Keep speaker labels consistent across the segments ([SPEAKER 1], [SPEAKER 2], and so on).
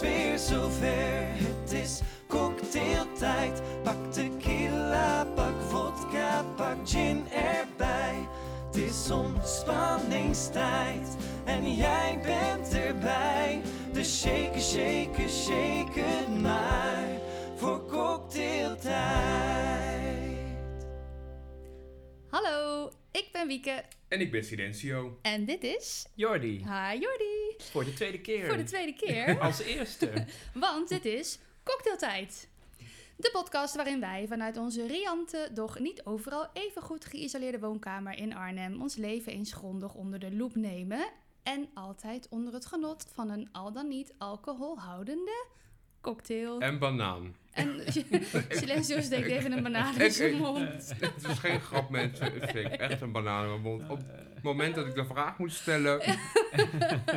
[SPEAKER 1] weer zover. Het is cocktailtijd. Pak tequila, pak vodka, pak gin erbij. Het is ontspanningstijd en jij bent erbij. Dus shake, shake, shake het maar voor cocktailtijd.
[SPEAKER 2] Hallo, ik ben Wieke
[SPEAKER 3] En ik ben Silencio.
[SPEAKER 2] en dit is
[SPEAKER 4] Jordi,
[SPEAKER 2] Ha Jordi
[SPEAKER 4] voor de tweede keer.
[SPEAKER 2] voor de tweede keer,
[SPEAKER 4] Als eerste.
[SPEAKER 2] want dit is Cocktailtijd. De podcast waarin wij vanuit onze riante, doch niet overal even goed geïsoleerde woonkamer in Arnhem ons leven eens grondig onder de loep nemen en altijd onder het genot van een al dan niet alcoholhoudende cocktail.
[SPEAKER 3] En banaan.
[SPEAKER 2] En Silencio steekt even een banaan in
[SPEAKER 3] Ik-
[SPEAKER 2] zijn
[SPEAKER 3] ik-
[SPEAKER 2] mond.
[SPEAKER 3] Het is geen grap, mensen. Ik steek echt een banaan in mijn
[SPEAKER 2] Eh,
[SPEAKER 3] mond. Op het moment dat ik de vraag moet stellen...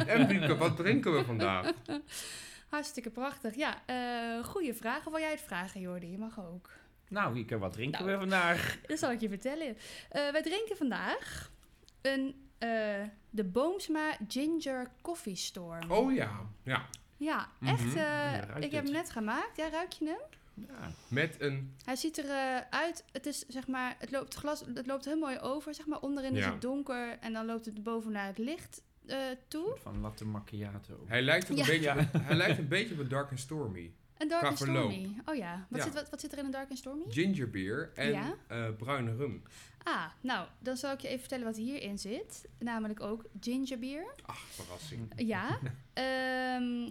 [SPEAKER 3] en Wieke, wat drinken we vandaag?
[SPEAKER 2] Hartstikke prachtig. Ja, eh goede vraag. Of wil jij het vragen, Jordi? Je mag ook.
[SPEAKER 4] nou, Wieke, wat drinken
[SPEAKER 2] Nou.
[SPEAKER 4] we vandaag?
[SPEAKER 2] Dat zal ik je vertellen. Eh, wij drinken vandaag een, eh, de Boomsma Ginger Coffee Storm.
[SPEAKER 3] Oh ja, ja.
[SPEAKER 2] Ja,
[SPEAKER 4] Mhm.
[SPEAKER 2] echt. eh,
[SPEAKER 4] Ja, ruikt
[SPEAKER 2] ik heb
[SPEAKER 4] het.
[SPEAKER 2] hem net gemaakt. Ja, ruik je hem?
[SPEAKER 4] Ja.
[SPEAKER 3] Met een...
[SPEAKER 2] Hij ziet eruit. uit. het is zeg maar, het loopt, het glas, het loopt heel mooi over. Zeg maar, onderin is
[SPEAKER 3] Ja.
[SPEAKER 2] het donker en dan loopt het boven naar het licht eh, toe.
[SPEAKER 4] Van latte macchiato.
[SPEAKER 3] Hij lijkt, een
[SPEAKER 2] Ja.
[SPEAKER 3] beetje,
[SPEAKER 4] Ja.
[SPEAKER 3] hij lijkt een beetje op een Dark and Stormy.
[SPEAKER 2] Een Dark and
[SPEAKER 3] Qua verloop.
[SPEAKER 2] Stormy. Oh ja. Wat,
[SPEAKER 3] Ja.
[SPEAKER 2] Zit, wat, wat zit er in een Dark and Stormy?
[SPEAKER 3] Ginger beer en
[SPEAKER 2] Ja?
[SPEAKER 3] eh, bruine rum.
[SPEAKER 2] Ah, nou, dan zal ik je even vertellen wat hierin zit. Namelijk ook gingerbeer.
[SPEAKER 3] Ach, verrassing.
[SPEAKER 2] Ja, ehm,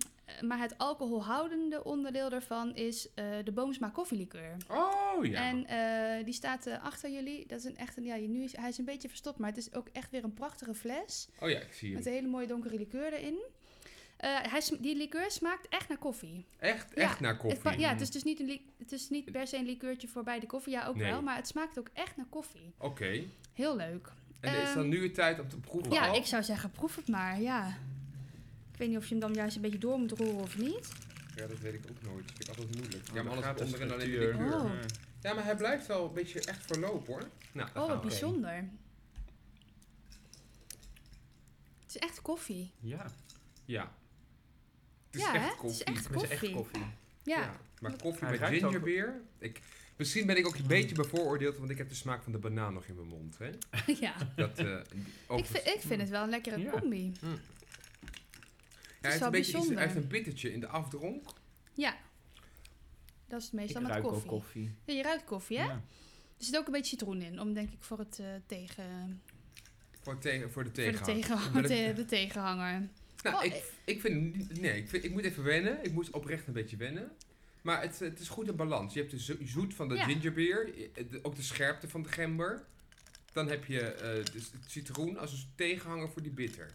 [SPEAKER 2] maar het alcoholhoudende onderdeel daarvan is eh, de Boomsma koffielikeur.
[SPEAKER 3] Oh ja.
[SPEAKER 2] En eh, die staat eh, achter jullie. Dat is een echt, een- ja, nu is, hij is een beetje verstopt, maar het is ook echt weer een prachtige fles.
[SPEAKER 3] oh ja, ik zie
[SPEAKER 2] Met
[SPEAKER 3] hem.
[SPEAKER 2] een hele mooie donkere likeur erin. Eh, hij, sm- die likeur smaakt echt naar koffie.
[SPEAKER 3] Echt,
[SPEAKER 2] Ja,
[SPEAKER 3] echt naar
[SPEAKER 2] Het,
[SPEAKER 3] koffie. mm.
[SPEAKER 2] kan- ja, het is dus niet, een li- het is niet per se een likeurtje voor bij de koffie. Ja, ook
[SPEAKER 3] Nee.
[SPEAKER 2] wel, maar het smaakt ook echt naar koffie.
[SPEAKER 3] Oké.
[SPEAKER 2] Heel leuk.
[SPEAKER 3] En is dan
[SPEAKER 2] Ehm,
[SPEAKER 3] nu het tijd om te proeven
[SPEAKER 2] Ja,
[SPEAKER 3] al?
[SPEAKER 2] ik zou zeggen, proef het maar, ja. Ik weet niet of je hem dan juist een beetje door moet roeren of niet.
[SPEAKER 3] Ja, dat weet ik ook nooit. Dat vind ik altijd moeilijk.
[SPEAKER 4] Oh,
[SPEAKER 3] ja, maar
[SPEAKER 4] daar
[SPEAKER 3] alles
[SPEAKER 4] gaat de
[SPEAKER 3] onderin alleen de
[SPEAKER 4] structuur.
[SPEAKER 3] likeur.
[SPEAKER 2] Oh.
[SPEAKER 3] Ja, maar hij blijft wel een beetje echt verloop hoor. Nou,
[SPEAKER 2] Oh, wat
[SPEAKER 3] we.
[SPEAKER 2] bijzonder. Het is echt koffie.
[SPEAKER 4] Ja,
[SPEAKER 3] Ja. Het is
[SPEAKER 2] Ja, hè?
[SPEAKER 3] echt
[SPEAKER 2] Het is
[SPEAKER 3] koffie.
[SPEAKER 2] echt
[SPEAKER 4] het is echt
[SPEAKER 2] Koffie.
[SPEAKER 4] koffie.
[SPEAKER 2] Ja.
[SPEAKER 3] Maar koffie
[SPEAKER 4] Hij
[SPEAKER 3] met
[SPEAKER 4] ruikt ook-
[SPEAKER 3] gingerbeer. Ik, misschien ben ik ook een beetje bevooroordeeld, want ik heb de smaak van de banaan nog in mijn mond. Hè?
[SPEAKER 2] ja.
[SPEAKER 3] Dat, eh
[SPEAKER 2] Ik, vind, ik vind het wel een lekkere
[SPEAKER 4] Ja.
[SPEAKER 2] combi.
[SPEAKER 3] hij, heeft
[SPEAKER 2] wel
[SPEAKER 3] een beetje iets,
[SPEAKER 2] bijzonder.
[SPEAKER 3] hij heeft een bittertje in de afdronk.
[SPEAKER 2] Ja. Dat is het
[SPEAKER 4] Ik
[SPEAKER 2] meestal met
[SPEAKER 4] ruik
[SPEAKER 2] koffie.
[SPEAKER 4] ook koffie.
[SPEAKER 2] Ja, je ruikt koffie, hè?
[SPEAKER 4] Ja.
[SPEAKER 2] Er zit ook een beetje citroen in, om denk ik voor, het, eh, tegen,
[SPEAKER 3] Voor, tegen, voor de
[SPEAKER 2] voor de,
[SPEAKER 3] tegen.
[SPEAKER 2] tegen,
[SPEAKER 3] Maar dat-
[SPEAKER 2] de, de tegenhanger.
[SPEAKER 3] Nou,
[SPEAKER 2] Oh, eh.
[SPEAKER 3] ik, ik vind hem niet- Nee, ik, vind, ik moet even wennen. Ik moet oprecht een beetje wennen. Maar het, het is goed in balans. Je hebt de zo- zoet van de
[SPEAKER 2] Ja.
[SPEAKER 3] gingerbeer, eh, de- ook de scherpte van de gember. Dan heb je eh, dus het citroen als een tegenhanger voor die bitter.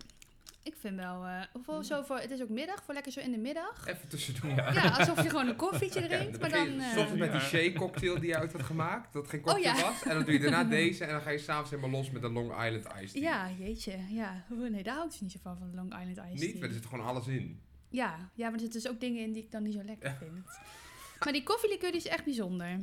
[SPEAKER 2] Ik vind wel, eh,
[SPEAKER 3] Mm.
[SPEAKER 2] voor, zo voor, het is ook middag, voor lekker zo in de middag.
[SPEAKER 3] Even tussendoor.
[SPEAKER 2] Ja, alsof je gewoon een koffietje
[SPEAKER 3] Ja,
[SPEAKER 2] drinkt,
[SPEAKER 3] dan
[SPEAKER 2] maar
[SPEAKER 3] begin
[SPEAKER 2] dan...
[SPEAKER 3] je
[SPEAKER 2] eh,
[SPEAKER 3] Soms met die
[SPEAKER 4] Ja.
[SPEAKER 3] shake cocktail die je uit had gemaakt, dat geen cocktail
[SPEAKER 2] Oh, ja.
[SPEAKER 3] was. En dan doe je daarna deze en dan ga je s'avonds helemaal los met een Long Island Ice Tea.
[SPEAKER 2] Ja, jeetje. Ja. Oh, Nee, daar hou ik dus niet zo van, van de Long Island Ice
[SPEAKER 3] Niet,
[SPEAKER 2] Tea.
[SPEAKER 3] maar er zit gewoon alles in.
[SPEAKER 2] Ja, ja, maar er zitten dus ook dingen in die ik dan niet zo lekker vind. Maar die koffielikeur die is echt bijzonder.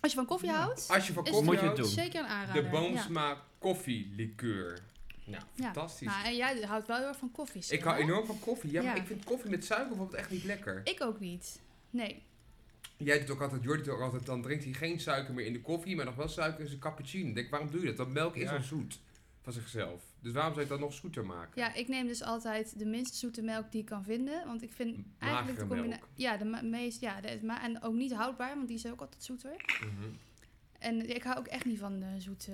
[SPEAKER 2] Als je van koffie houdt,
[SPEAKER 3] Als je van
[SPEAKER 2] Is-
[SPEAKER 3] koffie
[SPEAKER 4] Moet je
[SPEAKER 3] houdt,
[SPEAKER 4] doen.
[SPEAKER 2] zeker een aanrader.
[SPEAKER 3] de
[SPEAKER 2] Ja.
[SPEAKER 3] Boomsma koffielikeur. Nou,
[SPEAKER 2] Ja.
[SPEAKER 3] fantastisch.
[SPEAKER 2] Nou, en jij houdt wel heel erg van koffie. Sil,
[SPEAKER 3] ik hou
[SPEAKER 2] hè?
[SPEAKER 3] enorm van koffie. Ja, maar
[SPEAKER 2] Ja.
[SPEAKER 3] ik vind koffie met suiker bijvoorbeeld echt niet lekker.
[SPEAKER 2] Ik ook niet. Nee.
[SPEAKER 3] Jij doet ook altijd, Jordi doet ook altijd, dan drinkt hij geen suiker meer in de koffie, maar nog wel suiker in zijn cappuccino. Ik denk, waarom doe je dat? Dat melk is
[SPEAKER 4] Ja.
[SPEAKER 3] al zoet van zichzelf. Dus waarom zou je dat nog zoeter maken?
[SPEAKER 2] Ja, ik neem dus altijd de minst zoete melk die ik kan vinden. Want ik vind
[SPEAKER 3] M-
[SPEAKER 2] eigenlijk de
[SPEAKER 3] magere
[SPEAKER 2] combina-
[SPEAKER 3] melk.
[SPEAKER 2] Ja, de ma- meest. Ja, de, maar, en ook niet houdbaar, want die is ook altijd zoeter.
[SPEAKER 3] Mhm.
[SPEAKER 2] En ik hou ook echt niet van de zoete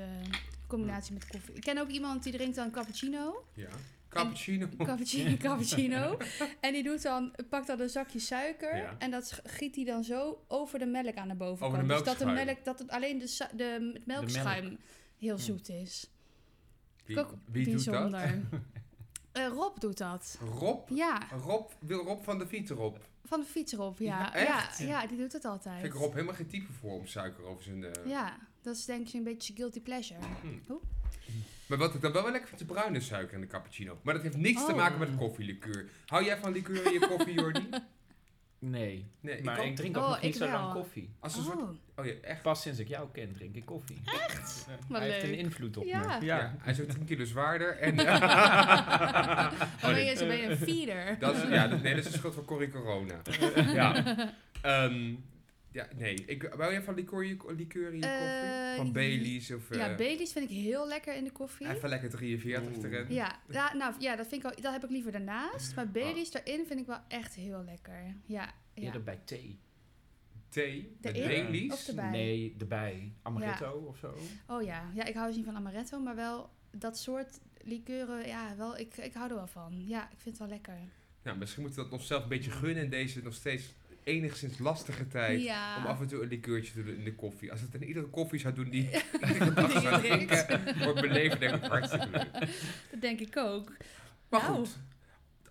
[SPEAKER 2] combinatie met koffie. Ik ken ook iemand die drinkt dan cappuccino.
[SPEAKER 3] ja. Cappuccino.
[SPEAKER 2] cappuccino, cappuccino. En die doet dan, pakt dan een zakje suiker
[SPEAKER 3] Ja.
[SPEAKER 2] en dat sch- giet hij dan zo over de melk aan de bovenkant.
[SPEAKER 3] Over de
[SPEAKER 2] dus dat, de
[SPEAKER 3] melkschuim.
[SPEAKER 2] melk, dat het alleen de, su- de het melkschuim heel zoet is.
[SPEAKER 3] Hm. Wie,
[SPEAKER 2] Ook
[SPEAKER 3] wie doet dat?
[SPEAKER 2] bijzonder. Eh, Rob doet dat.
[SPEAKER 3] Rob
[SPEAKER 2] Ja,
[SPEAKER 3] Rob, wil Rob van de Viet erop?
[SPEAKER 2] van de fiets Rob, ja.
[SPEAKER 3] Ja,
[SPEAKER 2] Ja,
[SPEAKER 3] echt?
[SPEAKER 2] ja, die doet het altijd.
[SPEAKER 3] Vind ik Rob helemaal geen type voor om suiker over zijn... eh,
[SPEAKER 2] Ja, dat is denk ik een beetje guilty pleasure.
[SPEAKER 3] Maar wat ik dan wel wel lekker vind, is de bruine suiker in de cappuccino. Maar dat heeft niks te
[SPEAKER 2] Oh.
[SPEAKER 3] maken met koffielikeur. Hou jij van likeur in je koffie, Jordi?
[SPEAKER 4] Nee.
[SPEAKER 3] Nee, ik
[SPEAKER 4] maar
[SPEAKER 3] kan-
[SPEAKER 4] ik drink
[SPEAKER 2] Oh,
[SPEAKER 4] ook nog niet
[SPEAKER 2] ik
[SPEAKER 4] zo
[SPEAKER 2] wel.
[SPEAKER 4] lang koffie.
[SPEAKER 3] Als een
[SPEAKER 2] Oh,
[SPEAKER 3] soort... Oh ja, echt.
[SPEAKER 4] Pas sinds ik jou ken drink ik koffie.
[SPEAKER 2] echt?
[SPEAKER 4] Ja,
[SPEAKER 2] Wat
[SPEAKER 4] Hij heeft
[SPEAKER 2] leuk.
[SPEAKER 4] een invloed op
[SPEAKER 2] Ja.
[SPEAKER 4] me.
[SPEAKER 3] Ja.
[SPEAKER 4] Ja.
[SPEAKER 3] hij is ook 10 kilo zwaarder. En,
[SPEAKER 2] Dan ben je, zo ben je een feeder.
[SPEAKER 3] dat is, ja, dat- nee, dat is de schuld van Corrie Corona. ja. Ehm, ja, nee. Ik, wou jij van liqueur je, liqueur in je
[SPEAKER 2] Eh,
[SPEAKER 3] koffie?
[SPEAKER 2] ja.
[SPEAKER 3] Van Baileys of... eh
[SPEAKER 2] Ja, Baileys vind ik heel lekker in de koffie.
[SPEAKER 3] even lekker 43 erin.
[SPEAKER 2] Ja, ja, nou, ja dat, vind ik wel, dat heb ik liever daarnaast.
[SPEAKER 3] Oh.
[SPEAKER 2] Maar Baileys daarin vind ik wel echt heel lekker. Ja, ja.
[SPEAKER 4] Eerder bij thee.
[SPEAKER 3] Thee met
[SPEAKER 2] Erin?
[SPEAKER 3] Baileys.
[SPEAKER 2] Of erbij?
[SPEAKER 4] Nee, erbij. Amaretto of zo.
[SPEAKER 2] Oh ja. ja, ik hou dus niet van amaretto, maar wel dat soort likeuren. Ja, wel, ik, ik hou er wel van. Ja, ik vind het wel lekker.
[SPEAKER 3] Nou, misschien moeten we dat onszelf een beetje gunnen in deze nog steeds enigszins lastige tijd.
[SPEAKER 2] ja.
[SPEAKER 3] Om af en toe een liqueurtje te doen in de koffie. Als het in iedere koffie zou doen die
[SPEAKER 2] Die je
[SPEAKER 3] zou
[SPEAKER 2] drinkt.
[SPEAKER 3] drinken, wordt beleven denk ik hartstikke leuk.
[SPEAKER 2] Dat denk ik ook.
[SPEAKER 3] Maar
[SPEAKER 2] Nou.
[SPEAKER 3] goed,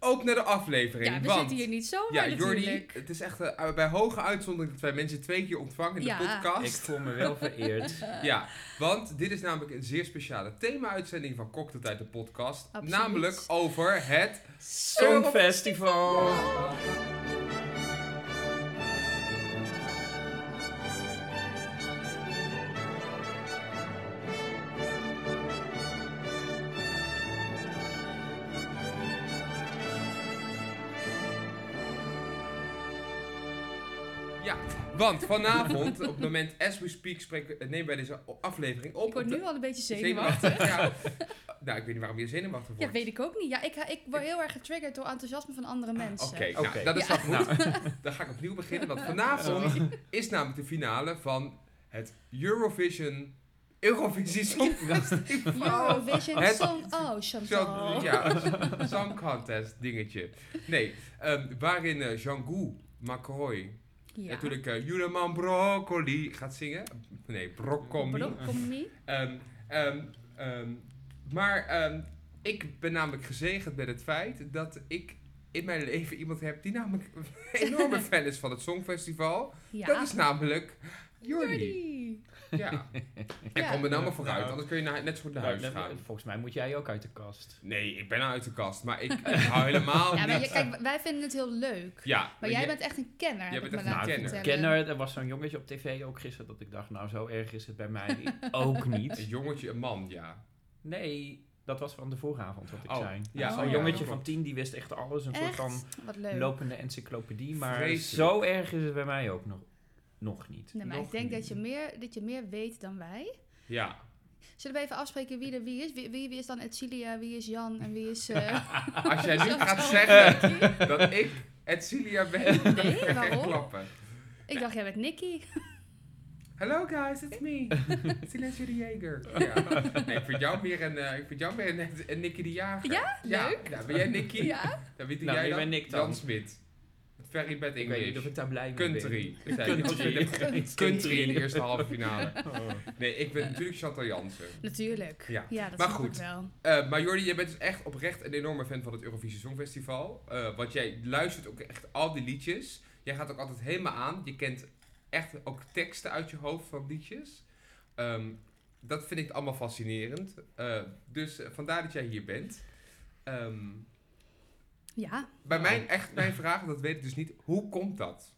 [SPEAKER 3] ook naar de aflevering.
[SPEAKER 2] Ja, we
[SPEAKER 3] want,
[SPEAKER 2] zitten hier niet zomaar
[SPEAKER 3] Ja, Jordi,
[SPEAKER 2] Oh, natuurlijk.
[SPEAKER 3] het is echt eh, bij hoge uitzondering dat wij mensen twee keer ontvangen in
[SPEAKER 2] Ja. eh.
[SPEAKER 3] de
[SPEAKER 4] Ik
[SPEAKER 3] podcast.
[SPEAKER 4] voel me wel vereerd.
[SPEAKER 3] Ja, want dit is namelijk een zeer speciale thema-uitzending van Cocktailtijd, de podcast.
[SPEAKER 2] Absoluut.
[SPEAKER 3] Namelijk over het
[SPEAKER 4] Songfestival!
[SPEAKER 3] Ja, want vanavond, op het moment as we speak, spreken, eh, nemen wij deze o- aflevering op.
[SPEAKER 2] Ik word
[SPEAKER 3] Op de-
[SPEAKER 2] nu al een beetje zenuwachtig.
[SPEAKER 3] Ja, nou, ik weet niet waarom je zenuwachtig
[SPEAKER 2] Ja,
[SPEAKER 3] wordt.
[SPEAKER 2] weet ik ook niet. Ja, ik, ik word heel erg getriggerd door enthousiasme van andere mensen.
[SPEAKER 3] Oké, nou,
[SPEAKER 4] Oké.
[SPEAKER 3] dat is
[SPEAKER 2] dus, eh, Ja.
[SPEAKER 3] wel goed. Dan ga ik opnieuw beginnen, want vanavond is namelijk de finale van het Eurovision... Eurovisie Songfestival.
[SPEAKER 2] Eurovision
[SPEAKER 3] Het-
[SPEAKER 2] Song. Oh,
[SPEAKER 3] Zo,
[SPEAKER 2] Chantal.
[SPEAKER 3] ja, een song contest dingetje. Nee, ehm, waarin eh, Jean-Gou McCoy
[SPEAKER 2] Ja.
[SPEAKER 3] natuurlijk eh Juleman Broccoli gaat zingen. Nee, Broccoli.
[SPEAKER 2] Brokkommie.
[SPEAKER 3] Ehm, ehm, ehm, maar ehm, ik ben namelijk gezegend met het feit dat ik in mijn leven iemand heb die namelijk een enorme fan is van het Songfestival.
[SPEAKER 2] Ja.
[SPEAKER 3] Dat is namelijk Jordi.
[SPEAKER 2] Jordi.
[SPEAKER 3] Ja. En
[SPEAKER 2] Ja.
[SPEAKER 3] kom er nou maar
[SPEAKER 4] Nou.
[SPEAKER 3] vooruit, anders kun je na- net zo goed naar huis gaan.
[SPEAKER 4] Volgens mij moet jij ook uit de kast.
[SPEAKER 3] Nee, ik ben uit de kast, maar ik eh, hou helemaal
[SPEAKER 2] Ja, maar
[SPEAKER 3] niet...
[SPEAKER 2] je- kijk, wij vinden het heel leuk.
[SPEAKER 3] Ja,
[SPEAKER 2] Maar jij bent echt een kenner.
[SPEAKER 3] Jij
[SPEAKER 2] heb ik
[SPEAKER 3] bent
[SPEAKER 2] me
[SPEAKER 3] echt een
[SPEAKER 2] laten
[SPEAKER 3] kenner.
[SPEAKER 2] vertellen.
[SPEAKER 4] Nou, Kenner, er was zo'n jongetje op tv ook gisteren dat ik dacht, nou zo erg is het bij mij ook
[SPEAKER 3] een
[SPEAKER 4] niet.
[SPEAKER 3] jongetje, een man, ja.
[SPEAKER 4] Nee, dat was van de vooravond wat ik
[SPEAKER 3] Oh,
[SPEAKER 4] zei.
[SPEAKER 3] ja,
[SPEAKER 4] Ja,
[SPEAKER 2] oh,
[SPEAKER 4] zo'n
[SPEAKER 2] ja,
[SPEAKER 4] jongetje
[SPEAKER 3] klopt.
[SPEAKER 4] van tien die wist echt alles, een soort van
[SPEAKER 2] Echt? Wat leuk.
[SPEAKER 4] lopende encyclopedie, maar
[SPEAKER 3] Vreselijk.
[SPEAKER 4] zo erg is het bij mij ook nog, nog niet.
[SPEAKER 2] Nee, maar
[SPEAKER 3] Nog
[SPEAKER 2] ik denk
[SPEAKER 3] niet.
[SPEAKER 2] dat je, meer, dat je meer weet dan wij.
[SPEAKER 3] Ja.
[SPEAKER 2] Zullen we even afspreken wie er wie is? Wie, wie, wie is dan Edcilia, wie is Jan en wie is... eh,
[SPEAKER 3] Als jij nu
[SPEAKER 2] Jan
[SPEAKER 3] gaat
[SPEAKER 2] Stalman?
[SPEAKER 3] zeggen dat ik Edcilia ben, dan
[SPEAKER 2] Nee,
[SPEAKER 3] ga ik echt
[SPEAKER 2] waarom?
[SPEAKER 3] klappen.
[SPEAKER 2] Ik dacht, jij bent Nicky.
[SPEAKER 3] Hello guys, it's me. It's Inesje de Jager. Ja. Nee, ik vind jou meer een, eh, ik vind jou meer een, een Nicky de Jager.
[SPEAKER 2] Ja? Leuk.
[SPEAKER 3] Ja, ben jij Nicky?
[SPEAKER 2] Ja?
[SPEAKER 3] Dan weet
[SPEAKER 4] Nou,
[SPEAKER 3] jij
[SPEAKER 4] ik
[SPEAKER 3] dan?
[SPEAKER 4] ben Nick dan.
[SPEAKER 3] Jan Smit. Ferry Bad
[SPEAKER 4] Ik weet niet of
[SPEAKER 3] English.
[SPEAKER 4] ik daar blij mee
[SPEAKER 3] Country. Dat zei hij ook
[SPEAKER 4] Country.
[SPEAKER 3] weer.
[SPEAKER 4] Country.
[SPEAKER 3] Country in de eerste halve finale.
[SPEAKER 4] ben. Oh.
[SPEAKER 3] Nee, ik ben natuurlijk Chantal Jansen.
[SPEAKER 2] Natuurlijk.
[SPEAKER 3] Ja.
[SPEAKER 2] dat
[SPEAKER 3] Maar
[SPEAKER 2] snap ik
[SPEAKER 3] goed.
[SPEAKER 2] wel.
[SPEAKER 3] Eh, maar Jordi, jij bent dus echt oprecht een enorme fan van het Eurovisie Songfestival. Eh want jij luistert ook echt al die liedjes. Jij gaat ook altijd helemaal aan. Je kent echt ook teksten uit je hoofd van liedjes. Ehm, dat vind ik allemaal fascinerend. Eh, dus eh, vandaar dat jij hier bent. Ehm,
[SPEAKER 2] Ja.
[SPEAKER 3] bij
[SPEAKER 4] Nou.
[SPEAKER 3] mijn, echt mijn vraag, dat weet ik dus niet, hoe komt dat?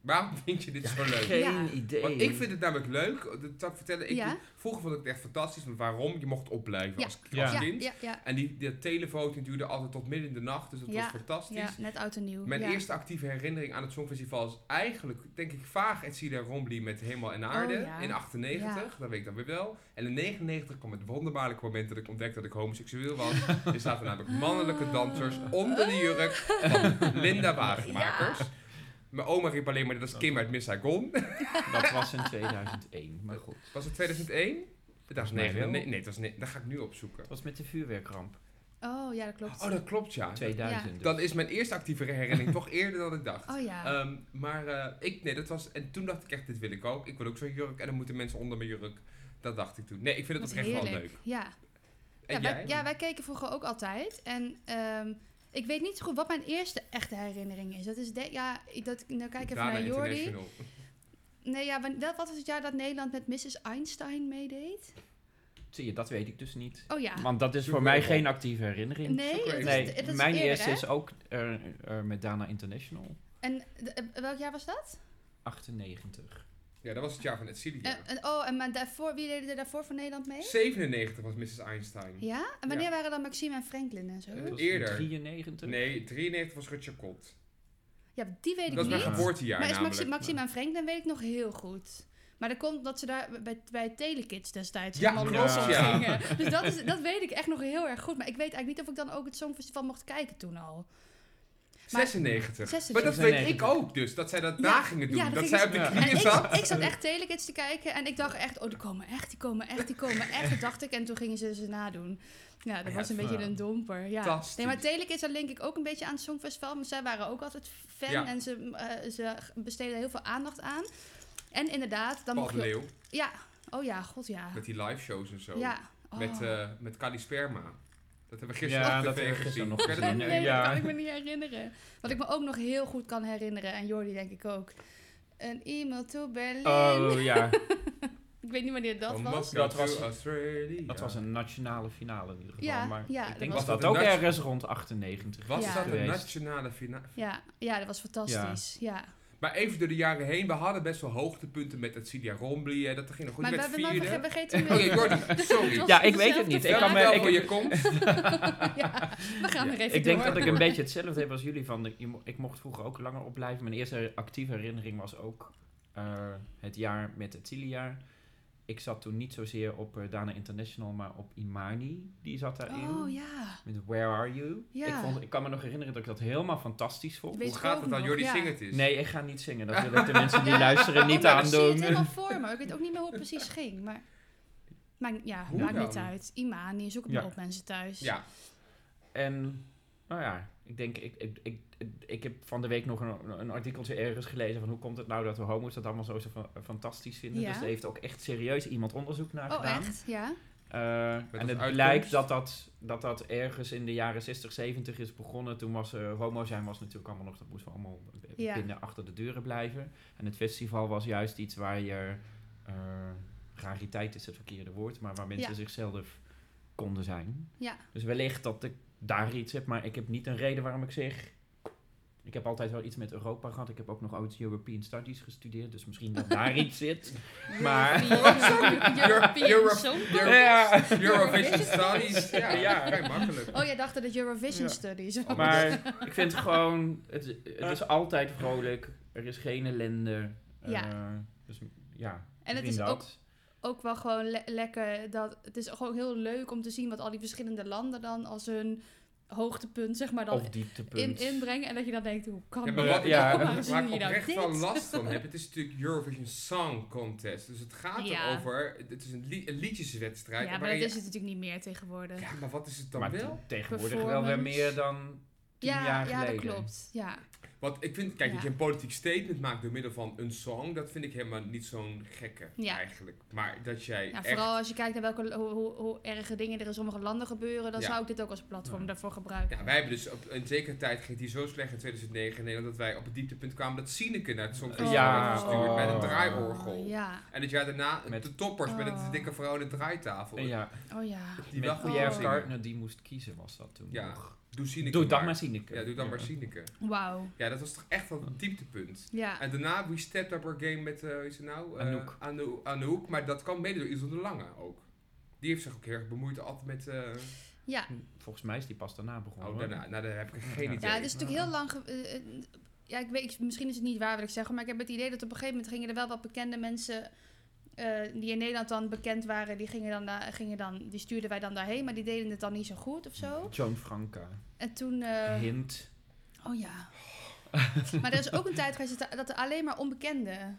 [SPEAKER 3] Waarom vind je dit zo leuk?
[SPEAKER 4] Geen
[SPEAKER 2] Ja.
[SPEAKER 4] idee.
[SPEAKER 3] Want ik vind het namelijk leuk, dat zal ik vertellen. Ik,
[SPEAKER 2] Ja.
[SPEAKER 3] Vroeger vond ik het echt fantastisch, maar waarom? Je mocht opblijven
[SPEAKER 2] Ja.
[SPEAKER 3] als, als
[SPEAKER 4] Ja.
[SPEAKER 2] Ja,
[SPEAKER 3] kind.
[SPEAKER 2] ja, ja.
[SPEAKER 3] En die, die televoting duurde altijd tot midden in de nacht, dus dat
[SPEAKER 2] Ja,
[SPEAKER 3] was fantastisch.
[SPEAKER 2] Ja, net oud en nieuw.
[SPEAKER 3] Mijn
[SPEAKER 2] ja.
[SPEAKER 3] eerste actieve herinnering aan het Songfestival is eigenlijk, denk ik, vaag het Sida Rombly met Hemel en Aarde
[SPEAKER 2] Oh, ja.
[SPEAKER 3] in 98. Dat weet ik dan weer wel. En in 99 kwam het wonderbaarlijke moment dat ik ontdekte dat ik homoseksueel was. er zaten namelijk mannelijke dansers onder de jurk van Linda Wagenmakers. Mijn oma riep alleen maar, dat is Kim uit Missagon.
[SPEAKER 4] Dat was in 2001, maar goed.
[SPEAKER 3] Was het 2001? Dat was
[SPEAKER 4] Volgens mij
[SPEAKER 3] 9,
[SPEAKER 4] wel.
[SPEAKER 3] nee, nee, dat, was ne- dat ga ik nu opzoeken.
[SPEAKER 4] Dat was met de vuurwerkramp.
[SPEAKER 2] Oh, ja, dat klopt.
[SPEAKER 3] Oh, dat klopt ja.
[SPEAKER 4] 2000. dus.
[SPEAKER 3] Dan is mijn eerste actieve herinnering toch eerder dan ik dacht.
[SPEAKER 2] Oh ja.
[SPEAKER 3] Ehm, maar eh, ik, nee, dat was. En toen dacht ik echt, dit wil ik ook. Ik wil ook zo'n jurk. En dan moeten mensen onder mijn jurk. Dat dacht ik toen. Nee, ik vind het
[SPEAKER 2] Wat
[SPEAKER 3] oprecht
[SPEAKER 2] heerlijk.
[SPEAKER 3] wel leuk.
[SPEAKER 2] Ja.
[SPEAKER 3] En
[SPEAKER 2] Ja
[SPEAKER 3] jij?
[SPEAKER 2] wij, ja, wij keken vroeger ook altijd. En ehm, ik weet niet zo goed wat mijn eerste echte herinnering is. Dat is, de, ja, ik- dat, ik- nou kijk even
[SPEAKER 3] Dana
[SPEAKER 2] naar Jordi.
[SPEAKER 3] International.
[SPEAKER 2] Nee, ja, wan- dat, wat was het jaar dat Nederland met Mrs. Einstein meedeed?
[SPEAKER 4] Zie je, dat weet ik dus niet.
[SPEAKER 2] Oh ja.
[SPEAKER 4] Want dat is
[SPEAKER 3] Zoek
[SPEAKER 4] voor
[SPEAKER 3] maar
[SPEAKER 4] mij
[SPEAKER 3] op.
[SPEAKER 4] geen actieve herinnering.
[SPEAKER 2] Nee,
[SPEAKER 3] Zoek maar
[SPEAKER 2] dat is-
[SPEAKER 3] even.
[SPEAKER 4] Nee,
[SPEAKER 2] dat is
[SPEAKER 4] mijn
[SPEAKER 2] eerder,
[SPEAKER 4] eerste
[SPEAKER 2] hè?
[SPEAKER 4] is ook eh, eh, met Dana International.
[SPEAKER 2] En de- eh, welk jaar was dat?
[SPEAKER 4] 98.
[SPEAKER 3] Ja, dat was het jaar van Edcilia.
[SPEAKER 2] En- en- oh, en maar daarvoor, wie deden er daarvoor van Nederland mee?
[SPEAKER 3] 97 was Mrs. Einstein.
[SPEAKER 2] eh? Ja? En wanneer waren dan Maxime en Franklin en zo?
[SPEAKER 3] Eh,
[SPEAKER 4] Het was
[SPEAKER 3] Eerder.
[SPEAKER 4] 93.
[SPEAKER 3] Nee, 93 was Rutger Kot.
[SPEAKER 2] ja, die weet ik
[SPEAKER 3] Dat is
[SPEAKER 2] niet.
[SPEAKER 3] mijn
[SPEAKER 4] niet.
[SPEAKER 3] geboortejaar
[SPEAKER 2] maar is
[SPEAKER 3] namelijk.
[SPEAKER 2] Maxi- Maxime en Franklin weet ik nog heel goed. Maar dat komt dat ze daar bij, bij Telekids destijds
[SPEAKER 3] Ja,
[SPEAKER 2] helemaal
[SPEAKER 4] klopt,
[SPEAKER 2] los op
[SPEAKER 3] ja.
[SPEAKER 2] gingen. Dus dat, is, dat weet ik echt nog heel erg goed. Maar ik weet eigenlijk niet of ik dan ook het Songfestival mocht kijken toen al. Maar-
[SPEAKER 3] 96.
[SPEAKER 2] 96.
[SPEAKER 3] Maar dat weet ik
[SPEAKER 4] 96.
[SPEAKER 3] ook dus. Dat zij dat
[SPEAKER 2] Ja,
[SPEAKER 3] na gingen doen.
[SPEAKER 2] ja, dat
[SPEAKER 3] dat
[SPEAKER 2] gingen
[SPEAKER 3] zij op de
[SPEAKER 4] ze-
[SPEAKER 2] En
[SPEAKER 3] knieën
[SPEAKER 2] ik,
[SPEAKER 3] zat.
[SPEAKER 2] ik zat echt Telekids te kijken en ik dacht echt, oh, die komen echt, die komen echt, die komen echt. Dat dacht ik en toen gingen ze ze nadoen. Ja, dat
[SPEAKER 3] Ah Ja,
[SPEAKER 2] was een beetje
[SPEAKER 4] ja.
[SPEAKER 2] een domper. Ja.
[SPEAKER 3] Fantastisch.
[SPEAKER 2] Nee, maar Telekids, daar link ik ook een beetje aan het Songfestival. Maar zij waren ook altijd fan
[SPEAKER 3] Ja.
[SPEAKER 2] en ze, eh, ze besteden heel veel aandacht aan. En inderdaad, dan
[SPEAKER 3] Paul
[SPEAKER 2] mocht
[SPEAKER 3] de
[SPEAKER 2] je...
[SPEAKER 3] Leeuw.
[SPEAKER 2] Ja, oh ja, god ja.
[SPEAKER 3] Met die live shows en zo.
[SPEAKER 2] Ja. Oh.
[SPEAKER 3] Met, eh met Calisperma. Dat hebben we gisteren
[SPEAKER 4] Ja,
[SPEAKER 3] op
[SPEAKER 4] dat
[SPEAKER 3] tv
[SPEAKER 4] hebben we
[SPEAKER 3] gezien.
[SPEAKER 4] gisteren nog
[SPEAKER 3] Ken je dat
[SPEAKER 4] gezien.
[SPEAKER 2] Nee,
[SPEAKER 4] Ja.
[SPEAKER 2] dat kan ik me niet herinneren. Wat ik me ook nog heel goed kan herinneren, en Jordi denk ik ook. Een e-mail to Berlin.
[SPEAKER 4] Oh ja,
[SPEAKER 2] Ik weet niet wanneer dat
[SPEAKER 3] Oh,
[SPEAKER 2] was.
[SPEAKER 3] Moscow
[SPEAKER 4] Dat
[SPEAKER 3] to
[SPEAKER 4] was-
[SPEAKER 3] Australia.
[SPEAKER 4] dat was een nationale finale in ieder geval.
[SPEAKER 2] Ja,
[SPEAKER 4] maar
[SPEAKER 2] ja,
[SPEAKER 4] ik
[SPEAKER 2] dat
[SPEAKER 4] denk
[SPEAKER 2] was-
[SPEAKER 4] dat dat
[SPEAKER 3] Was
[SPEAKER 4] ook
[SPEAKER 3] dat een nat-
[SPEAKER 4] ergens rond 98
[SPEAKER 3] Was
[SPEAKER 2] Ja.
[SPEAKER 3] dat een
[SPEAKER 4] geweest.
[SPEAKER 3] nationale finale?
[SPEAKER 2] Ja, ja, dat was fantastisch. Ja.
[SPEAKER 3] Maar even door de jaren heen, we hadden best wel hoogtepunten met het Cilia Rombly. eh, Dat er ging nog goed.
[SPEAKER 2] Maar
[SPEAKER 3] Je
[SPEAKER 2] we
[SPEAKER 3] werd
[SPEAKER 2] hebben maar
[SPEAKER 3] vierde.
[SPEAKER 2] verge- vergeten
[SPEAKER 3] Oké,
[SPEAKER 2] meer.
[SPEAKER 3] Jordi, sorry.
[SPEAKER 2] Het
[SPEAKER 3] Ja,
[SPEAKER 2] was
[SPEAKER 4] Ja, ik weet het
[SPEAKER 2] dezelfde
[SPEAKER 4] niet. Ik
[SPEAKER 2] vraag.
[SPEAKER 4] kan me,
[SPEAKER 3] wel voor
[SPEAKER 4] ik,
[SPEAKER 3] je komt.
[SPEAKER 2] ja, we gaan weer even
[SPEAKER 4] ik denk
[SPEAKER 2] door.
[SPEAKER 4] dat ik een beetje hetzelfde heb als jullie. Van, ik, je mo- ik mocht vroeger ook langer opblijven. Mijn eerste actieve herinnering was ook eh, het jaar met het Tilia. Ik zat toen niet zozeer op eh, Dana International, maar op Imani. Die zat daarin.
[SPEAKER 2] Oh ja.
[SPEAKER 4] Met Where Are You?
[SPEAKER 2] Ja.
[SPEAKER 4] Ik, vond, ik kan me nog herinneren dat ik dat helemaal fantastisch vond.
[SPEAKER 2] Weet
[SPEAKER 3] Hoe
[SPEAKER 2] ik
[SPEAKER 3] gaat
[SPEAKER 2] ook
[SPEAKER 3] het dan?
[SPEAKER 2] nog,
[SPEAKER 3] Jordi,
[SPEAKER 2] ja.
[SPEAKER 3] zing het eens.
[SPEAKER 4] Nee, ik ga niet zingen. Dat wil ik de mensen die luisteren niet
[SPEAKER 2] Oh, maar ik zie het
[SPEAKER 4] aandoen.
[SPEAKER 2] helemaal voor me. Ik weet ook niet meer hoe het precies ging. Maar, maar ja,
[SPEAKER 3] Hoe
[SPEAKER 2] maakt
[SPEAKER 3] dan?
[SPEAKER 2] niet uit. Imani, zoek het
[SPEAKER 4] Ja.
[SPEAKER 2] maar op mensen thuis.
[SPEAKER 3] Ja,
[SPEAKER 4] En, nou ja, ik denk, ik, ik, ik, ik heb van de week nog een, een artikeltje ergens gelezen van hoe komt het nou dat we homo's dat allemaal zo, zo fa- fantastisch vinden.
[SPEAKER 2] Ja.
[SPEAKER 4] Dus er heeft ook echt serieus iemand onderzoek naar
[SPEAKER 2] Oh
[SPEAKER 4] gedaan.
[SPEAKER 2] echt? Ja.
[SPEAKER 4] Eh, en
[SPEAKER 3] als
[SPEAKER 4] het
[SPEAKER 3] uitkomst?
[SPEAKER 4] blijkt dat dat, dat dat ergens in de jaren 60, 70 is begonnen. Toen was eh, homo zijn was natuurlijk allemaal nog, dat moesten we allemaal b-
[SPEAKER 2] Ja.
[SPEAKER 4] binnen achter de deuren blijven. En het festival was juist iets waar je, eh, rariteit is het verkeerde woord, maar waar mensen
[SPEAKER 2] Ja.
[SPEAKER 4] zichzelf konden zijn.
[SPEAKER 2] Ja.
[SPEAKER 4] Dus wellicht dat ik daar iets heb, maar ik heb niet een reden waarom ik zeg... Ik heb altijd wel iets met Europa gehad. Ik heb ook nog ooit European Studies gestudeerd, dus misschien dat daar iets zit. Maar-
[SPEAKER 2] European, European
[SPEAKER 3] Europe-
[SPEAKER 2] Song.
[SPEAKER 4] Ja.
[SPEAKER 3] Eurovision Studies. Ja, ja.
[SPEAKER 4] Ja.
[SPEAKER 3] vrij makkelijk.
[SPEAKER 2] Oh, jij dacht dat het Eurovision
[SPEAKER 4] Ja.
[SPEAKER 2] Studies was.
[SPEAKER 4] Maar ik vind gewoon, het, het
[SPEAKER 2] Eh.
[SPEAKER 4] is altijd vrolijk. Er is geen ellende. Eh, dus ja.
[SPEAKER 2] En het
[SPEAKER 4] ik
[SPEAKER 2] is
[SPEAKER 4] vind
[SPEAKER 2] ook, ook wel gewoon le- lekker dat... Het is gewoon heel leuk om te zien wat al die verschillende landen dan als hun hoogtepunt, zeg maar, dan
[SPEAKER 4] Of dieptepunt.
[SPEAKER 2] in, inbrengen. En dat je dan denkt, hoe kan
[SPEAKER 3] Ja,
[SPEAKER 2] dat?
[SPEAKER 3] maar wat
[SPEAKER 4] Ja.
[SPEAKER 3] ik,
[SPEAKER 2] Waarom
[SPEAKER 3] waar
[SPEAKER 2] zien
[SPEAKER 3] ik
[SPEAKER 2] jullie nou
[SPEAKER 3] oprecht
[SPEAKER 2] dit?
[SPEAKER 3] wel last van heb, het is natuurlijk Eurovision Song Contest. Dus het gaat
[SPEAKER 2] Ja.
[SPEAKER 3] erover, het is een, li- een liedjeswedstrijd.
[SPEAKER 2] Ja, maar
[SPEAKER 3] waarin
[SPEAKER 2] dat
[SPEAKER 3] je-
[SPEAKER 2] is het natuurlijk niet meer tegenwoordig.
[SPEAKER 3] ja, maar wat is het dan
[SPEAKER 4] maar
[SPEAKER 3] wel?
[SPEAKER 4] te- tegenwoordig wel weer
[SPEAKER 2] Performance.
[SPEAKER 4] meer dan tien
[SPEAKER 2] ja,
[SPEAKER 4] jaar
[SPEAKER 2] ja,
[SPEAKER 4] geleden.
[SPEAKER 2] dat klopt. Ja.
[SPEAKER 3] Want ik vind, kijk, dat
[SPEAKER 2] Ja.
[SPEAKER 3] je een politiek statement maakt door middel van een song, dat vind ik helemaal niet zo'n gekke
[SPEAKER 2] Ja.
[SPEAKER 3] eigenlijk. Maar dat jij
[SPEAKER 2] Ja,
[SPEAKER 3] echt...
[SPEAKER 2] Nou, vooral als je kijkt naar welke, hoe, hoe, hoe erge dingen er in sommige landen gebeuren, dan
[SPEAKER 3] Ja.
[SPEAKER 2] zou ik dit ook als platform
[SPEAKER 4] Ja.
[SPEAKER 2] daarvoor gebruiken.
[SPEAKER 3] Ja, wij hebben dus op een zekere tijd ging het hier zo slecht in 2009 in Nederland dat wij op het dieptepunt kwamen dat Sineke naar het Songfestival
[SPEAKER 4] Eh, Ja,
[SPEAKER 3] werd gestuurd met een
[SPEAKER 4] oh.
[SPEAKER 3] draaiorgel.
[SPEAKER 2] Oh, ja,
[SPEAKER 3] En het jaar daarna
[SPEAKER 4] Met-
[SPEAKER 3] de toppers met
[SPEAKER 2] Oh.
[SPEAKER 3] een dikke vrouw in de draaitafel.
[SPEAKER 4] En ja,
[SPEAKER 2] oh ja.
[SPEAKER 3] Die wel
[SPEAKER 4] met
[SPEAKER 3] goed
[SPEAKER 4] Pierre
[SPEAKER 2] kon
[SPEAKER 4] Gardner, die moest kiezen, was dat toen
[SPEAKER 3] Ja,
[SPEAKER 4] nog.
[SPEAKER 3] Doe Sineke
[SPEAKER 4] Doe dat
[SPEAKER 3] maar.
[SPEAKER 4] maar Sineke.
[SPEAKER 3] Ja, doe dan maar Sineke.
[SPEAKER 2] Wauw.
[SPEAKER 3] Ja, dat was toch echt wel een dieptepunt.
[SPEAKER 2] Ja.
[SPEAKER 3] En daarna, we stepped up our game met, eh hoe is het nou? Eh,
[SPEAKER 4] Anouk.
[SPEAKER 3] Anou- Anouk, maar dat kwam mede door Isel de Lange ook. Die heeft zich ook heel erg bemoeid altijd met... eh,
[SPEAKER 2] ja.
[SPEAKER 4] Volgens mij is die pas daarna begonnen.
[SPEAKER 3] oh,
[SPEAKER 4] Oh, hoor.
[SPEAKER 3] daarna, nou, daar heb ik geen idee.
[SPEAKER 2] ja, dus het is natuurlijk heel lang... ge- eh, eh, ja, ik weet, misschien is het niet waar wat ik zeg, maar ik heb het idee dat op een gegeven moment gingen er wel wat bekende mensen... eh, die in Nederland dan bekend waren, die, gingen dan, daar- gingen dan, die stuurden wij dan daarheen, maar die deden het dan niet zo goed of zo.
[SPEAKER 4] Joan Franca.
[SPEAKER 2] En toen... eh,
[SPEAKER 4] Hint.
[SPEAKER 2] Oh ja. maar er is ook een tijd geweest dat er- dat er alleen maar onbekende.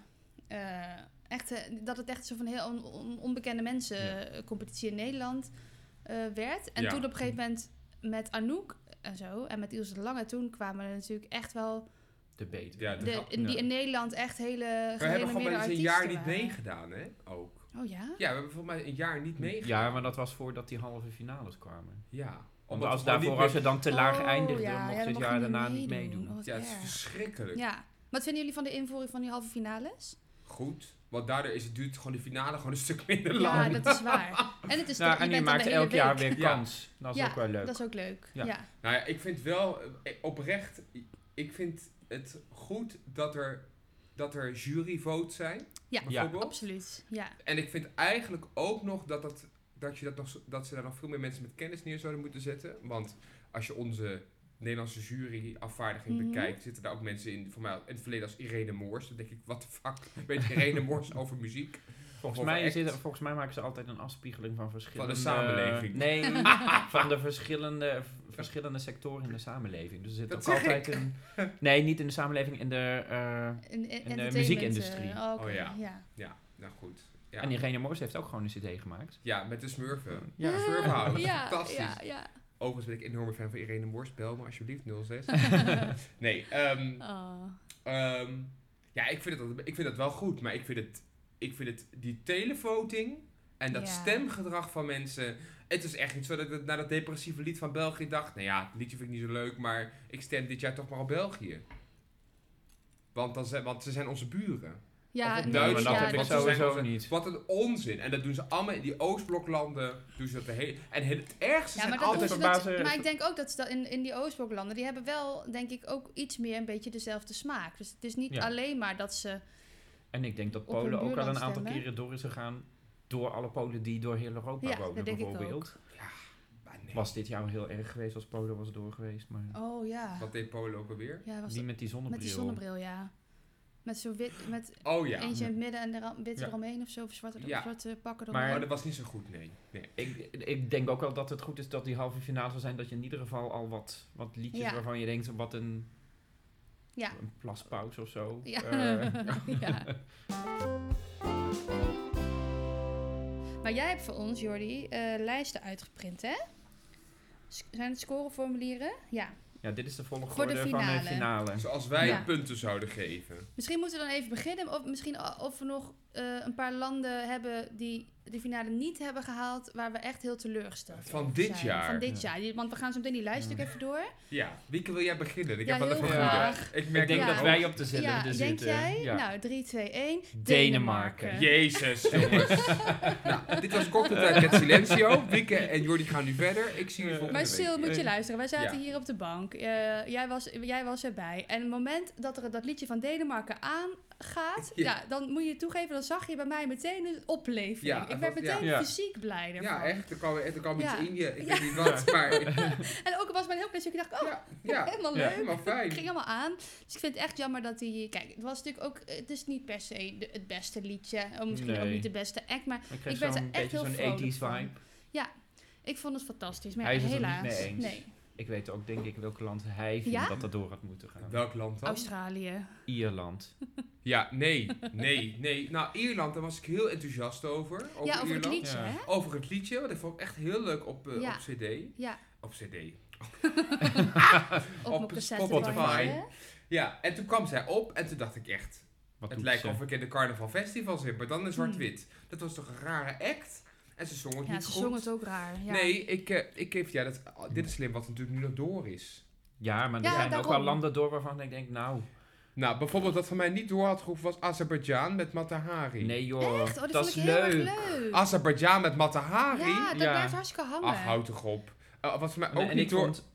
[SPEAKER 2] eh echt, eh, dat het echt zo van heel on- on- onbekende mensen
[SPEAKER 4] Ja.
[SPEAKER 2] eh, competitie in Nederland eh, werd. En
[SPEAKER 3] Ja.
[SPEAKER 2] toen op een gegeven moment met Anouk en zo en met Ilse de Lange, toen kwamen er natuurlijk echt wel.
[SPEAKER 4] De beter.
[SPEAKER 3] Ja,
[SPEAKER 2] De,
[SPEAKER 3] dat-
[SPEAKER 2] in, die
[SPEAKER 4] ja.
[SPEAKER 2] in Nederland echt hele.
[SPEAKER 3] We hebben gewoon
[SPEAKER 2] gerenommeerde
[SPEAKER 3] wel eens een
[SPEAKER 2] artiesten eh.
[SPEAKER 3] jaar niet
[SPEAKER 2] waren.
[SPEAKER 3] meegedaan, hè? Ook.
[SPEAKER 2] Oh ja?
[SPEAKER 3] Ja, we hebben volgens mij een jaar niet meegedaan.
[SPEAKER 4] Ja, maar dat was voordat die halve finales kwamen.
[SPEAKER 3] Ja.
[SPEAKER 4] Omdat als
[SPEAKER 3] we gewoon
[SPEAKER 4] daarvoor,
[SPEAKER 3] niet
[SPEAKER 4] als je dan te laag
[SPEAKER 2] Oh,
[SPEAKER 4] eindigde,
[SPEAKER 2] ja, ja,
[SPEAKER 4] mocht je
[SPEAKER 2] dan
[SPEAKER 4] het
[SPEAKER 2] je
[SPEAKER 4] jaar
[SPEAKER 2] niet
[SPEAKER 4] daarna niet meedoen.
[SPEAKER 2] Oh, wat
[SPEAKER 3] meer- Ja, het is
[SPEAKER 2] erg.
[SPEAKER 3] verschrikkelijk.
[SPEAKER 2] ja. Wat vinden jullie van de invoering van die halve finales?
[SPEAKER 3] Goed. Want daardoor is het, duurt gewoon de finale gewoon een stuk minder
[SPEAKER 2] Ja,
[SPEAKER 3] lang.
[SPEAKER 2] dat is waar. En het is
[SPEAKER 4] Nou,
[SPEAKER 2] toch, je bent dan
[SPEAKER 4] en die
[SPEAKER 2] de
[SPEAKER 4] maakt
[SPEAKER 2] hele
[SPEAKER 4] elk jaar
[SPEAKER 2] week-
[SPEAKER 4] weer
[SPEAKER 3] Ja.
[SPEAKER 4] kans. Dat is
[SPEAKER 2] Ja,
[SPEAKER 4] ook wel leuk.
[SPEAKER 2] Dat is ook leuk.
[SPEAKER 4] Ja.
[SPEAKER 2] ja.
[SPEAKER 3] Nou ja, ik vind wel eh, oprecht... ik vind het goed dat er, dat er juryvotes zijn.
[SPEAKER 2] Ja. Ja.
[SPEAKER 3] bijvoorbeeld.
[SPEAKER 2] Absoluut. Ja.
[SPEAKER 3] En ik vind eigenlijk ook nog dat, dat, dat, je dat, nog, dat ze daar nog veel meer mensen met kennis neer zouden moeten zetten. Want als je onze Nederlandse juryafvaardiging
[SPEAKER 2] Mhm.
[SPEAKER 3] bekijkt, zitten daar ook mensen in, voor mij in het verleden als Irene Moors. Dan denk ik, wat de fuck weet Irene Moors over muziek?
[SPEAKER 4] Volgens mij, is dit- volgens mij maken ze altijd een afspiegeling van verschillende...
[SPEAKER 3] samenleving.
[SPEAKER 4] Nee, van de verschillende, v- verschillende sectoren in de samenleving. Dus er zit
[SPEAKER 3] Dat
[SPEAKER 4] ook
[SPEAKER 3] zeg
[SPEAKER 4] altijd een... Nee, niet in de samenleving, in de... eh,
[SPEAKER 2] In, in,
[SPEAKER 4] de
[SPEAKER 2] entertainment,
[SPEAKER 4] muziekindustrie.
[SPEAKER 2] eh, oké,
[SPEAKER 3] Oh, ja.
[SPEAKER 2] ja.
[SPEAKER 3] Ja, nou goed. Ja,
[SPEAKER 4] En Irene Moors heeft ook gewoon een cd gemaakt.
[SPEAKER 3] ja met de smurfen.
[SPEAKER 4] Ja.
[SPEAKER 2] Eh,
[SPEAKER 3] Smurfhout,
[SPEAKER 2] ja,
[SPEAKER 3] fantastisch.
[SPEAKER 2] Ja, ja.
[SPEAKER 3] Overigens ben ik een enorme fan van Irene Moors. Bel me alsjeblieft 06. nee, ehm,
[SPEAKER 2] Oh.
[SPEAKER 3] Ehm, ja, ik vind, het, ik vind het wel goed, maar ik vind het, ik vind het die televoting en dat
[SPEAKER 2] Ja.
[SPEAKER 3] stemgedrag van mensen. Het is echt niet zo dat ik naar dat depressieve lied van België dacht. Nou ja, het liedje vind ik niet zo leuk, maar ik stem dit jaar toch maar op België. Want, dan zijn, want ze zijn onze buren.
[SPEAKER 2] Ja,
[SPEAKER 3] Of op
[SPEAKER 2] nee,
[SPEAKER 4] maar
[SPEAKER 3] Duitsland,
[SPEAKER 4] dat
[SPEAKER 2] ja,
[SPEAKER 4] heb ik
[SPEAKER 3] want
[SPEAKER 2] dat-
[SPEAKER 3] ze zijn
[SPEAKER 4] sowieso
[SPEAKER 3] onze-
[SPEAKER 4] niet.
[SPEAKER 3] Wat een onzin. En dat doen ze allemaal in die Oostbloklanden. Doen ze dat de hele, en het ergste
[SPEAKER 2] Ja, maar,
[SPEAKER 3] zijn
[SPEAKER 2] dat
[SPEAKER 3] altijd...
[SPEAKER 2] doen
[SPEAKER 4] altijd
[SPEAKER 2] ze dat-
[SPEAKER 4] verbazen-
[SPEAKER 2] maar ik denk ook dat ze dat in, in die Oostbloklanden, die hebben wel, denk ik, ook iets meer een beetje dezelfde smaak. Dus het is niet
[SPEAKER 4] Ja.
[SPEAKER 2] alleen maar dat ze...
[SPEAKER 4] En ik denk dat
[SPEAKER 2] Op hun
[SPEAKER 4] Polen ook al een
[SPEAKER 2] buurland
[SPEAKER 4] aantal
[SPEAKER 2] stemmen.
[SPEAKER 4] keren door is gegaan... door alle Polen die door heel Europa
[SPEAKER 2] Ja,
[SPEAKER 4] wonen,
[SPEAKER 2] dat denk ik
[SPEAKER 4] bijvoorbeeld.
[SPEAKER 3] Maar Ah, nee,
[SPEAKER 4] Was dit jou heel erg geweest als Polen was door geweest? Maar
[SPEAKER 2] Oh ja.
[SPEAKER 3] Wat deed Polen ook alweer?
[SPEAKER 2] Ja, was
[SPEAKER 4] die met die zonnebril.
[SPEAKER 2] met die zonnebril, ja. Met zo'n wit, met
[SPEAKER 3] Oh ja.
[SPEAKER 2] eentje in het midden en de ra- wit
[SPEAKER 4] Ja.
[SPEAKER 2] eromheen of zo, of zwarte,
[SPEAKER 3] Ja.
[SPEAKER 2] zwarte pakken
[SPEAKER 4] Maar-
[SPEAKER 3] Oh,
[SPEAKER 2] eromheen.
[SPEAKER 3] dat was niet zo goed, nee. nee.
[SPEAKER 4] Ik, ik denk ook wel dat het goed is dat die halve finale zal zijn. Dat je in ieder geval al wat, wat liedjes
[SPEAKER 2] Ja.
[SPEAKER 4] waarvan je denkt, wat een,
[SPEAKER 2] Ja.
[SPEAKER 4] een plaspauze of zo.
[SPEAKER 2] Ja.
[SPEAKER 4] Eh,
[SPEAKER 2] ja. Maar jij hebt voor ons, Jordi, eh, lijsten uitgeprint, hè? S- zijn het scoreformulieren? Ja.
[SPEAKER 4] ja, dit is de volgorde
[SPEAKER 2] Voor de
[SPEAKER 4] van
[SPEAKER 2] finale.
[SPEAKER 4] de finale.
[SPEAKER 3] Zoals wij
[SPEAKER 2] Ja.
[SPEAKER 3] punten zouden geven.
[SPEAKER 2] Misschien moeten we dan even beginnen. Of misschien a- of we nog eh, een paar landen hebben die de finale niet hebben gehaald... waar we echt heel teleurgesteld
[SPEAKER 3] Van
[SPEAKER 2] over
[SPEAKER 3] dit
[SPEAKER 2] zijn.
[SPEAKER 3] jaar.
[SPEAKER 2] Van dit
[SPEAKER 4] Ja.
[SPEAKER 2] jaar. Die- Want we gaan zo meteen die lijst natuurlijk even door.
[SPEAKER 3] Ja, Wieke, wil jij beginnen? Ik
[SPEAKER 2] Ja,
[SPEAKER 3] heb wel
[SPEAKER 2] heel
[SPEAKER 3] even
[SPEAKER 2] graag.
[SPEAKER 3] goede. Ik merk
[SPEAKER 4] Ik denk
[SPEAKER 2] Ja.
[SPEAKER 4] dat wij op dezelfde
[SPEAKER 2] ja,
[SPEAKER 4] zitten.
[SPEAKER 2] denk jij?
[SPEAKER 4] Ja.
[SPEAKER 2] Nou, 3, 2, 1.
[SPEAKER 4] Denemarken.
[SPEAKER 3] Jezus, jongens. nou, dit was Cocktailtijd met Silencio. Wieke en Jordi gaan nu verder. Ik zie jullie volgende
[SPEAKER 2] Maar
[SPEAKER 3] week.
[SPEAKER 2] Sil, moet je
[SPEAKER 4] Eh,
[SPEAKER 2] luisteren. Wij zaten
[SPEAKER 3] ja.
[SPEAKER 2] hier op de bank. Eh, jij, was, jij was erbij. En het moment dat er dat liedje van Denemarken aangaat... Ja.
[SPEAKER 3] Ja.
[SPEAKER 2] dan moet je toegeven, dan zag je bij mij meteen een opleving.
[SPEAKER 3] Ja,
[SPEAKER 2] ik
[SPEAKER 3] dat
[SPEAKER 2] werd
[SPEAKER 3] was-
[SPEAKER 2] meteen
[SPEAKER 4] ja.
[SPEAKER 2] fysiek blij ervan.
[SPEAKER 3] Ja, echt. Er kwam, er kwam
[SPEAKER 2] Ja.
[SPEAKER 3] iets in je. Ik
[SPEAKER 2] Ja.
[SPEAKER 3] weet niet wat, maar...
[SPEAKER 2] En ook was mijn heel klein stukje, dacht ik, oh,
[SPEAKER 3] Ja, ja.
[SPEAKER 2] helemaal
[SPEAKER 4] Ja.
[SPEAKER 2] leuk.
[SPEAKER 3] helemaal
[SPEAKER 2] Het ging
[SPEAKER 3] fijn.
[SPEAKER 2] helemaal aan. Dus ik vind het echt jammer dat hij... Kijk, het was natuurlijk ook... Het is niet per se de- het beste liedje. Of misschien ook
[SPEAKER 4] Nee.
[SPEAKER 2] niet de beste act. Maar
[SPEAKER 4] Ik
[SPEAKER 2] Ik
[SPEAKER 4] kreeg
[SPEAKER 2] werd er
[SPEAKER 4] zo'n
[SPEAKER 2] echt
[SPEAKER 4] beetje
[SPEAKER 2] heel
[SPEAKER 4] zo'n
[SPEAKER 2] vrolijk
[SPEAKER 4] 80s
[SPEAKER 2] van.
[SPEAKER 4] vibe.
[SPEAKER 2] ik vond het fantastisch. Maar
[SPEAKER 4] Hij
[SPEAKER 2] ja,
[SPEAKER 4] is het er niet
[SPEAKER 2] helaas.
[SPEAKER 4] mee eens.
[SPEAKER 2] Nee.
[SPEAKER 4] Ik weet ook denk ik welk land hij vindt
[SPEAKER 2] Ja?
[SPEAKER 4] dat dat door had moeten gaan.
[SPEAKER 3] Welk land dan?
[SPEAKER 2] Australië.
[SPEAKER 4] Ierland.
[SPEAKER 3] Ja, nee, nee, nee. Nou, Ierland, daar was ik heel enthousiast over. Over
[SPEAKER 2] ja, over het
[SPEAKER 3] Ierland.
[SPEAKER 2] liedje,
[SPEAKER 4] Ja.
[SPEAKER 2] hè?
[SPEAKER 3] Over het liedje, want ik vond het echt heel leuk op, eh,
[SPEAKER 2] Ja.
[SPEAKER 3] op cd.
[SPEAKER 2] Ja,
[SPEAKER 3] Op cd.
[SPEAKER 2] op,
[SPEAKER 3] Op
[SPEAKER 2] mijn cassette.
[SPEAKER 3] Spotify.
[SPEAKER 2] draaien.
[SPEAKER 3] Ja, en toen kwam zij op en toen dacht ik echt...
[SPEAKER 4] Wat
[SPEAKER 3] Het
[SPEAKER 4] doet
[SPEAKER 3] lijkt
[SPEAKER 4] ze?
[SPEAKER 3] of ik in de Carnaval Festival zit, maar dan in zwart-wit. Dat was toch een rare act? En ze zong het
[SPEAKER 2] Hmm. Ja,
[SPEAKER 3] niet
[SPEAKER 2] ze
[SPEAKER 3] goed.
[SPEAKER 2] zong het ook raar. Ja.
[SPEAKER 3] Nee, ik, eh, ik geef... Ja, dat, oh, dit is slim wat natuurlijk nu nog door is.
[SPEAKER 4] Ja, maar er
[SPEAKER 2] Ja,
[SPEAKER 4] zijn ook wel
[SPEAKER 2] daarom.
[SPEAKER 4] landen door waarvan ik denk, nou...
[SPEAKER 3] Nou, bijvoorbeeld wat van mij niet door had gehoeven was Azerbeidzjan met Matahari.
[SPEAKER 4] Nee joh,
[SPEAKER 2] Echt? Oh, dat,
[SPEAKER 4] dat is
[SPEAKER 2] vond ik heel erg
[SPEAKER 4] leuk.
[SPEAKER 2] leuk.
[SPEAKER 3] Azerbeidzjan met Matahari?
[SPEAKER 2] ja, dat
[SPEAKER 4] Ja.
[SPEAKER 2] blijft hartstikke hangen.
[SPEAKER 3] Ah, Ach, houd toch op. Eh, wat voor mij ook
[SPEAKER 4] en ik
[SPEAKER 3] niet door...
[SPEAKER 4] vond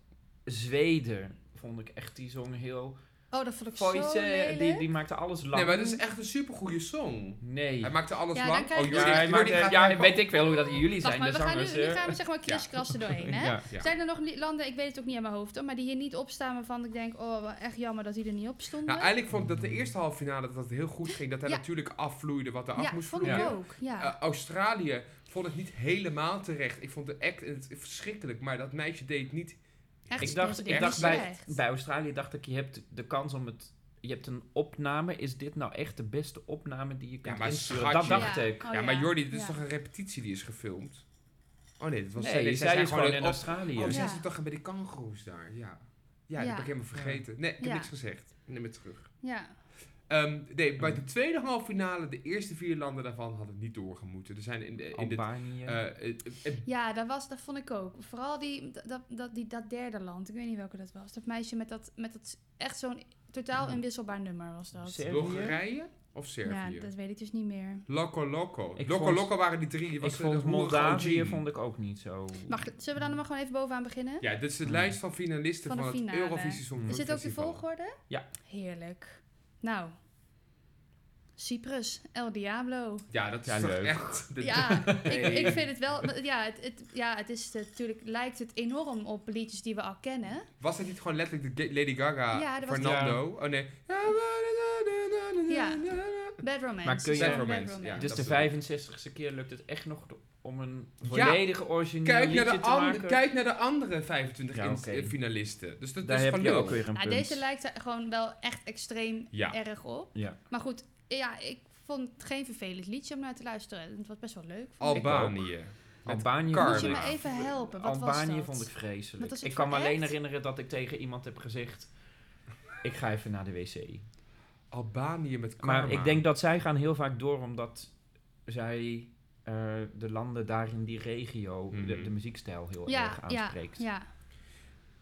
[SPEAKER 4] Zweden, vond ik echt die zong heel...
[SPEAKER 2] oh, dat vond ik zo
[SPEAKER 4] Voice, eh,
[SPEAKER 2] lelijk.
[SPEAKER 4] die, die maakte alles lang.
[SPEAKER 3] Nee, maar dat is echt een supergoeie song.
[SPEAKER 4] Nee.
[SPEAKER 3] Hij maakte alles
[SPEAKER 2] Ja, dan
[SPEAKER 3] lang. Oh,
[SPEAKER 2] krijg je-
[SPEAKER 4] Ja,
[SPEAKER 2] Jordi-
[SPEAKER 4] hij maakte-
[SPEAKER 3] gaat
[SPEAKER 4] ja,
[SPEAKER 3] mij-
[SPEAKER 4] weet ik veel hoe dat jullie
[SPEAKER 2] Wacht
[SPEAKER 4] zijn,
[SPEAKER 2] maar,
[SPEAKER 4] de
[SPEAKER 2] we gaan
[SPEAKER 4] zangers.
[SPEAKER 2] nu, nu
[SPEAKER 4] eh.
[SPEAKER 2] gaan we zeg maar krieskrassen doorheen, hè?
[SPEAKER 4] Ja.
[SPEAKER 3] Ja.
[SPEAKER 2] Zijn er nog li- landen, ik weet het ook niet aan mijn hoofd, hoor, maar die hier niet opstaan waarvan ik denk, oh, wat echt jammer dat die er niet op stonden?
[SPEAKER 3] Nou, eigenlijk vond ik dat de eerste halve finale dat het heel goed ging. Dat hij
[SPEAKER 2] Ja.
[SPEAKER 3] natuurlijk afvloeide wat er af
[SPEAKER 2] ja,
[SPEAKER 3] moest
[SPEAKER 2] vond ik
[SPEAKER 3] vloeien.
[SPEAKER 2] ook. Ja.
[SPEAKER 3] Eh, Australië vond het niet helemaal terecht. Ik vond de act in het verschrikkelijk, maar dat meisje deed het niet.
[SPEAKER 2] echt
[SPEAKER 4] Ik dacht, ik
[SPEAKER 2] best
[SPEAKER 4] dacht
[SPEAKER 2] slecht.
[SPEAKER 4] bij, bij Australië dacht ik, je hebt de kans om het... Je hebt een opname, is dit nou echt de beste opname die je kunt
[SPEAKER 3] maar
[SPEAKER 4] insturen?
[SPEAKER 3] schatje.
[SPEAKER 4] Dat dacht
[SPEAKER 2] Ja.
[SPEAKER 4] ik.
[SPEAKER 2] Oh,
[SPEAKER 3] ja, maar Jordi, dit
[SPEAKER 2] Ja.
[SPEAKER 3] is toch een repetitie die is gefilmd? Oh nee, dat was
[SPEAKER 4] nee,
[SPEAKER 3] zij-
[SPEAKER 4] zij,
[SPEAKER 3] zij zijn
[SPEAKER 4] is gewoon in
[SPEAKER 3] in Australië.
[SPEAKER 4] Australië.
[SPEAKER 3] Oh, zij
[SPEAKER 2] Ja.
[SPEAKER 3] zit toch bij die kangoeroes daar, ja.
[SPEAKER 2] Ja.
[SPEAKER 3] Ja, dat heb ik helemaal vergeten. Nee, ik heb
[SPEAKER 2] Ja.
[SPEAKER 3] niks gezegd. Neem het terug.
[SPEAKER 2] Ja.
[SPEAKER 3] Ehm, nee, bij de tweede halve finale, de eerste vier landen daarvan hadden niet doorgemoeten. Er zijn in de... In de
[SPEAKER 4] Albanië.
[SPEAKER 3] eh, eh, eh,
[SPEAKER 2] Ja, dat, was, dat vond ik ook. Vooral die, dat- dat, dat, die, dat derde land. Ik weet niet welke dat was. Dat meisje met dat, met dat echt zo'n totaal inwisselbaar nummer was dat.
[SPEAKER 4] Servië?
[SPEAKER 3] Bulgarije? Of
[SPEAKER 2] Ja,
[SPEAKER 3] Servië.
[SPEAKER 2] dat weet ik dus niet meer.
[SPEAKER 3] Loco Loco.
[SPEAKER 4] Ik
[SPEAKER 3] Loco
[SPEAKER 4] vond-
[SPEAKER 3] Loco waren die drie. Die
[SPEAKER 4] Ik
[SPEAKER 3] was de-
[SPEAKER 4] vond
[SPEAKER 3] de hoerige
[SPEAKER 4] Moldavië
[SPEAKER 3] OG.
[SPEAKER 4] vond ik ook niet zo...
[SPEAKER 2] Mag, zullen we dan maar gewoon even bovenaan beginnen?
[SPEAKER 3] Ja, dit is de
[SPEAKER 4] Hmm.
[SPEAKER 3] lijst van finalisten
[SPEAKER 2] Van
[SPEAKER 3] van,
[SPEAKER 2] de
[SPEAKER 3] het
[SPEAKER 2] finale.
[SPEAKER 3] Eurovisie
[SPEAKER 2] Is
[SPEAKER 3] Songfestival.
[SPEAKER 2] dit ook de volgorde?
[SPEAKER 4] Ja.
[SPEAKER 2] Heerlijk. Nou. Cyprus, El Diablo.
[SPEAKER 3] Ja, dat is
[SPEAKER 4] Ja,
[SPEAKER 3] toch
[SPEAKER 4] leuk.
[SPEAKER 3] echt... de-
[SPEAKER 2] Ja, ik,
[SPEAKER 3] Nee.
[SPEAKER 2] ik vind het wel... Ja, het, het, ja, het is natuurlijk... Lijkt het enorm op liedjes die we al kennen.
[SPEAKER 3] Was dat niet gewoon letterlijk de Ga- Lady Gaga,
[SPEAKER 2] Ja, dat was-
[SPEAKER 3] Fernando? Oh nee.
[SPEAKER 2] Ja. Bad Romance.
[SPEAKER 4] Maar kun
[SPEAKER 2] is
[SPEAKER 4] je-
[SPEAKER 2] van
[SPEAKER 3] Bad Romance, ja.
[SPEAKER 4] Dus
[SPEAKER 3] dat
[SPEAKER 4] de
[SPEAKER 3] is-
[SPEAKER 4] 65ste keer lukt het echt nog om een
[SPEAKER 3] Ja,
[SPEAKER 4] volledige origineel
[SPEAKER 3] Kijk
[SPEAKER 4] liedje
[SPEAKER 3] naar, de
[SPEAKER 4] te
[SPEAKER 3] an-
[SPEAKER 4] maken?
[SPEAKER 3] kijk naar de andere 25
[SPEAKER 4] Ja,
[SPEAKER 3] in-
[SPEAKER 4] oké.
[SPEAKER 3] eh, finalisten. Dus dat
[SPEAKER 4] Daar
[SPEAKER 3] is
[SPEAKER 4] heb
[SPEAKER 3] gewoon
[SPEAKER 4] je ook
[SPEAKER 3] leuk.
[SPEAKER 4] weer een
[SPEAKER 2] Ja,
[SPEAKER 4] punt.
[SPEAKER 2] Nou, deze lijkt er gewoon wel echt extreem
[SPEAKER 3] Ja.
[SPEAKER 2] erg op.
[SPEAKER 4] Ja.
[SPEAKER 2] Maar goed, ja, ik vond het geen vervelend liedje om naar te luisteren. Het was best wel leuk.
[SPEAKER 3] Oh,
[SPEAKER 2] vond ik.
[SPEAKER 3] Albanië.
[SPEAKER 4] Albanië
[SPEAKER 3] Karma.
[SPEAKER 2] Moet
[SPEAKER 4] vond
[SPEAKER 2] je
[SPEAKER 4] ik,
[SPEAKER 2] me even helpen? Wat was
[SPEAKER 4] Albanië
[SPEAKER 2] dat?
[SPEAKER 4] vond ik vreselijk.
[SPEAKER 2] Wat is het
[SPEAKER 4] ik kan me
[SPEAKER 2] voor
[SPEAKER 4] alleen
[SPEAKER 2] echt?
[SPEAKER 4] herinneren dat ik tegen iemand heb gezegd... Ik ga even naar de wc.
[SPEAKER 3] Albanië met karma.
[SPEAKER 4] Maar ik denk dat zij gaan heel vaak door omdat zij eh, de landen daar in die regio,
[SPEAKER 3] Mhm.
[SPEAKER 4] de, de muziekstijl heel
[SPEAKER 2] Ja,
[SPEAKER 4] erg
[SPEAKER 2] ja,
[SPEAKER 4] aanspreekt.
[SPEAKER 2] ja.
[SPEAKER 3] Ja,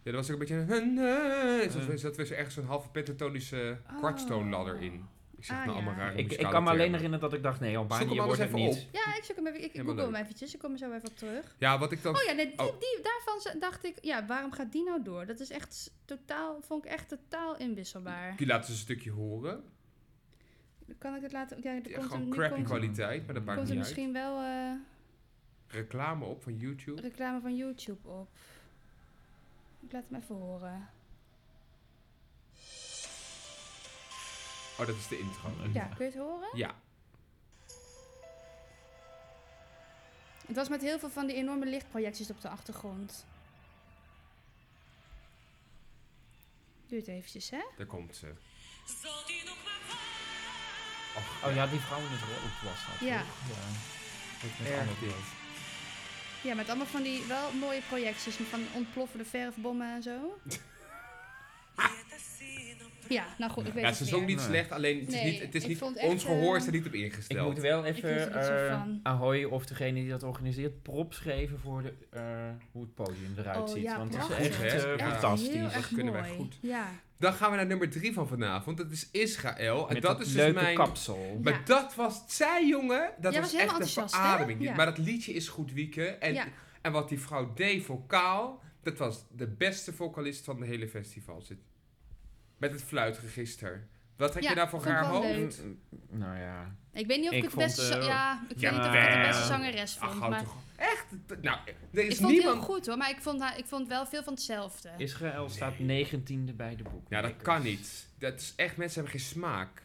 [SPEAKER 3] dat was ook een beetje...
[SPEAKER 4] Eh.
[SPEAKER 3] Zo zat weer zo echt zo'n halve pentatonische
[SPEAKER 2] Oh.
[SPEAKER 3] kwartstoonladder in. Ik zeg
[SPEAKER 2] Ah,
[SPEAKER 3] nou allemaal
[SPEAKER 2] ja.
[SPEAKER 3] rare
[SPEAKER 4] Ik, ik
[SPEAKER 3] muzikale
[SPEAKER 4] kan me alleen
[SPEAKER 3] termen.
[SPEAKER 4] herinneren dat ik dacht, nee,
[SPEAKER 3] Zoek
[SPEAKER 4] Albanië
[SPEAKER 3] hem
[SPEAKER 4] wordt
[SPEAKER 3] anders
[SPEAKER 4] het
[SPEAKER 3] even
[SPEAKER 4] niet.
[SPEAKER 2] Ja, ik zoek hem even. Ik, ik
[SPEAKER 3] Helemaal
[SPEAKER 2] google hem
[SPEAKER 3] leuk.
[SPEAKER 2] eventjes. Ik kom er zo even op terug.
[SPEAKER 3] Ja, wat ik dan...
[SPEAKER 2] Oh ja, nee, die,
[SPEAKER 3] Oh.
[SPEAKER 2] die- daarvan z- dacht ik, ja, waarom gaat die nou door? Dat is echt s- totaal, vond ik echt totaal inwisselbaar.
[SPEAKER 3] Die laten ze een stukje horen.
[SPEAKER 2] Kan ik het laten? Ja, er
[SPEAKER 3] Ja,
[SPEAKER 2] komt er,
[SPEAKER 3] gewoon
[SPEAKER 2] nu
[SPEAKER 3] crappy
[SPEAKER 2] komt,
[SPEAKER 3] kwaliteit, maar dat maakt
[SPEAKER 2] komt er
[SPEAKER 3] niet uit.
[SPEAKER 2] misschien wel eh,
[SPEAKER 3] Reclame op van YouTube.
[SPEAKER 2] reclame van YouTube op. Ik laat hem even horen.
[SPEAKER 3] Oh, dat is de intro.
[SPEAKER 2] Ja, kun je het horen?
[SPEAKER 3] Ja.
[SPEAKER 2] Het was met heel veel van die enorme lichtprojecties op de achtergrond. Duurt eventjes, hè?
[SPEAKER 3] Daar komt ze.
[SPEAKER 4] Oh ja, die vrouw in het rood was dat.
[SPEAKER 2] Ja.
[SPEAKER 4] toch? ja. Met
[SPEAKER 3] Erg
[SPEAKER 4] ander
[SPEAKER 3] dit.
[SPEAKER 4] rood.
[SPEAKER 2] Ja, met allemaal van die wel mooie projecties van ontploffende verfbommen en zo. ja, nou goed, ik weet
[SPEAKER 3] Ja,
[SPEAKER 2] het
[SPEAKER 3] ze
[SPEAKER 2] niet
[SPEAKER 3] zong
[SPEAKER 2] meer.
[SPEAKER 3] niet
[SPEAKER 4] Nee.
[SPEAKER 3] slecht, alleen het is
[SPEAKER 2] Nee,
[SPEAKER 3] niet, het is
[SPEAKER 2] ik
[SPEAKER 3] niet
[SPEAKER 2] vond echt,
[SPEAKER 3] ons gehoor is
[SPEAKER 2] ehm,
[SPEAKER 3] er niet op
[SPEAKER 4] Ik
[SPEAKER 3] ingesteld.
[SPEAKER 4] moet wel
[SPEAKER 2] wist er
[SPEAKER 4] even
[SPEAKER 2] niet zo
[SPEAKER 4] eh,
[SPEAKER 2] van.
[SPEAKER 4] Ahoy of degene die dat organiseert props geven voor de, eh, hoe het podium eruit
[SPEAKER 2] Oh,
[SPEAKER 4] ziet.
[SPEAKER 2] ja,
[SPEAKER 4] want het is
[SPEAKER 2] prachtig.
[SPEAKER 4] echt
[SPEAKER 3] Echt, hè?
[SPEAKER 4] eh,
[SPEAKER 3] Ja.
[SPEAKER 4] fantastisch.
[SPEAKER 2] Heel
[SPEAKER 3] dat
[SPEAKER 2] erg
[SPEAKER 3] kunnen wij
[SPEAKER 2] mooi.
[SPEAKER 3] goed.
[SPEAKER 2] Ja,
[SPEAKER 3] Dan gaan we naar nummer drie van vanavond. Dat is Israël. En
[SPEAKER 4] Met
[SPEAKER 3] dat,
[SPEAKER 4] dat
[SPEAKER 3] is dus
[SPEAKER 4] leuke
[SPEAKER 3] mijn...
[SPEAKER 4] kapsel.
[SPEAKER 3] Maar
[SPEAKER 2] Ja.
[SPEAKER 3] dat was... Zij, jongen, dat
[SPEAKER 2] Jij was
[SPEAKER 3] was
[SPEAKER 2] helemaal
[SPEAKER 3] echt een
[SPEAKER 2] enthousiast, hè?
[SPEAKER 3] verademing.
[SPEAKER 2] Ja.
[SPEAKER 3] Maar dat liedje is goed wieken. En,
[SPEAKER 2] Ja.
[SPEAKER 3] en wat die vrouw deed vocaal, dat was de beste vocalist van de hele festival. Zit- Met het fluitregister. Wat heb
[SPEAKER 2] Ja,
[SPEAKER 3] je daarvoor
[SPEAKER 2] vond ik
[SPEAKER 3] haar
[SPEAKER 2] wel leuk.
[SPEAKER 3] hoofd?
[SPEAKER 4] Mm, mm, Nou ja.
[SPEAKER 2] ik weet niet of ik,
[SPEAKER 4] Ik
[SPEAKER 2] het
[SPEAKER 4] vond,
[SPEAKER 2] beste...
[SPEAKER 4] eh,
[SPEAKER 2] za- ja, ik weet
[SPEAKER 3] ja,
[SPEAKER 2] niet of ik het de
[SPEAKER 4] wel.
[SPEAKER 2] beste zangeres vond,
[SPEAKER 3] Ach, hou
[SPEAKER 2] maar...
[SPEAKER 3] toch... Echt? Nou, er
[SPEAKER 2] Ik
[SPEAKER 3] is
[SPEAKER 2] vond het heel
[SPEAKER 3] niemand...
[SPEAKER 2] goed hoor, maar ik vond, haar- ik vond wel veel van hetzelfde.
[SPEAKER 4] Israël staat 19e bij de Dus boek.
[SPEAKER 3] Ja, dat kan niet. Dat is echt, mensen hebben geen smaak.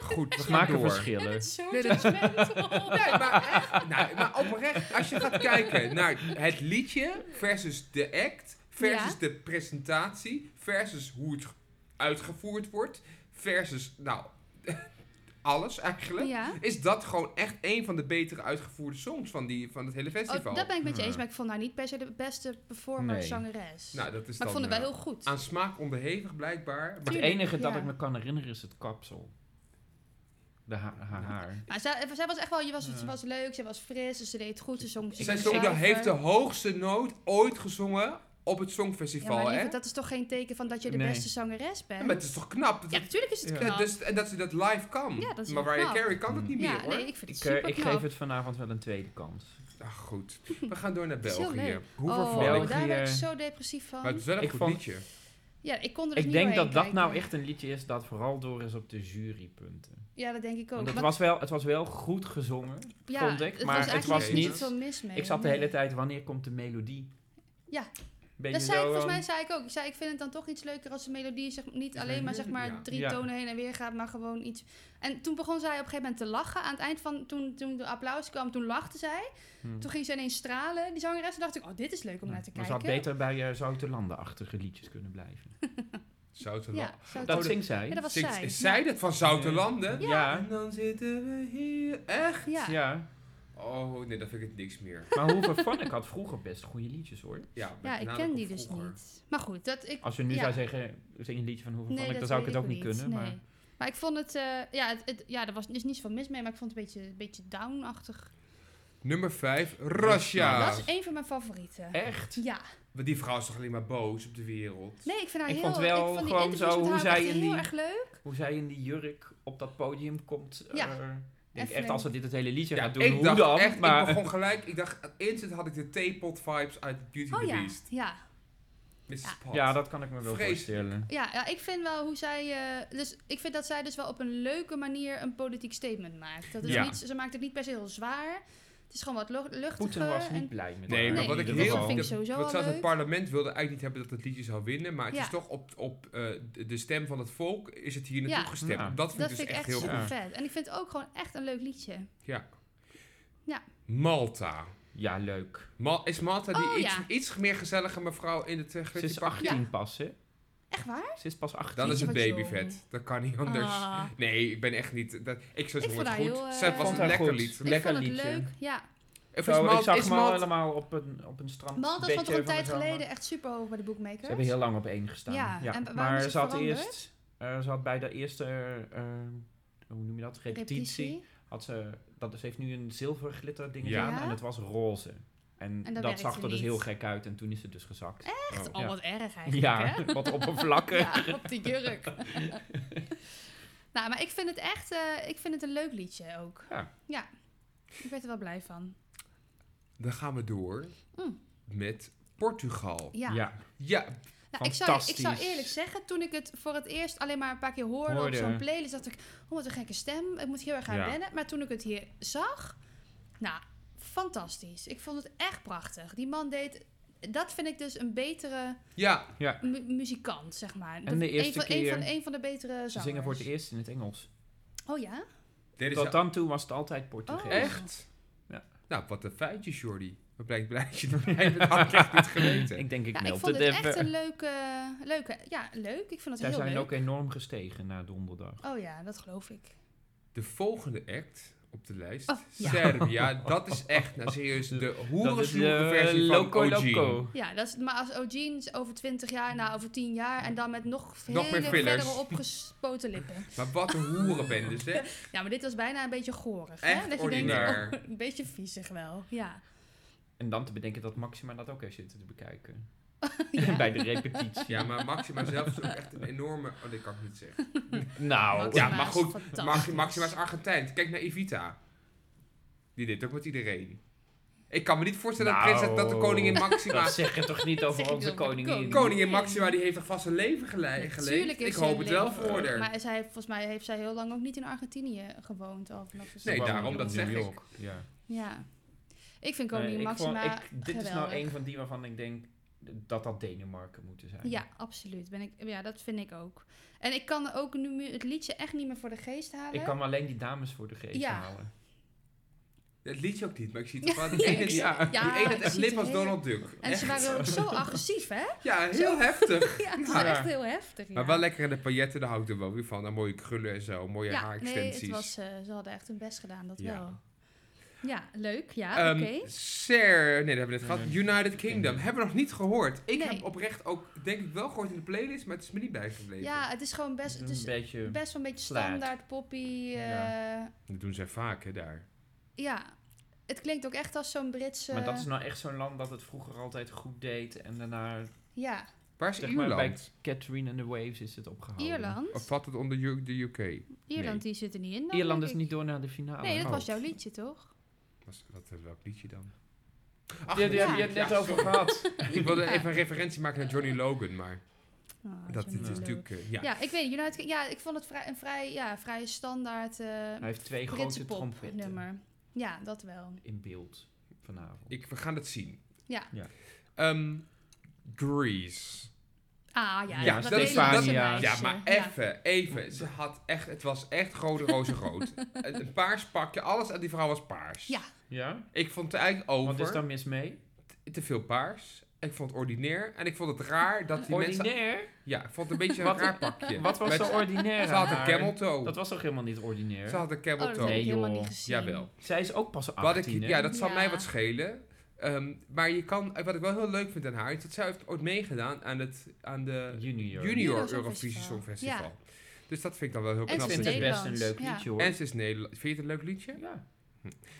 [SPEAKER 3] Goed, we gaan
[SPEAKER 4] Smaken
[SPEAKER 3] door.
[SPEAKER 2] Ja,
[SPEAKER 4] verschillen.
[SPEAKER 2] dat is zo
[SPEAKER 3] Nee,
[SPEAKER 2] judgmental.
[SPEAKER 3] Nee, maar, echt, nou, maar oprecht, als je gaat kijken naar het liedje versus de act, versus
[SPEAKER 2] Ja.
[SPEAKER 3] de presentatie, versus hoe het uitgevoerd wordt, versus, nou, alles eigenlijk.
[SPEAKER 2] Ja,
[SPEAKER 3] Is dat gewoon echt een van de betere uitgevoerde songs van, die, van het hele
[SPEAKER 2] oh,
[SPEAKER 3] festival?
[SPEAKER 2] dat ben ik met je eens,
[SPEAKER 4] Ja.
[SPEAKER 2] maar ik vond haar niet per se de beste performer
[SPEAKER 4] Nee.
[SPEAKER 2] zangeres.
[SPEAKER 3] Nou, dat
[SPEAKER 2] maar ik
[SPEAKER 3] is dan
[SPEAKER 2] vond het wel
[SPEAKER 3] eh,
[SPEAKER 2] heel goed.
[SPEAKER 3] aan smaak onderhevig blijkbaar. Maar
[SPEAKER 4] Het
[SPEAKER 2] Tuurlijk,
[SPEAKER 4] enige dat
[SPEAKER 2] ja.
[SPEAKER 4] ik me kan herinneren is het kapsel. De ha- haar haar.
[SPEAKER 2] Maar zij, eh, zij was echt wel, je was,
[SPEAKER 4] Ja.
[SPEAKER 2] ze was leuk, ze was fris, dus ze deed goed, ze zong.
[SPEAKER 3] Zij
[SPEAKER 2] zong
[SPEAKER 3] zong, dat
[SPEAKER 2] zuiver.
[SPEAKER 3] heeft de hoogste noot ooit gezongen op het
[SPEAKER 2] Ja,
[SPEAKER 3] Songfestival,
[SPEAKER 2] maar
[SPEAKER 3] hè?
[SPEAKER 2] lieverd, dat is toch geen teken van dat je de
[SPEAKER 4] Nee.
[SPEAKER 2] beste zangeres
[SPEAKER 3] Ja,
[SPEAKER 2] bent?
[SPEAKER 3] maar het is toch knap? Dat
[SPEAKER 2] Ja, natuurlijk is het
[SPEAKER 3] dat-
[SPEAKER 2] knap.
[SPEAKER 3] dus, en dat ze dat live kan.
[SPEAKER 2] Ja, dat is
[SPEAKER 3] maar
[SPEAKER 2] wel
[SPEAKER 3] Mariah
[SPEAKER 2] knap.
[SPEAKER 3] Carey kan dat niet
[SPEAKER 4] Mm.
[SPEAKER 2] ja,
[SPEAKER 3] meer, hoor.
[SPEAKER 2] nee, ik vind het
[SPEAKER 4] Ik, eh,
[SPEAKER 2] super
[SPEAKER 4] ik geef het vanavond wel een tweede kans.
[SPEAKER 3] Ach, Ah, goed. We gaan door naar
[SPEAKER 2] is heel
[SPEAKER 3] België.
[SPEAKER 2] leuk.
[SPEAKER 3] Hoe
[SPEAKER 2] oh,
[SPEAKER 3] vervallen.
[SPEAKER 4] België-
[SPEAKER 2] daar werd ik zo depressief van.
[SPEAKER 3] Maar het is wel een
[SPEAKER 4] Ik
[SPEAKER 3] goed
[SPEAKER 4] vond-
[SPEAKER 3] liedje.
[SPEAKER 2] ja, ik kon er dus
[SPEAKER 4] Ik
[SPEAKER 2] niet
[SPEAKER 4] denk
[SPEAKER 2] doorheen
[SPEAKER 4] dat dat nou
[SPEAKER 2] kijken.
[SPEAKER 4] echt een liedje is dat vooral door is op de jurypunten.
[SPEAKER 2] Ja, dat denk ik ook.
[SPEAKER 4] Want het
[SPEAKER 2] Want-
[SPEAKER 4] was wel, het was wel goed gezongen.
[SPEAKER 2] ja,
[SPEAKER 4] vond ik,
[SPEAKER 2] het
[SPEAKER 4] maar
[SPEAKER 2] was
[SPEAKER 4] het
[SPEAKER 2] eigenlijk
[SPEAKER 3] was
[SPEAKER 2] niet
[SPEAKER 3] niet-
[SPEAKER 2] zo mis mee.
[SPEAKER 4] Ik zat de hele
[SPEAKER 2] nee.
[SPEAKER 4] tijd, wanneer komt de melodie?
[SPEAKER 2] Ja.
[SPEAKER 4] Beetje
[SPEAKER 2] Dat zei ik,
[SPEAKER 4] zo,
[SPEAKER 2] volgens
[SPEAKER 4] ehm,
[SPEAKER 2] mij zei ik ook. Ik zei, ik vind het dan toch iets leuker als de melodie zeg, niet alleen maar, zeg maar
[SPEAKER 3] Ja.
[SPEAKER 2] drie
[SPEAKER 4] Ja.
[SPEAKER 2] tonen heen en weer gaat, maar gewoon iets. En toen begon zij op een gegeven moment te lachen. Aan het eind van toen, toen de applaus kwam, toen lachte zij.
[SPEAKER 4] hmm.
[SPEAKER 2] Toen ging ze ineens stralen, die zangeres. Toen dacht ik, oh, dit is leuk om naar te
[SPEAKER 4] Maar
[SPEAKER 2] kijken.
[SPEAKER 4] ze had beter bij eh Zoute Landen-achtige liedjes kunnen blijven.
[SPEAKER 3] Zoutenland.
[SPEAKER 2] Ja, zou het-
[SPEAKER 4] Dat zingt zij.
[SPEAKER 2] ja, dat was
[SPEAKER 3] Zingt-
[SPEAKER 2] zij.
[SPEAKER 3] Is zij dat van Zoutenlanden?
[SPEAKER 4] Ja.
[SPEAKER 3] En dan zitten we hier. Echt?
[SPEAKER 2] Ja. Ja.
[SPEAKER 4] ja.
[SPEAKER 3] Oh, nee, dat vind ik het niks meer.
[SPEAKER 4] Maar hoe vervan ik had vroeger best goede liedjes hoor.
[SPEAKER 3] Ja, met
[SPEAKER 2] ik
[SPEAKER 3] nadruk
[SPEAKER 2] ken
[SPEAKER 3] op
[SPEAKER 2] die dus
[SPEAKER 3] vroeger.
[SPEAKER 2] niet. Maar goed, dat ik.
[SPEAKER 4] Als je nu
[SPEAKER 2] Ja.
[SPEAKER 4] zou zeggen, zing een liedje van hoe vervan
[SPEAKER 2] Nee,
[SPEAKER 4] ik, dan
[SPEAKER 2] dat
[SPEAKER 4] zou ik
[SPEAKER 2] weet
[SPEAKER 4] het ook niet kunnen.
[SPEAKER 2] nee.
[SPEAKER 4] Maar
[SPEAKER 2] Maar ik vond het, eh, ja, het, het- ja, er was dus niets van mis mee, maar ik vond het een beetje, een beetje down-achtig.
[SPEAKER 3] Nummer 5, Rasha.
[SPEAKER 2] Dat is één van mijn favorieten.
[SPEAKER 4] Ah. Echt?
[SPEAKER 2] Ja.
[SPEAKER 3] Want die vrouw is toch alleen maar boos op de wereld?
[SPEAKER 2] Nee, ik vind haar
[SPEAKER 4] Ik
[SPEAKER 2] heel...
[SPEAKER 4] vond
[SPEAKER 2] ik
[SPEAKER 4] wel
[SPEAKER 2] vond die
[SPEAKER 4] gewoon
[SPEAKER 2] interviews
[SPEAKER 4] zo
[SPEAKER 2] met
[SPEAKER 4] hoe
[SPEAKER 2] haar
[SPEAKER 4] zij
[SPEAKER 2] echt
[SPEAKER 4] in
[SPEAKER 2] heel
[SPEAKER 4] die-
[SPEAKER 2] erg leuk.
[SPEAKER 4] Hoe zij in die jurk op dat podium komt.
[SPEAKER 2] Ja.
[SPEAKER 4] eh, ik denk
[SPEAKER 2] Even
[SPEAKER 4] echt als ze dit het hele liedje gaat doen,
[SPEAKER 3] ik
[SPEAKER 4] hoe
[SPEAKER 3] dacht
[SPEAKER 4] dan?
[SPEAKER 3] echt,
[SPEAKER 4] maar
[SPEAKER 3] ik begon gelijk, ik dacht, instant had ik de theepot vibes uit Beauty and
[SPEAKER 2] Oh
[SPEAKER 3] the
[SPEAKER 2] ja,
[SPEAKER 3] Beast.
[SPEAKER 2] ja.
[SPEAKER 3] Mrs.
[SPEAKER 2] Ja.
[SPEAKER 3] Pot.
[SPEAKER 4] ja, dat kan ik me wel
[SPEAKER 3] Vreselijk.
[SPEAKER 4] voorstellen.
[SPEAKER 2] Ja, ja, ik vind wel hoe zij... eh, dus ik vind dat zij dus wel op een leuke manier een politiek statement maakt. Dat is
[SPEAKER 4] Ja.
[SPEAKER 2] niet, ze maakt het niet per se heel zwaar. Het is gewoon wat lucht- luchtiger.
[SPEAKER 4] Poetin was niet
[SPEAKER 2] en-
[SPEAKER 4] blij met
[SPEAKER 3] Nee,
[SPEAKER 4] haar.
[SPEAKER 3] maar
[SPEAKER 2] Nee,
[SPEAKER 3] wat ik
[SPEAKER 2] dat
[SPEAKER 3] heel...
[SPEAKER 2] vind ik
[SPEAKER 3] dat-
[SPEAKER 2] sowieso
[SPEAKER 3] wat
[SPEAKER 2] al
[SPEAKER 3] zelfs het
[SPEAKER 2] leuk.
[SPEAKER 3] parlement wilde eigenlijk niet hebben dat het liedje zou winnen. Maar het
[SPEAKER 2] Ja.
[SPEAKER 3] is toch op, op eh, de- de stem van het volk is het hier naartoe
[SPEAKER 2] Ja.
[SPEAKER 3] gestemd.
[SPEAKER 4] Ja.
[SPEAKER 3] Dat vind
[SPEAKER 2] dat
[SPEAKER 3] ik
[SPEAKER 2] vind
[SPEAKER 3] dus
[SPEAKER 2] ik
[SPEAKER 3] echt
[SPEAKER 2] echt
[SPEAKER 3] heel
[SPEAKER 4] zo-
[SPEAKER 2] super
[SPEAKER 4] goed.
[SPEAKER 2] vet. En ik vind het ook gewoon echt een leuk liedje.
[SPEAKER 3] Ja.
[SPEAKER 2] Ja.
[SPEAKER 3] Malta.
[SPEAKER 4] Ja, leuk.
[SPEAKER 3] Ma- is Malta die
[SPEAKER 2] Oh,
[SPEAKER 3] iets,
[SPEAKER 2] ja.
[SPEAKER 3] iets meer gezellige mevrouw in het uh,
[SPEAKER 4] Ze is
[SPEAKER 3] pak?
[SPEAKER 4] 18 pas, hè?
[SPEAKER 2] Echt waar?
[SPEAKER 4] Ze is pas 18.
[SPEAKER 3] Dan is
[SPEAKER 2] Jeetje,
[SPEAKER 3] het
[SPEAKER 2] wat jong.
[SPEAKER 3] babyvet. Dat kan niet anders.
[SPEAKER 2] Ah.
[SPEAKER 3] Nee, ik ben echt niet... Dat, ik zou
[SPEAKER 2] Ik vond
[SPEAKER 3] zeggen,
[SPEAKER 2] haar
[SPEAKER 3] het
[SPEAKER 2] heel,
[SPEAKER 3] goed.
[SPEAKER 2] eh,
[SPEAKER 3] Zij was
[SPEAKER 4] Vond
[SPEAKER 3] een
[SPEAKER 4] haar
[SPEAKER 3] lekker
[SPEAKER 4] goed.
[SPEAKER 3] lied.
[SPEAKER 2] ik
[SPEAKER 4] Lekker
[SPEAKER 2] vond het
[SPEAKER 4] liedje.
[SPEAKER 2] leuk. Ja.
[SPEAKER 3] En
[SPEAKER 4] Zo,
[SPEAKER 3] volgens
[SPEAKER 4] ik
[SPEAKER 3] mij
[SPEAKER 4] zag
[SPEAKER 3] is
[SPEAKER 4] hem al
[SPEAKER 3] Malta...
[SPEAKER 4] helemaal op een, op een strand.
[SPEAKER 2] Malta was
[SPEAKER 4] bedje
[SPEAKER 2] toch een
[SPEAKER 4] van de
[SPEAKER 2] tijd
[SPEAKER 4] zomer.
[SPEAKER 2] geleden echt super hoog bij de bookmakers.
[SPEAKER 4] Ze hebben heel lang op één gestaan.
[SPEAKER 2] Ja, en wa- waarom
[SPEAKER 4] maar
[SPEAKER 2] is het
[SPEAKER 4] ze had
[SPEAKER 2] veranderd?
[SPEAKER 4] eerst, eh, ze had bij de eerste, eh, hoe noem je dat, repetitie, had ze, dat, ze heeft nu een zilver glitter dingetje
[SPEAKER 3] Ja.
[SPEAKER 4] aan
[SPEAKER 2] Ja.
[SPEAKER 4] en het was roze. En,
[SPEAKER 2] En dat
[SPEAKER 4] dat,
[SPEAKER 2] werkte
[SPEAKER 4] zag er dus
[SPEAKER 2] niet.
[SPEAKER 4] heel gek uit en toen is het dus gezakt.
[SPEAKER 2] Echt?
[SPEAKER 3] Oh.
[SPEAKER 2] al
[SPEAKER 4] Ja.
[SPEAKER 2] wat erg eigenlijk,
[SPEAKER 4] Ja,
[SPEAKER 2] hè?
[SPEAKER 4] wat oppervlakkig.
[SPEAKER 2] Ja, op de jurk. nou, maar ik vind het echt... eh, ik vind het een leuk liedje ook.
[SPEAKER 4] Ja.
[SPEAKER 2] Ik werd er wel blij van.
[SPEAKER 3] Dan gaan we door
[SPEAKER 2] Mm.
[SPEAKER 3] met Portugal.
[SPEAKER 2] Ja.
[SPEAKER 3] Ja,
[SPEAKER 2] Nou, ik, zou, ik zou
[SPEAKER 4] fantastisch.
[SPEAKER 2] eerlijk zeggen, toen ik het voor het eerst alleen maar een paar keer hoorde,
[SPEAKER 4] Hoorde.
[SPEAKER 2] op zo'n playlist, dacht ik, oh wat een gekke stem, ik moet hier erg aan
[SPEAKER 3] Ja.
[SPEAKER 2] wennen. Maar toen ik het hier zag, nou, fantastisch. Ik vond het echt prachtig. Die man deed, dat vind ik dus een betere
[SPEAKER 3] ja,
[SPEAKER 2] mu- muzikant, zeg maar.
[SPEAKER 4] de eerste
[SPEAKER 2] een van,
[SPEAKER 4] keer
[SPEAKER 2] Een van, een van de betere zangers.
[SPEAKER 4] Ze zingen voor het eerst in het Engels.
[SPEAKER 2] Oh ja?
[SPEAKER 3] dit is
[SPEAKER 4] Tot dan toe was het altijd Portugees.
[SPEAKER 2] Oh.
[SPEAKER 3] echt.
[SPEAKER 4] Ja.
[SPEAKER 3] Nou, wat een feitje, Jordi. Wat blijkt blij dat je erbij bent. had ik echt niet geweten.
[SPEAKER 4] Ik denk ik
[SPEAKER 2] ja, Nou, ik
[SPEAKER 4] meld
[SPEAKER 2] vond
[SPEAKER 4] het
[SPEAKER 2] het echt
[SPEAKER 4] even.
[SPEAKER 2] een leuke, leuke, ja, leuk. Ik vond het
[SPEAKER 4] Zij
[SPEAKER 2] heel
[SPEAKER 4] zijn
[SPEAKER 2] leuk.
[SPEAKER 4] ook enorm gestegen na donderdag.
[SPEAKER 2] Oh ja, dat geloof ik.
[SPEAKER 3] De volgende act op de lijst,
[SPEAKER 2] Oh, ja.
[SPEAKER 3] Serbia. Dat is echt, nou serieus, de
[SPEAKER 4] dat is eh,
[SPEAKER 3] hoerensnoeke versie van
[SPEAKER 4] Loco
[SPEAKER 3] OG.
[SPEAKER 4] Loco.
[SPEAKER 2] Ja, dat is, maar als Eugene is over 20 jaar, nou over 10 jaar en dan met nog,
[SPEAKER 3] Nog
[SPEAKER 2] hele
[SPEAKER 3] meer fillers.
[SPEAKER 2] verdere opgespoten lippen.
[SPEAKER 3] Maar wat een hoerenbende, zeg.
[SPEAKER 2] Ja, maar dit was bijna een beetje gorig. hè?
[SPEAKER 3] Echt
[SPEAKER 2] Dat je denkt,
[SPEAKER 3] ordinair.
[SPEAKER 2] oh, een beetje viezig wel. Ja.
[SPEAKER 4] En dan te bedenken dat Maxima dat ook heeft zitten te bekijken.
[SPEAKER 2] Ja.
[SPEAKER 4] Bij de repetitie.
[SPEAKER 3] Ja, maar Maxima zelf is ook echt een enorme... Oh, dit kan ik niet zeggen.
[SPEAKER 4] Nou,
[SPEAKER 2] Maxima
[SPEAKER 3] Oh, ja, maar
[SPEAKER 2] is
[SPEAKER 3] goed,
[SPEAKER 2] fantastisch.
[SPEAKER 3] Max- Maxima is Argentijn. Kijk naar Evita. Die deed ook met iedereen. Ik kan me niet voorstellen dat,
[SPEAKER 4] Nou.
[SPEAKER 3] prinses, dat de koningin Maxima...
[SPEAKER 4] dat zeg je toch niet
[SPEAKER 2] Dat
[SPEAKER 4] over
[SPEAKER 2] zeg ik
[SPEAKER 4] onze
[SPEAKER 2] niet over de
[SPEAKER 4] koningin?
[SPEAKER 2] koning.
[SPEAKER 3] Koningin Maxima die heeft toch vast een leven gele-
[SPEAKER 2] Tuurlijk
[SPEAKER 3] geleefd? Ik
[SPEAKER 2] heeft
[SPEAKER 3] hoop
[SPEAKER 2] zij
[SPEAKER 3] het
[SPEAKER 2] een
[SPEAKER 3] wel
[SPEAKER 2] leven
[SPEAKER 3] voor
[SPEAKER 2] gehad.
[SPEAKER 3] haar.
[SPEAKER 2] Maar zij, volgens mij heeft zij heel lang ook niet in Argentinië gewoond. Al vanaf ze-
[SPEAKER 3] Nee,
[SPEAKER 4] Ze kwam
[SPEAKER 3] daarom,
[SPEAKER 4] in
[SPEAKER 3] dat
[SPEAKER 4] New
[SPEAKER 3] zeg ik.
[SPEAKER 4] York, Ja.
[SPEAKER 2] Ja. Ik vind koningin
[SPEAKER 4] Nee, Eh, ik vond-
[SPEAKER 2] Maxima
[SPEAKER 4] ik- dit is nou
[SPEAKER 2] geweldig.
[SPEAKER 4] een van die waarvan ik denk dat dat Denemarken moeten zijn.
[SPEAKER 2] Ja, absoluut. Ben ik, ja, dat vind ik ook. En ik kan ook nu mu- het liedje echt niet meer voor de geest halen.
[SPEAKER 4] Ik kan me alleen die dames voor de geest
[SPEAKER 2] Ja.
[SPEAKER 4] halen.
[SPEAKER 3] Het liedje ook niet, maar ik zie het wel. Die ene die-
[SPEAKER 4] Ja.
[SPEAKER 3] die ene
[SPEAKER 2] ik
[SPEAKER 3] het echt
[SPEAKER 2] zie
[SPEAKER 3] lip
[SPEAKER 2] het
[SPEAKER 3] als
[SPEAKER 2] heel-
[SPEAKER 3] Donald Duck.
[SPEAKER 2] En ze waren ook zo agressief, hè?
[SPEAKER 3] Ja, heel heftig.
[SPEAKER 2] Ja, het is
[SPEAKER 4] Ja.
[SPEAKER 2] echt heel heftig. Ja.
[SPEAKER 3] Maar wel lekker in de pailletten, daar hou ik er wel weer van. En mooie krullen en zo, mooie
[SPEAKER 2] ja, nee,
[SPEAKER 3] haarextensies.
[SPEAKER 2] het was, eh, ze hadden echt hun best gedaan, dat
[SPEAKER 3] Ja.
[SPEAKER 2] wel. Ja, leuk. Ja,
[SPEAKER 3] Ehm,
[SPEAKER 2] oké.
[SPEAKER 3] Ser, nee, dat hebben we net gehad.
[SPEAKER 4] Nee.
[SPEAKER 3] United Kingdom, hebben we nog niet gehoord. Ik
[SPEAKER 2] Nee.
[SPEAKER 3] heb oprecht ook, denk ik, wel gehoord in de playlist, maar het is me niet bijgebleven.
[SPEAKER 2] Ja, het is gewoon best, het
[SPEAKER 4] een
[SPEAKER 2] is dus
[SPEAKER 4] beetje...
[SPEAKER 2] best wel een beetje
[SPEAKER 4] flat.
[SPEAKER 2] standaard poppy. eh, ja.
[SPEAKER 4] Ja.
[SPEAKER 3] Dat doen zij vaak, hè, daar.
[SPEAKER 2] het klinkt ook echt als zo'n Britse...
[SPEAKER 4] Maar dat is nou echt zo'n land dat het vroeger altijd goed deed en daarna
[SPEAKER 2] Ja,
[SPEAKER 3] Waar is
[SPEAKER 4] zeg maar
[SPEAKER 3] Ierland?
[SPEAKER 4] bij Catherine and the Waves is het opgehouden.
[SPEAKER 2] Ierland.
[SPEAKER 3] Of valt het onder U- de UK?
[SPEAKER 2] Ierland, die zit er niet in. dan,
[SPEAKER 4] Ierland
[SPEAKER 2] denk
[SPEAKER 4] is
[SPEAKER 2] ik.
[SPEAKER 4] niet door naar de finale.
[SPEAKER 2] Nee, dat
[SPEAKER 3] Oh.
[SPEAKER 2] was jouw liedje, toch?
[SPEAKER 3] Was, wat, eh, welk liedje dan?
[SPEAKER 4] Ja, die
[SPEAKER 2] ja,
[SPEAKER 4] heb je het net over gehad.
[SPEAKER 3] Ik wilde even een referentie maken naar Johnny Logan, maar
[SPEAKER 2] Oh,
[SPEAKER 3] dat
[SPEAKER 2] Johnny
[SPEAKER 3] is
[SPEAKER 2] Logan.
[SPEAKER 3] natuurlijk... eh, ja.
[SPEAKER 2] Ja, ik weet het. United, ja, ik vond het vrij, een vrij, ja, vrij standaard eh
[SPEAKER 4] Hij heeft twee
[SPEAKER 2] Britse
[SPEAKER 4] grote
[SPEAKER 2] pop
[SPEAKER 3] eh.
[SPEAKER 4] trompetten
[SPEAKER 2] nummer. Ja, dat wel.
[SPEAKER 4] in beeld vanavond.
[SPEAKER 3] Ik, we gaan het zien.
[SPEAKER 2] Ja.
[SPEAKER 4] Ja.
[SPEAKER 3] Ehm, Grease.
[SPEAKER 2] Ah, ja.
[SPEAKER 4] Ja,
[SPEAKER 2] dat
[SPEAKER 4] Stefania.
[SPEAKER 2] hele lieve meisje. Oh,
[SPEAKER 3] Ja, maar even, even. Ze had echt, het was echt rode roze rood. een, een paars pakje, alles aan die vrouw was paars.
[SPEAKER 2] Ja.
[SPEAKER 4] ja?
[SPEAKER 3] Ik vond het eigenlijk
[SPEAKER 4] Wat is
[SPEAKER 3] over,
[SPEAKER 4] daar mis mee?
[SPEAKER 3] te veel paars. Ik vond het ordinair en ik vond het raar dat die mensen...
[SPEAKER 4] Ordinair?
[SPEAKER 3] Ja, ik vond het een beetje een
[SPEAKER 4] Wat-
[SPEAKER 3] raar pakje.
[SPEAKER 4] Wat was
[SPEAKER 3] Met-
[SPEAKER 4] zo ordinair
[SPEAKER 3] Ze had
[SPEAKER 4] aan
[SPEAKER 3] een
[SPEAKER 4] haar?
[SPEAKER 3] camel toe.
[SPEAKER 4] Dat was toch helemaal niet ordinair?
[SPEAKER 3] Ze had een
[SPEAKER 2] Oh,
[SPEAKER 3] camel
[SPEAKER 2] dat
[SPEAKER 3] toe.
[SPEAKER 2] heb ik
[SPEAKER 4] Nee,
[SPEAKER 2] helemaal
[SPEAKER 4] joh.
[SPEAKER 2] niet gezien.
[SPEAKER 3] Jawel.
[SPEAKER 4] Zij is ook pas 18,
[SPEAKER 3] Wat ik,
[SPEAKER 4] hè?
[SPEAKER 3] ja, dat zal
[SPEAKER 2] Ja.
[SPEAKER 3] mij wat schelen. Ehm, maar je kan, wat ik wel heel leuk vind aan haar, is dat zij heeft ooit meegedaan aan, het, aan de
[SPEAKER 4] Junior.
[SPEAKER 2] Junior
[SPEAKER 3] Junior
[SPEAKER 2] Songfestival.
[SPEAKER 3] Eurovisie Songfestival. Dus dat vind ik dan wel heel
[SPEAKER 2] En
[SPEAKER 3] knap.
[SPEAKER 4] Ik
[SPEAKER 2] ze
[SPEAKER 3] dat
[SPEAKER 4] vind
[SPEAKER 2] is
[SPEAKER 4] het best een
[SPEAKER 2] Nederlands,
[SPEAKER 4] leuk
[SPEAKER 2] ja.
[SPEAKER 4] liedje, hoor.
[SPEAKER 3] En ze is Nederlands. Vind je het een leuk liedje?
[SPEAKER 4] ja.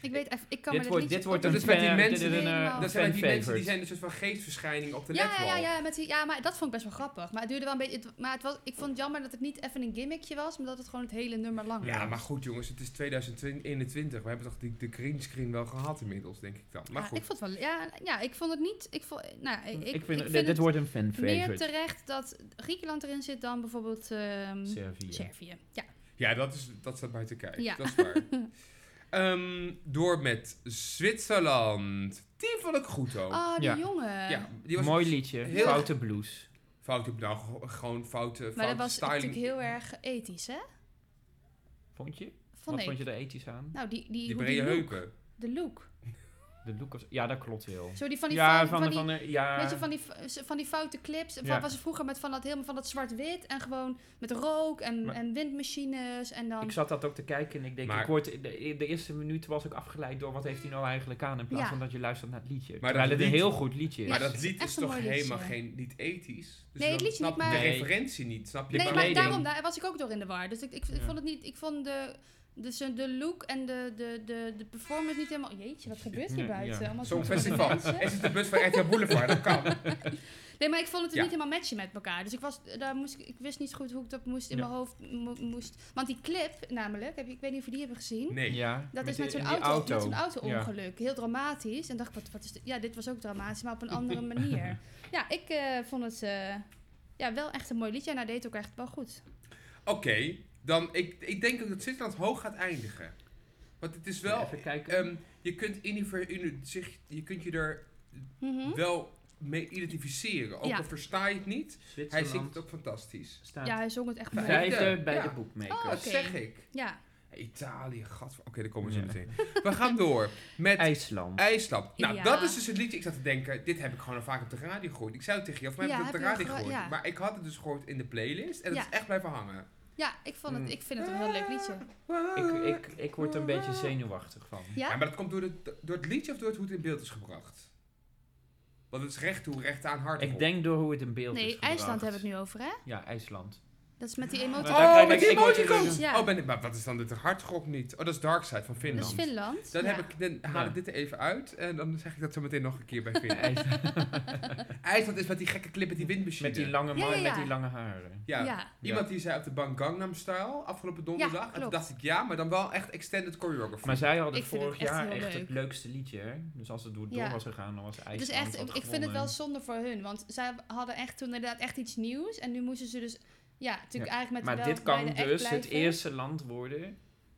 [SPEAKER 2] Ik weet even, ik kan
[SPEAKER 4] Dit
[SPEAKER 2] me
[SPEAKER 4] wordt-
[SPEAKER 2] liedje
[SPEAKER 4] dit wordt
[SPEAKER 2] op-
[SPEAKER 3] een
[SPEAKER 2] op-
[SPEAKER 3] fan- dit
[SPEAKER 2] is een, eh,
[SPEAKER 4] helemaal-
[SPEAKER 3] Dat zijn
[SPEAKER 4] fan
[SPEAKER 3] die mensen die
[SPEAKER 4] favorite.
[SPEAKER 3] zijn een soort van geestverschijning op de
[SPEAKER 2] Ja, ja,
[SPEAKER 3] netwal.
[SPEAKER 2] ja, ja, met die, ja, maar dat vond ik best wel grappig. Maar het duurde wel een beetje. het- maar het was, ik vond het jammer dat het niet even een gimmickje was, maar dat het gewoon het hele nummer lang was.
[SPEAKER 3] Ja, maar goed jongens, het is 2021. We hebben toch die, de greenscreen wel gehad inmiddels, denk ik dan. Maar
[SPEAKER 2] Ja,
[SPEAKER 3] goed.
[SPEAKER 2] ik vond het wel. Ja, ja, ik vond het niet. Ik vond, nou, ik, ik, vind,
[SPEAKER 4] ik vind, dit, dit
[SPEAKER 2] het
[SPEAKER 4] wordt een fan
[SPEAKER 2] meer
[SPEAKER 4] favorite.
[SPEAKER 2] terecht dat Griekenland erin zit dan bijvoorbeeld ehm,
[SPEAKER 4] Servië.
[SPEAKER 2] Servië. Ja.
[SPEAKER 3] Ja, dat, is, dat staat buiten kijf.
[SPEAKER 2] Ja.
[SPEAKER 3] Dat is waar. Ehm, door met Zwitserland. Die vond ik goed ook.
[SPEAKER 2] Oh, die
[SPEAKER 4] Ja.
[SPEAKER 2] jongen.
[SPEAKER 3] ja, die was
[SPEAKER 4] Mooi liedje.
[SPEAKER 3] heel-
[SPEAKER 4] Foute blues.
[SPEAKER 3] Fout op nou, ge- gewoon foute, foute
[SPEAKER 2] maar dat was
[SPEAKER 3] styling.
[SPEAKER 2] natuurlijk heel erg ethisch, hè?
[SPEAKER 4] Vond je?
[SPEAKER 2] Vond
[SPEAKER 4] Wat
[SPEAKER 2] ik.
[SPEAKER 4] vond je er ethisch aan?
[SPEAKER 2] Nou, die, die,
[SPEAKER 3] Die
[SPEAKER 2] hoe
[SPEAKER 3] brede
[SPEAKER 2] look-
[SPEAKER 3] heupen.
[SPEAKER 2] De look.
[SPEAKER 4] De look was... Ja, dat klopt heel.
[SPEAKER 2] Zo die van die,
[SPEAKER 4] ja,
[SPEAKER 2] van,
[SPEAKER 4] van,
[SPEAKER 2] van
[SPEAKER 4] de-
[SPEAKER 2] die
[SPEAKER 4] van de... Ja.
[SPEAKER 2] Weet je, van die, van die foute clips. Van,
[SPEAKER 4] Ja.
[SPEAKER 2] Was er vroeger met van dat, helemaal van dat zwart-wit en gewoon met rook en,
[SPEAKER 4] Maar-
[SPEAKER 2] en windmachines en dan...
[SPEAKER 4] Ik zat dat ook te kijken en ik denk,
[SPEAKER 3] Maar-
[SPEAKER 4] ik word, de, de eerste minuut was ik afgeleid door wat heeft hij nou eigenlijk aan in plaats
[SPEAKER 2] Ja.
[SPEAKER 4] van dat je luistert naar het liedje. Maar
[SPEAKER 3] dat
[SPEAKER 4] Terwijl het een
[SPEAKER 3] lied-
[SPEAKER 4] heel goed liedje is.
[SPEAKER 3] Maar dat
[SPEAKER 2] het is
[SPEAKER 3] lied
[SPEAKER 2] echt
[SPEAKER 3] is
[SPEAKER 2] een
[SPEAKER 3] toch
[SPEAKER 2] mooi liedje.
[SPEAKER 3] helemaal geen, niet ethisch? Dus
[SPEAKER 2] Nee, het
[SPEAKER 3] dan
[SPEAKER 2] liedje
[SPEAKER 3] snap
[SPEAKER 2] niet,
[SPEAKER 3] ik De
[SPEAKER 4] maar-
[SPEAKER 3] referentie niet, snap je?
[SPEAKER 2] nee, maar
[SPEAKER 4] kleding.
[SPEAKER 2] daarom, daar was ik ook door in de war. Dus ik, ik, ik
[SPEAKER 4] Ja.
[SPEAKER 2] vond het niet... Ik vond de, dus de look en de, de, de, de performance niet helemaal... Jeetje, wat gebeurt hier
[SPEAKER 4] Nee,
[SPEAKER 2] buiten?
[SPEAKER 4] ja.
[SPEAKER 2] Allemaal
[SPEAKER 3] Zo'n
[SPEAKER 2] zwarte
[SPEAKER 3] festival.
[SPEAKER 2] mensen.
[SPEAKER 3] Er zit de bus van RTL Boulevard, dat kan.
[SPEAKER 2] Nee, maar ik vond het
[SPEAKER 3] Ja.
[SPEAKER 2] niet helemaal matchen met elkaar. Dus ik, was, daar moest, ik- ik wist niet goed hoe ik dat moest in
[SPEAKER 4] Ja.
[SPEAKER 2] mijn hoofd mo- moest... Want die clip namelijk, heb je, ik weet niet of je die hebben gezien...
[SPEAKER 3] Nee.
[SPEAKER 4] ja,
[SPEAKER 2] Dat is
[SPEAKER 4] die-
[SPEAKER 2] met zo'n
[SPEAKER 4] en die
[SPEAKER 2] auto, met zo'n auto-ongeluk. Heel dramatisch. En dacht ik, wat, wat is dit? Ja, dit was ook dramatisch, maar op een andere manier. Ja, ik eh, vond het eh, ja, wel echt een mooi liedje. En hij deed ook echt wel goed.
[SPEAKER 3] Oké, dan ik, ik denk ook dat Zwitserland hoog gaat eindigen. Want het is wel...
[SPEAKER 4] Even kijken.
[SPEAKER 3] ehm, je, kunt univer, uni- zich, je kunt je er
[SPEAKER 2] Mhm.
[SPEAKER 3] wel mee identificeren. Ook
[SPEAKER 2] Ja.
[SPEAKER 3] al versta je het niet, hij
[SPEAKER 4] Zwitserland
[SPEAKER 3] zingt het ook fantastisch.
[SPEAKER 4] staat
[SPEAKER 2] Ja, hij zong het echt mooi.
[SPEAKER 3] Vijf.
[SPEAKER 4] vijfde bij
[SPEAKER 3] Ja.
[SPEAKER 4] de boekmakers.
[SPEAKER 2] Oh,
[SPEAKER 3] Dat
[SPEAKER 2] oké.
[SPEAKER 3] zeg ik.
[SPEAKER 2] Ja,
[SPEAKER 3] Italië, gadver... Oké, daar komen we zo
[SPEAKER 4] Ja.
[SPEAKER 3] meteen. We gaan door met
[SPEAKER 4] IJsland.
[SPEAKER 3] IJsland. Nou,
[SPEAKER 2] Ja.
[SPEAKER 3] dat is dus het liedje. Ik zat te denken, dit heb ik gewoon al vaak op de radio gehoord. Ik zei het tegen je, of mij heb
[SPEAKER 2] Ja,
[SPEAKER 3] ik het op
[SPEAKER 2] heb
[SPEAKER 3] de
[SPEAKER 2] je
[SPEAKER 3] radio
[SPEAKER 2] al gehoord,
[SPEAKER 3] gehoord.
[SPEAKER 2] ja.
[SPEAKER 3] Maar ik had het dus gehoord in de playlist en het
[SPEAKER 2] Ja.
[SPEAKER 3] is echt blijven hangen.
[SPEAKER 2] ja ik, vond het,
[SPEAKER 4] Mm.
[SPEAKER 2] ik vind het een heel leuk liedje.
[SPEAKER 4] Ik, ik, ik word er een beetje zenuwachtig van.
[SPEAKER 3] Ja,
[SPEAKER 2] Oh. Ja?
[SPEAKER 3] maar dat komt door, de, door het liedje of door het hoe het in beeld is gebracht? Want het is recht toe, recht aan, hard
[SPEAKER 4] Ik
[SPEAKER 3] erop.
[SPEAKER 4] denk door hoe het in beeld is
[SPEAKER 2] Nee,
[SPEAKER 4] gebracht.
[SPEAKER 2] IJsland hebben we het nu over, hè?
[SPEAKER 4] Ja, IJsland.
[SPEAKER 2] Dat is met die emotie.
[SPEAKER 4] Maar daar krijg
[SPEAKER 3] Oh, met
[SPEAKER 4] ik-
[SPEAKER 3] die
[SPEAKER 4] ik word er-
[SPEAKER 3] emoticons!
[SPEAKER 2] Ja.
[SPEAKER 3] Oh, ben ik, maar wat is dan dit hardrock niet? Oh, dat is Darkside van
[SPEAKER 2] dat is
[SPEAKER 3] Finland.
[SPEAKER 2] Finland.
[SPEAKER 3] Dan,
[SPEAKER 2] Ja.
[SPEAKER 3] heb ik, dan haal
[SPEAKER 4] Ja.
[SPEAKER 3] ik dit er even uit en dan zeg ik dat zo meteen nog een keer bij Finland.
[SPEAKER 4] IJsland.
[SPEAKER 3] IJsland is met die gekke clip met die windmachine.
[SPEAKER 4] met, die lange
[SPEAKER 2] Ja,
[SPEAKER 4] ma-
[SPEAKER 2] ja,
[SPEAKER 4] met
[SPEAKER 2] ja.
[SPEAKER 4] die lange haren.
[SPEAKER 3] ja.
[SPEAKER 2] Ja.
[SPEAKER 3] Iemand die zei op de bank Gangnam Style afgelopen donderdag. en toen
[SPEAKER 2] klopt.
[SPEAKER 3] dacht ik ja, maar dan wel echt extended choreography.
[SPEAKER 4] Maar zij hadden
[SPEAKER 2] Ik vind
[SPEAKER 4] vorig
[SPEAKER 2] het echt
[SPEAKER 4] jaar
[SPEAKER 2] heel
[SPEAKER 4] echt
[SPEAKER 2] leuk.
[SPEAKER 4] het leukste liedje, hè? Dus als het door, door
[SPEAKER 2] Ja.
[SPEAKER 4] was gegaan, dan was
[SPEAKER 2] Het
[SPEAKER 4] IJsland
[SPEAKER 2] is Dus echt,
[SPEAKER 4] had
[SPEAKER 2] ik vind het
[SPEAKER 4] gewonnen.
[SPEAKER 2] wel zonde voor hun. Want zij hadden echt toen inderdaad echt iets nieuws. En nu moesten ze dus, ja, natuurlijk eigenlijk met
[SPEAKER 4] Maar
[SPEAKER 2] wel
[SPEAKER 4] dit kan
[SPEAKER 2] beide echt
[SPEAKER 4] dus het
[SPEAKER 2] blijven.
[SPEAKER 4] eerste land worden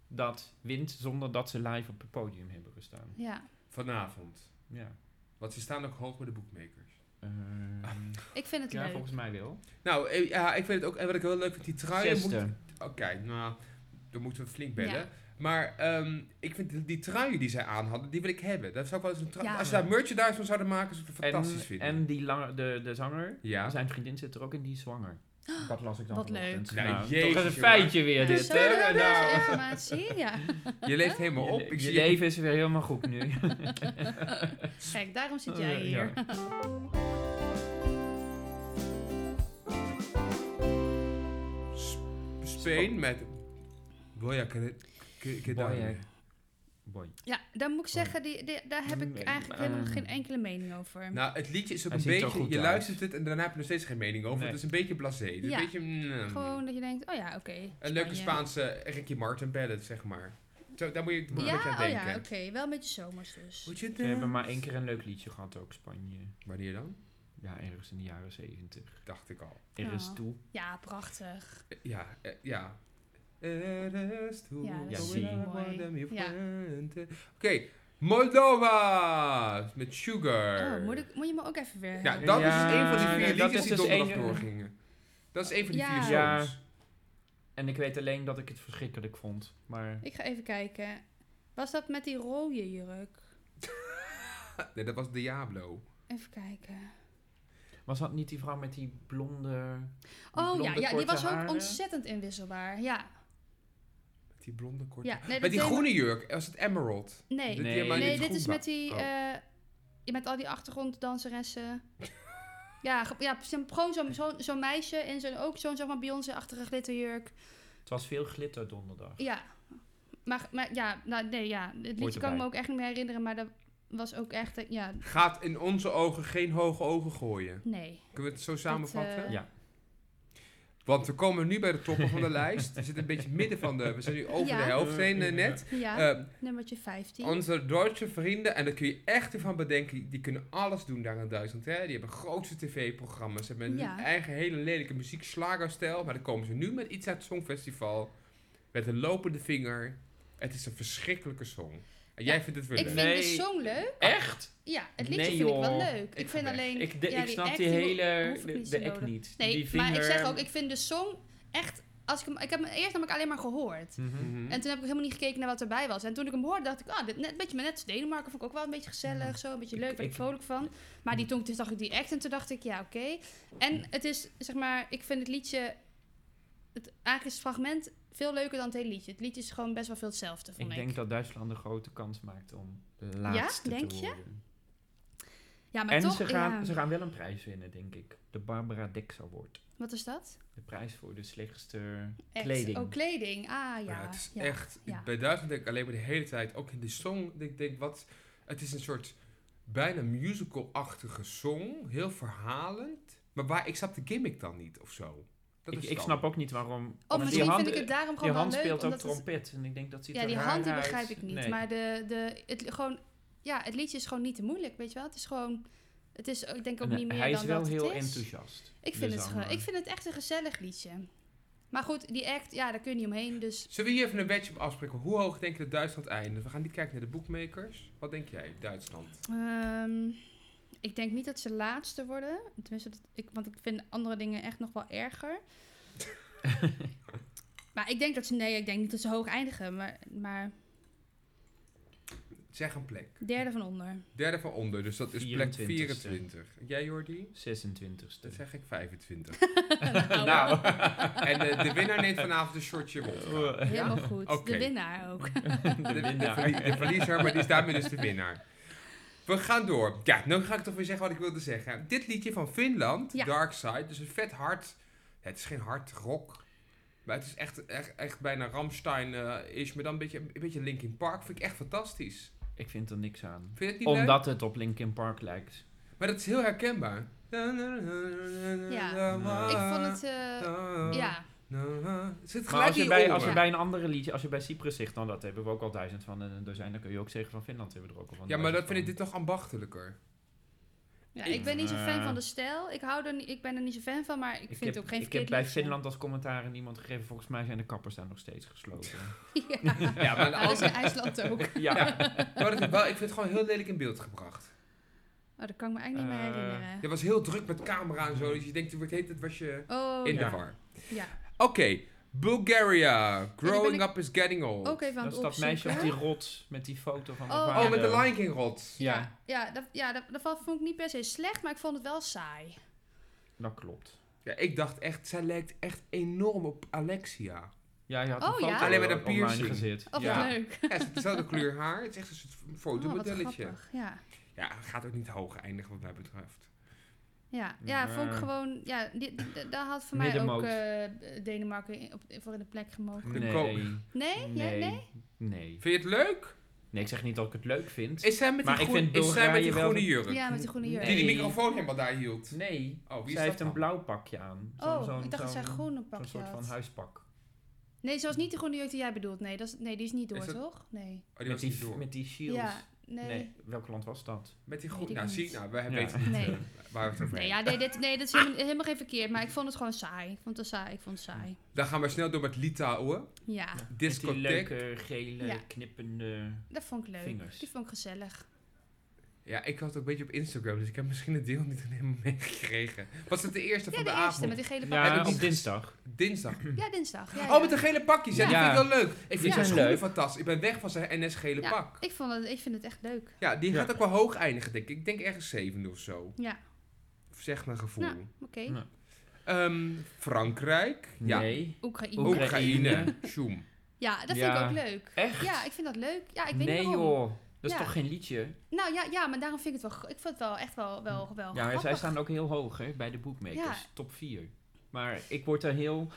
[SPEAKER 4] dat wint zonder dat ze live op het podium hebben gestaan.
[SPEAKER 2] Ja,
[SPEAKER 3] Vanavond.
[SPEAKER 4] Ja.
[SPEAKER 3] Want ze staan ook hoog bij de boekmakers.
[SPEAKER 4] Eh,
[SPEAKER 3] Ehm,
[SPEAKER 2] ik vind het
[SPEAKER 4] ja,
[SPEAKER 2] leuk.
[SPEAKER 4] volgens mij wel.
[SPEAKER 3] Nou, eh, ja, ik vind het ook. En wat ik heel leuk vind, die truien moet-
[SPEAKER 4] Zesde.
[SPEAKER 3] Oké, nou, dan moeten we flink bellen.
[SPEAKER 2] Ja.
[SPEAKER 3] Maar ehm, ik vind die, die truien die zij aan hadden, die wil ik hebben. Dat zou ik wel eens een trui-
[SPEAKER 2] Ja.
[SPEAKER 3] Als ze daar merchandise van zouden maken, zou ik het fantastisch
[SPEAKER 4] En,
[SPEAKER 3] vinden.
[SPEAKER 4] en die lange, de, de zanger,
[SPEAKER 3] ja.
[SPEAKER 4] zijn vriendin zit er ook in, die is zwanger. Dat las ik dan
[SPEAKER 2] Wat
[SPEAKER 4] vanochtend.
[SPEAKER 3] leuk.
[SPEAKER 4] Nou,
[SPEAKER 3] Nou,
[SPEAKER 4] toch
[SPEAKER 3] jezus,
[SPEAKER 4] eens een
[SPEAKER 3] jongen.
[SPEAKER 4] feitje weer
[SPEAKER 2] Ja,
[SPEAKER 4] dit,
[SPEAKER 2] zo
[SPEAKER 4] hè?
[SPEAKER 2] leuk, deze
[SPEAKER 4] Nou.
[SPEAKER 2] informatie, ja.
[SPEAKER 3] Je leeft helemaal op.
[SPEAKER 4] Je,
[SPEAKER 3] Ik
[SPEAKER 4] je
[SPEAKER 3] zie je.
[SPEAKER 4] leven is weer helemaal goed nu.
[SPEAKER 2] Kijk, daarom zit jij
[SPEAKER 4] Eh,
[SPEAKER 2] hier.
[SPEAKER 4] ja.
[SPEAKER 3] Spain met. Boya Ker- Ker- Kedane.
[SPEAKER 4] Boya. Boy.
[SPEAKER 2] Ja, daar moet ik zeggen, die, die- daar heb ik
[SPEAKER 4] Nee,
[SPEAKER 2] eigenlijk
[SPEAKER 4] eh,
[SPEAKER 2] helemaal geen enkele mening over.
[SPEAKER 3] Nou, het liedje is ook
[SPEAKER 4] Hij
[SPEAKER 3] een
[SPEAKER 4] ziet er
[SPEAKER 3] beetje.
[SPEAKER 4] goed
[SPEAKER 3] Je
[SPEAKER 4] uit.
[SPEAKER 3] luistert het en daarna heb je nog steeds geen mening over.
[SPEAKER 4] Nee.
[SPEAKER 3] Het is een beetje blasé. Het is
[SPEAKER 2] Ja.
[SPEAKER 3] Een beetje. mm,
[SPEAKER 2] Gewoon dat je denkt, oh ja, oké.
[SPEAKER 3] Een
[SPEAKER 2] Spanje.
[SPEAKER 3] leuke Spaanse Ricky Martin ballad, zeg maar. Zo, daar moet je, moet je
[SPEAKER 2] Ja,
[SPEAKER 3] een beetje aan
[SPEAKER 2] oh
[SPEAKER 3] denken.
[SPEAKER 2] ja, oké. Wel een beetje zomers dus.
[SPEAKER 3] Moet je het
[SPEAKER 4] Ze hebben maar één keer een leuk liedje gehad ook, Spanje.
[SPEAKER 3] Wanneer dan?
[SPEAKER 4] Ja, ergens in de jaren zeventig.
[SPEAKER 3] Dacht ik al.
[SPEAKER 4] Er is
[SPEAKER 2] Ja.
[SPEAKER 4] toe.
[SPEAKER 2] Ja, prachtig.
[SPEAKER 3] Eh, Ja, eh, ja. Erest hoe
[SPEAKER 2] Ja,
[SPEAKER 4] dat is
[SPEAKER 3] hoe lang
[SPEAKER 2] mooi.
[SPEAKER 3] worden we
[SPEAKER 2] Ja.
[SPEAKER 3] vrienden? Oké, Moldova met Sugar.
[SPEAKER 2] Oh, moet, ik, moet je me ook even weer...
[SPEAKER 3] Ja,
[SPEAKER 2] helpen?
[SPEAKER 3] dat
[SPEAKER 4] Ja,
[SPEAKER 3] is een van die vier
[SPEAKER 4] nee, dat
[SPEAKER 3] liedjes
[SPEAKER 4] is
[SPEAKER 3] die
[SPEAKER 4] dus
[SPEAKER 3] donderdag
[SPEAKER 4] één-
[SPEAKER 3] doorgingen. Dat is een van die
[SPEAKER 2] Ja.
[SPEAKER 3] vier
[SPEAKER 4] Ja.
[SPEAKER 3] songs.
[SPEAKER 4] En ik weet alleen dat ik het verschrikkelijk vond. Maar
[SPEAKER 2] Ik ga even kijken. Was dat met die rode jurk?
[SPEAKER 3] Nee, dat was Diablo.
[SPEAKER 2] Even kijken.
[SPEAKER 4] was dat niet die vrouw met die blonde...
[SPEAKER 2] Oh ja,
[SPEAKER 4] blonde,
[SPEAKER 2] ja die
[SPEAKER 4] korte
[SPEAKER 2] was ook
[SPEAKER 4] haren?
[SPEAKER 2] ontzettend inwisselbaar. Ja.
[SPEAKER 3] Met die blonde korte...
[SPEAKER 2] ja nee,
[SPEAKER 3] met
[SPEAKER 2] dat
[SPEAKER 3] die
[SPEAKER 2] deed-
[SPEAKER 3] groene jurk, was het Emerald.
[SPEAKER 2] Nee,
[SPEAKER 4] Nee.
[SPEAKER 3] helemaal
[SPEAKER 4] Maar
[SPEAKER 2] nee,
[SPEAKER 3] niet
[SPEAKER 2] dit
[SPEAKER 3] goed
[SPEAKER 2] is
[SPEAKER 3] wa-
[SPEAKER 2] met die.
[SPEAKER 3] Oh.
[SPEAKER 2] eh, je met al die achtergronddanseressen. ja, ge- ja, precies, gewoon zo'n zo, zo'n meisje in zo'n ook zo'n zeg maar Beyoncé-achtige glitterjurk.
[SPEAKER 4] Het was veel glitter donderdag.
[SPEAKER 2] Ja. Maar, maar ja, nou, nee, ja. Het liedje kan ik
[SPEAKER 4] erbij.
[SPEAKER 2] me ook echt niet meer herinneren, maar dat was ook echt... eh, Ja,
[SPEAKER 3] Gaat in onze ogen geen hoge ogen gooien.
[SPEAKER 2] nee.
[SPEAKER 3] Kunnen we het zo samenvatten?
[SPEAKER 2] eh,
[SPEAKER 4] Ja.
[SPEAKER 3] Want we komen nu bij de toppen van de lijst. We zitten een beetje midden van de... We zijn nu over
[SPEAKER 2] Ja.
[SPEAKER 3] de helft heen eh,
[SPEAKER 4] Ja.
[SPEAKER 3] net.
[SPEAKER 2] Ja,
[SPEAKER 3] Eh,
[SPEAKER 2] nummertje 15.
[SPEAKER 3] Onze Duitse vrienden, en daar kun je echt ervan bedenken, die kunnen alles doen daar in Duitsland. Hè? Die hebben grootste tv-programma's, ze hebben
[SPEAKER 2] Ja.
[SPEAKER 3] hun eigen hele lelijke muziek, slagerstijl. Maar dan komen ze nu met iets uit het Songfestival, met een lopende vinger. Het is een verschrikkelijke song. En jij
[SPEAKER 2] Ja,
[SPEAKER 3] vindt het weer
[SPEAKER 2] ik
[SPEAKER 3] leuk.
[SPEAKER 2] vind
[SPEAKER 4] Nee.
[SPEAKER 2] de song leuk.
[SPEAKER 4] Echt?
[SPEAKER 2] Ja, het liedje
[SPEAKER 4] Nee,
[SPEAKER 2] vind ik wel
[SPEAKER 4] joh.
[SPEAKER 2] leuk. Ik,
[SPEAKER 3] Ik
[SPEAKER 2] vind
[SPEAKER 3] ga weg.
[SPEAKER 2] alleen...
[SPEAKER 4] Ik, de-
[SPEAKER 2] ja,
[SPEAKER 4] ik snap
[SPEAKER 2] act,
[SPEAKER 4] die
[SPEAKER 2] ho-
[SPEAKER 4] hele...
[SPEAKER 2] hoef ik
[SPEAKER 4] De,
[SPEAKER 2] niet
[SPEAKER 4] de
[SPEAKER 2] zo
[SPEAKER 4] act
[SPEAKER 2] nodig.
[SPEAKER 4] niet.
[SPEAKER 2] Nee,
[SPEAKER 4] die
[SPEAKER 2] maar ik
[SPEAKER 4] vinger-
[SPEAKER 2] zeg ook, ik vind de song echt... Als ik, hem, ik heb hem eerst namelijk alleen maar gehoord.
[SPEAKER 4] Mhm.
[SPEAKER 3] Mhm.
[SPEAKER 2] En toen heb ik helemaal niet gekeken naar wat erbij was. En toen ik hem hoorde, dacht ik, ah, dit net, een beetje net als Denemarken. Vond ik ook wel een beetje gezellig, zo, een beetje
[SPEAKER 4] Mhm. Ik-
[SPEAKER 2] leuk, werd ik
[SPEAKER 4] ik- Mhm.
[SPEAKER 2] vrolijk van. Maar die toen, toen zag ik die act en toen dacht ik, ja, oké. En het is, zeg maar, ik vind het liedje, het, eigenlijk is het fragment veel leuker dan het hele liedje. Het liedje is gewoon best wel veel hetzelfde, vond
[SPEAKER 4] Ik
[SPEAKER 2] ik.
[SPEAKER 4] denk dat Duitsland een grote kans maakt om laatste
[SPEAKER 2] denk
[SPEAKER 4] te
[SPEAKER 2] je?
[SPEAKER 4] worden.
[SPEAKER 2] ja, maar
[SPEAKER 4] En
[SPEAKER 2] toch,
[SPEAKER 4] ze, gaan,
[SPEAKER 2] ja.
[SPEAKER 4] ze gaan wel een prijs winnen, denk ik. De Barbara Dix Award.
[SPEAKER 2] wat is dat?
[SPEAKER 4] De prijs voor de slechtste
[SPEAKER 2] Act.
[SPEAKER 4] kleding.
[SPEAKER 2] Oh, kleding. Ah,
[SPEAKER 3] Maar
[SPEAKER 2] ja.
[SPEAKER 3] het is
[SPEAKER 2] ja.
[SPEAKER 3] echt,
[SPEAKER 2] ja.
[SPEAKER 3] bij Duitsland denk ik alleen maar de hele tijd, ook in die song, denk ik denk wat, het is een soort bijna musical-achtige song, heel verhalend. Maar waar, ik snap de gimmick dan niet of zo. Dat
[SPEAKER 4] ik,
[SPEAKER 3] is
[SPEAKER 4] ik
[SPEAKER 3] dan.
[SPEAKER 4] snap ook niet waarom.
[SPEAKER 2] Oh,
[SPEAKER 4] want
[SPEAKER 2] misschien
[SPEAKER 4] die hand,
[SPEAKER 2] vind ik het daarom
[SPEAKER 4] Die
[SPEAKER 2] gewoon wel
[SPEAKER 4] hand
[SPEAKER 2] leuk.
[SPEAKER 4] speelt ook
[SPEAKER 2] omdat het-
[SPEAKER 4] trompet. En ik denk dat ziet
[SPEAKER 2] Ja,
[SPEAKER 4] er
[SPEAKER 2] die
[SPEAKER 4] raar
[SPEAKER 2] hand die
[SPEAKER 4] uit.
[SPEAKER 2] begrijp ik niet.
[SPEAKER 4] Nee.
[SPEAKER 2] Maar de, de, het, gewoon, ja, het liedje is gewoon niet te moeilijk, weet je wel. Het is gewoon, het is, ik denk ook
[SPEAKER 4] En
[SPEAKER 2] niet meer
[SPEAKER 4] hij
[SPEAKER 2] dan
[SPEAKER 4] is wel
[SPEAKER 2] dat
[SPEAKER 4] heel
[SPEAKER 2] het is.
[SPEAKER 4] enthousiast.
[SPEAKER 2] Ik vind,
[SPEAKER 4] de
[SPEAKER 2] het, gewoon-
[SPEAKER 4] zanger.
[SPEAKER 2] ik vind het echt een gezellig liedje. Maar goed, die act, ja, daar kun je niet omheen, dus...
[SPEAKER 3] Zullen we hier even een wedje op afspreken? Hoe hoog denk je dat Duitsland eindigt? We gaan niet kijken naar de boekmakers. Wat denk jij, Duitsland?
[SPEAKER 2] ehm, ik denk niet dat ze laatste worden. Tenminste, dat ik, want ik vind andere dingen echt nog wel erger. maar ik denk dat ze, nee, ik denk niet dat ze hoog eindigen. Maar, maar
[SPEAKER 3] Zeg een plek.
[SPEAKER 2] derde van onder.
[SPEAKER 3] Derde van onder, dus dat is plek
[SPEAKER 4] 24ste.
[SPEAKER 3] 24. Jij Jordi?
[SPEAKER 4] 26 e
[SPEAKER 3] Dan zeg ik 25.
[SPEAKER 2] nou,
[SPEAKER 3] nou, en eh, de winnaar neemt vanavond een shotje op.
[SPEAKER 2] helemaal goed.
[SPEAKER 3] Oké.
[SPEAKER 2] De winnaar ook.
[SPEAKER 3] De, de,
[SPEAKER 4] winnaar.
[SPEAKER 3] verlie- de verliezer, maar die is daarmee dus de winnaar. We gaan door. Ja, nu ga ik toch weer zeggen wat ik wilde zeggen. Dit liedje van Finland,
[SPEAKER 2] Ja.
[SPEAKER 3] Dark Side, dus een vet hard... ja, het is geen hard rock, maar het is echt, echt, echt bijna Ramstein eh, is, maar dan een beetje, een beetje Linkin Park. Vind ik echt fantastisch.
[SPEAKER 4] Ik vind er niks aan.
[SPEAKER 3] Vind je het niet leuk?
[SPEAKER 4] Omdat het op Linkin Park lijkt.
[SPEAKER 3] Maar dat is heel herkenbaar.
[SPEAKER 2] Ja. Ik vond het... eh, ja,
[SPEAKER 3] Het zit
[SPEAKER 4] Maar
[SPEAKER 3] gelijk in
[SPEAKER 4] als je,
[SPEAKER 3] je
[SPEAKER 4] bij,
[SPEAKER 3] oren.
[SPEAKER 4] als je
[SPEAKER 2] Ja.
[SPEAKER 4] bij een andere liedje, als je bij Cyprus zegt, dan dat hebben we ook al duizend van een dozijn. Dan kun je ook zeggen van Finland hebben we er ook al van.
[SPEAKER 3] Ja, maar dat
[SPEAKER 4] duizend
[SPEAKER 3] vind ik
[SPEAKER 4] van.
[SPEAKER 3] dit toch ambachtelijker.
[SPEAKER 2] ja,
[SPEAKER 4] Ik-
[SPEAKER 2] ik ben niet zo'n fan
[SPEAKER 4] Eh.
[SPEAKER 2] van de stijl. Ik, hou er, niet- ik ben er niet zo'n fan van, maar ik, vind
[SPEAKER 4] heb,
[SPEAKER 2] het ook geen
[SPEAKER 4] Ik heb
[SPEAKER 2] verkeerd
[SPEAKER 4] bij
[SPEAKER 2] liedje.
[SPEAKER 4] Finland als commentaar aan iemand gegeven. Volgens mij zijn de kappers daar nog steeds gesloten.
[SPEAKER 2] Ja,
[SPEAKER 3] Ja, maar, de
[SPEAKER 2] Ah, dat is
[SPEAKER 3] andere-
[SPEAKER 2] in IJsland ook.
[SPEAKER 4] ja.
[SPEAKER 3] maar dat is wel, ik vind het gewoon heel lelijk in beeld gebracht.
[SPEAKER 2] Oh, dat kan ik me eigenlijk niet meer
[SPEAKER 4] Eh,
[SPEAKER 2] herinneren.
[SPEAKER 3] Je was heel druk met camera en zo, dus je denkt, het heet het was je
[SPEAKER 2] Oh,
[SPEAKER 3] in
[SPEAKER 2] ja.
[SPEAKER 3] de war.
[SPEAKER 2] Ja.
[SPEAKER 3] Oké, Bulgaria. Growing
[SPEAKER 2] ben ik-
[SPEAKER 3] up is getting old.
[SPEAKER 2] Ook even aan
[SPEAKER 4] Dat
[SPEAKER 2] het
[SPEAKER 4] is dat meisje op
[SPEAKER 2] opzoeken.
[SPEAKER 4] die rots met die foto van
[SPEAKER 2] Oh,
[SPEAKER 4] mijn vader.
[SPEAKER 3] Oh, met de Lion King rots.
[SPEAKER 4] Ja,
[SPEAKER 2] Ja, dat, ja dat, dat vond ik niet per se slecht, maar ik vond het wel saai.
[SPEAKER 4] dat klopt.
[SPEAKER 3] Ja, ik dacht echt, zij lijkt echt enorm op Alexia.
[SPEAKER 4] Ja, je had een
[SPEAKER 2] Oh, ja?
[SPEAKER 4] foto
[SPEAKER 3] Alleen met een
[SPEAKER 4] online
[SPEAKER 3] piercing.
[SPEAKER 4] gezet.
[SPEAKER 2] Oh,
[SPEAKER 3] Ja.
[SPEAKER 2] wat leuk.
[SPEAKER 3] Ja, ze heeft dezelfde kleur haar. Het is echt een soort
[SPEAKER 2] Oh, wat
[SPEAKER 3] fotomodelletje.
[SPEAKER 2] grappig. Ja.
[SPEAKER 3] ja, het gaat ook niet hoog eindigen wat mij betreft.
[SPEAKER 2] Ja, ja,
[SPEAKER 4] Ja.
[SPEAKER 2] vond ik gewoon... Ja, die- die- die- daar had voor mij ook
[SPEAKER 4] Middenmoot.
[SPEAKER 2] eh, Denemarken in- op, voor in de plek gemogen.
[SPEAKER 3] De
[SPEAKER 4] Nee.
[SPEAKER 3] ko-
[SPEAKER 4] Nee.
[SPEAKER 2] Nee? Jij- nee?
[SPEAKER 4] Nee.
[SPEAKER 3] Vind je het leuk?
[SPEAKER 4] Nee, ik zeg niet dat ik het leuk vind.
[SPEAKER 3] Is zij met die,
[SPEAKER 4] Maar ik
[SPEAKER 3] groen-
[SPEAKER 4] vind
[SPEAKER 3] is zij met die
[SPEAKER 4] Bulgarije wel-
[SPEAKER 3] groene jurk?
[SPEAKER 2] Ja, met de groene jurk.
[SPEAKER 3] Die die
[SPEAKER 4] Nee.
[SPEAKER 3] microfoon helemaal daar hield.
[SPEAKER 4] Nee.
[SPEAKER 3] Oh, wie
[SPEAKER 4] Zij
[SPEAKER 3] is
[SPEAKER 4] heeft
[SPEAKER 3] dat
[SPEAKER 4] een
[SPEAKER 3] dan?
[SPEAKER 4] blauw pakje aan. Zo'n-
[SPEAKER 2] Oh,
[SPEAKER 4] zo'n-
[SPEAKER 2] ik dacht dat zij
[SPEAKER 4] zo'n-
[SPEAKER 2] groene
[SPEAKER 4] Zo'n
[SPEAKER 2] pakje
[SPEAKER 4] soort van
[SPEAKER 2] had.
[SPEAKER 4] huispak.
[SPEAKER 2] Nee, ze was niet de groene jurk die jij bedoelt. Nee, dat is, nee die is niet door,
[SPEAKER 3] Is dat-
[SPEAKER 2] toch? Nee.
[SPEAKER 3] Oh, die
[SPEAKER 4] met,
[SPEAKER 3] was niet
[SPEAKER 4] die,
[SPEAKER 3] door.
[SPEAKER 4] met die shields.
[SPEAKER 2] Ja, nee.
[SPEAKER 4] nee. Welk land was dat?
[SPEAKER 3] Met die
[SPEAKER 2] Weet
[SPEAKER 3] groene...
[SPEAKER 2] ik
[SPEAKER 3] Nou,
[SPEAKER 2] niet.
[SPEAKER 3] zie ik nou. Wij
[SPEAKER 4] Ja.
[SPEAKER 3] weten niet
[SPEAKER 2] Nee.
[SPEAKER 3] eh, waar we het over
[SPEAKER 2] Nee,
[SPEAKER 3] hebben.
[SPEAKER 2] ja, nee, dit, nee, dat is helemaal, helemaal geen verkeerd, maar ik vond het gewoon saai. Ik vond het saai, ik vond het saai.
[SPEAKER 3] Dan gaan we snel door met Litouwen.
[SPEAKER 2] Ja,
[SPEAKER 4] Met die
[SPEAKER 3] Discotheek.
[SPEAKER 4] leuke, gele,
[SPEAKER 2] Ah. Ja.
[SPEAKER 4] knippende...
[SPEAKER 2] dat vond ik leuk.
[SPEAKER 4] Vingers.
[SPEAKER 2] Die vond ik gezellig.
[SPEAKER 3] Ja, ik had het ook een beetje op Instagram, dus ik heb misschien het deel niet helemaal meegekregen. Was het de eerste
[SPEAKER 2] Ja,
[SPEAKER 3] van
[SPEAKER 2] de
[SPEAKER 3] de,
[SPEAKER 2] eerste
[SPEAKER 3] avond?
[SPEAKER 2] met die gele
[SPEAKER 3] Hebben
[SPEAKER 4] Ja,
[SPEAKER 2] pakjes.
[SPEAKER 4] op
[SPEAKER 3] die-
[SPEAKER 4] dinsdag.
[SPEAKER 3] Dinsdag.
[SPEAKER 2] Ja, dinsdag. Ja,
[SPEAKER 3] Oh,
[SPEAKER 2] ja.
[SPEAKER 3] met de gele pakjes. Ja,
[SPEAKER 4] Ja.
[SPEAKER 3] die vind ik wel leuk. Ik vind
[SPEAKER 2] Ja.
[SPEAKER 3] zijn
[SPEAKER 4] Zijn
[SPEAKER 3] schoenen
[SPEAKER 4] leuk.
[SPEAKER 3] fantastisch. Ik ben weg van zijn NS gele
[SPEAKER 2] Ja.
[SPEAKER 3] pak.
[SPEAKER 2] Ik, vond het, ik vind het echt leuk.
[SPEAKER 3] Ja, die
[SPEAKER 4] Ja.
[SPEAKER 3] gaat ook wel hoog eindigen, denk ik. Ik denk ergens zevende of zo.
[SPEAKER 2] Ja,
[SPEAKER 3] Zeg mijn gevoel.
[SPEAKER 2] Nou. oké.
[SPEAKER 4] Ja.
[SPEAKER 3] Ehm, Frankrijk. Ja.
[SPEAKER 4] Nee.
[SPEAKER 2] Oekraïne.
[SPEAKER 4] Oek-
[SPEAKER 3] Oekraïne.
[SPEAKER 4] Oekraïne.
[SPEAKER 3] Zoom.
[SPEAKER 2] Ja, dat vind
[SPEAKER 4] Ja.
[SPEAKER 2] ik ook leuk.
[SPEAKER 4] Echt?
[SPEAKER 2] Ja, ik vind dat leuk. Ja, ik weet
[SPEAKER 4] nee
[SPEAKER 2] niet waarom.
[SPEAKER 4] joh. Dat is
[SPEAKER 2] Ja.
[SPEAKER 4] toch geen liedje?
[SPEAKER 2] Nou ja, ja, maar daarom vind ik het wel... gro- Ik vond het wel echt wel, wel, wel
[SPEAKER 4] Ja, maar
[SPEAKER 2] Oh, grappig.
[SPEAKER 4] zij staan ook heel hoog hè, bij de bookmakers.
[SPEAKER 2] Ja.
[SPEAKER 4] Top 4. Maar ik word daar heel...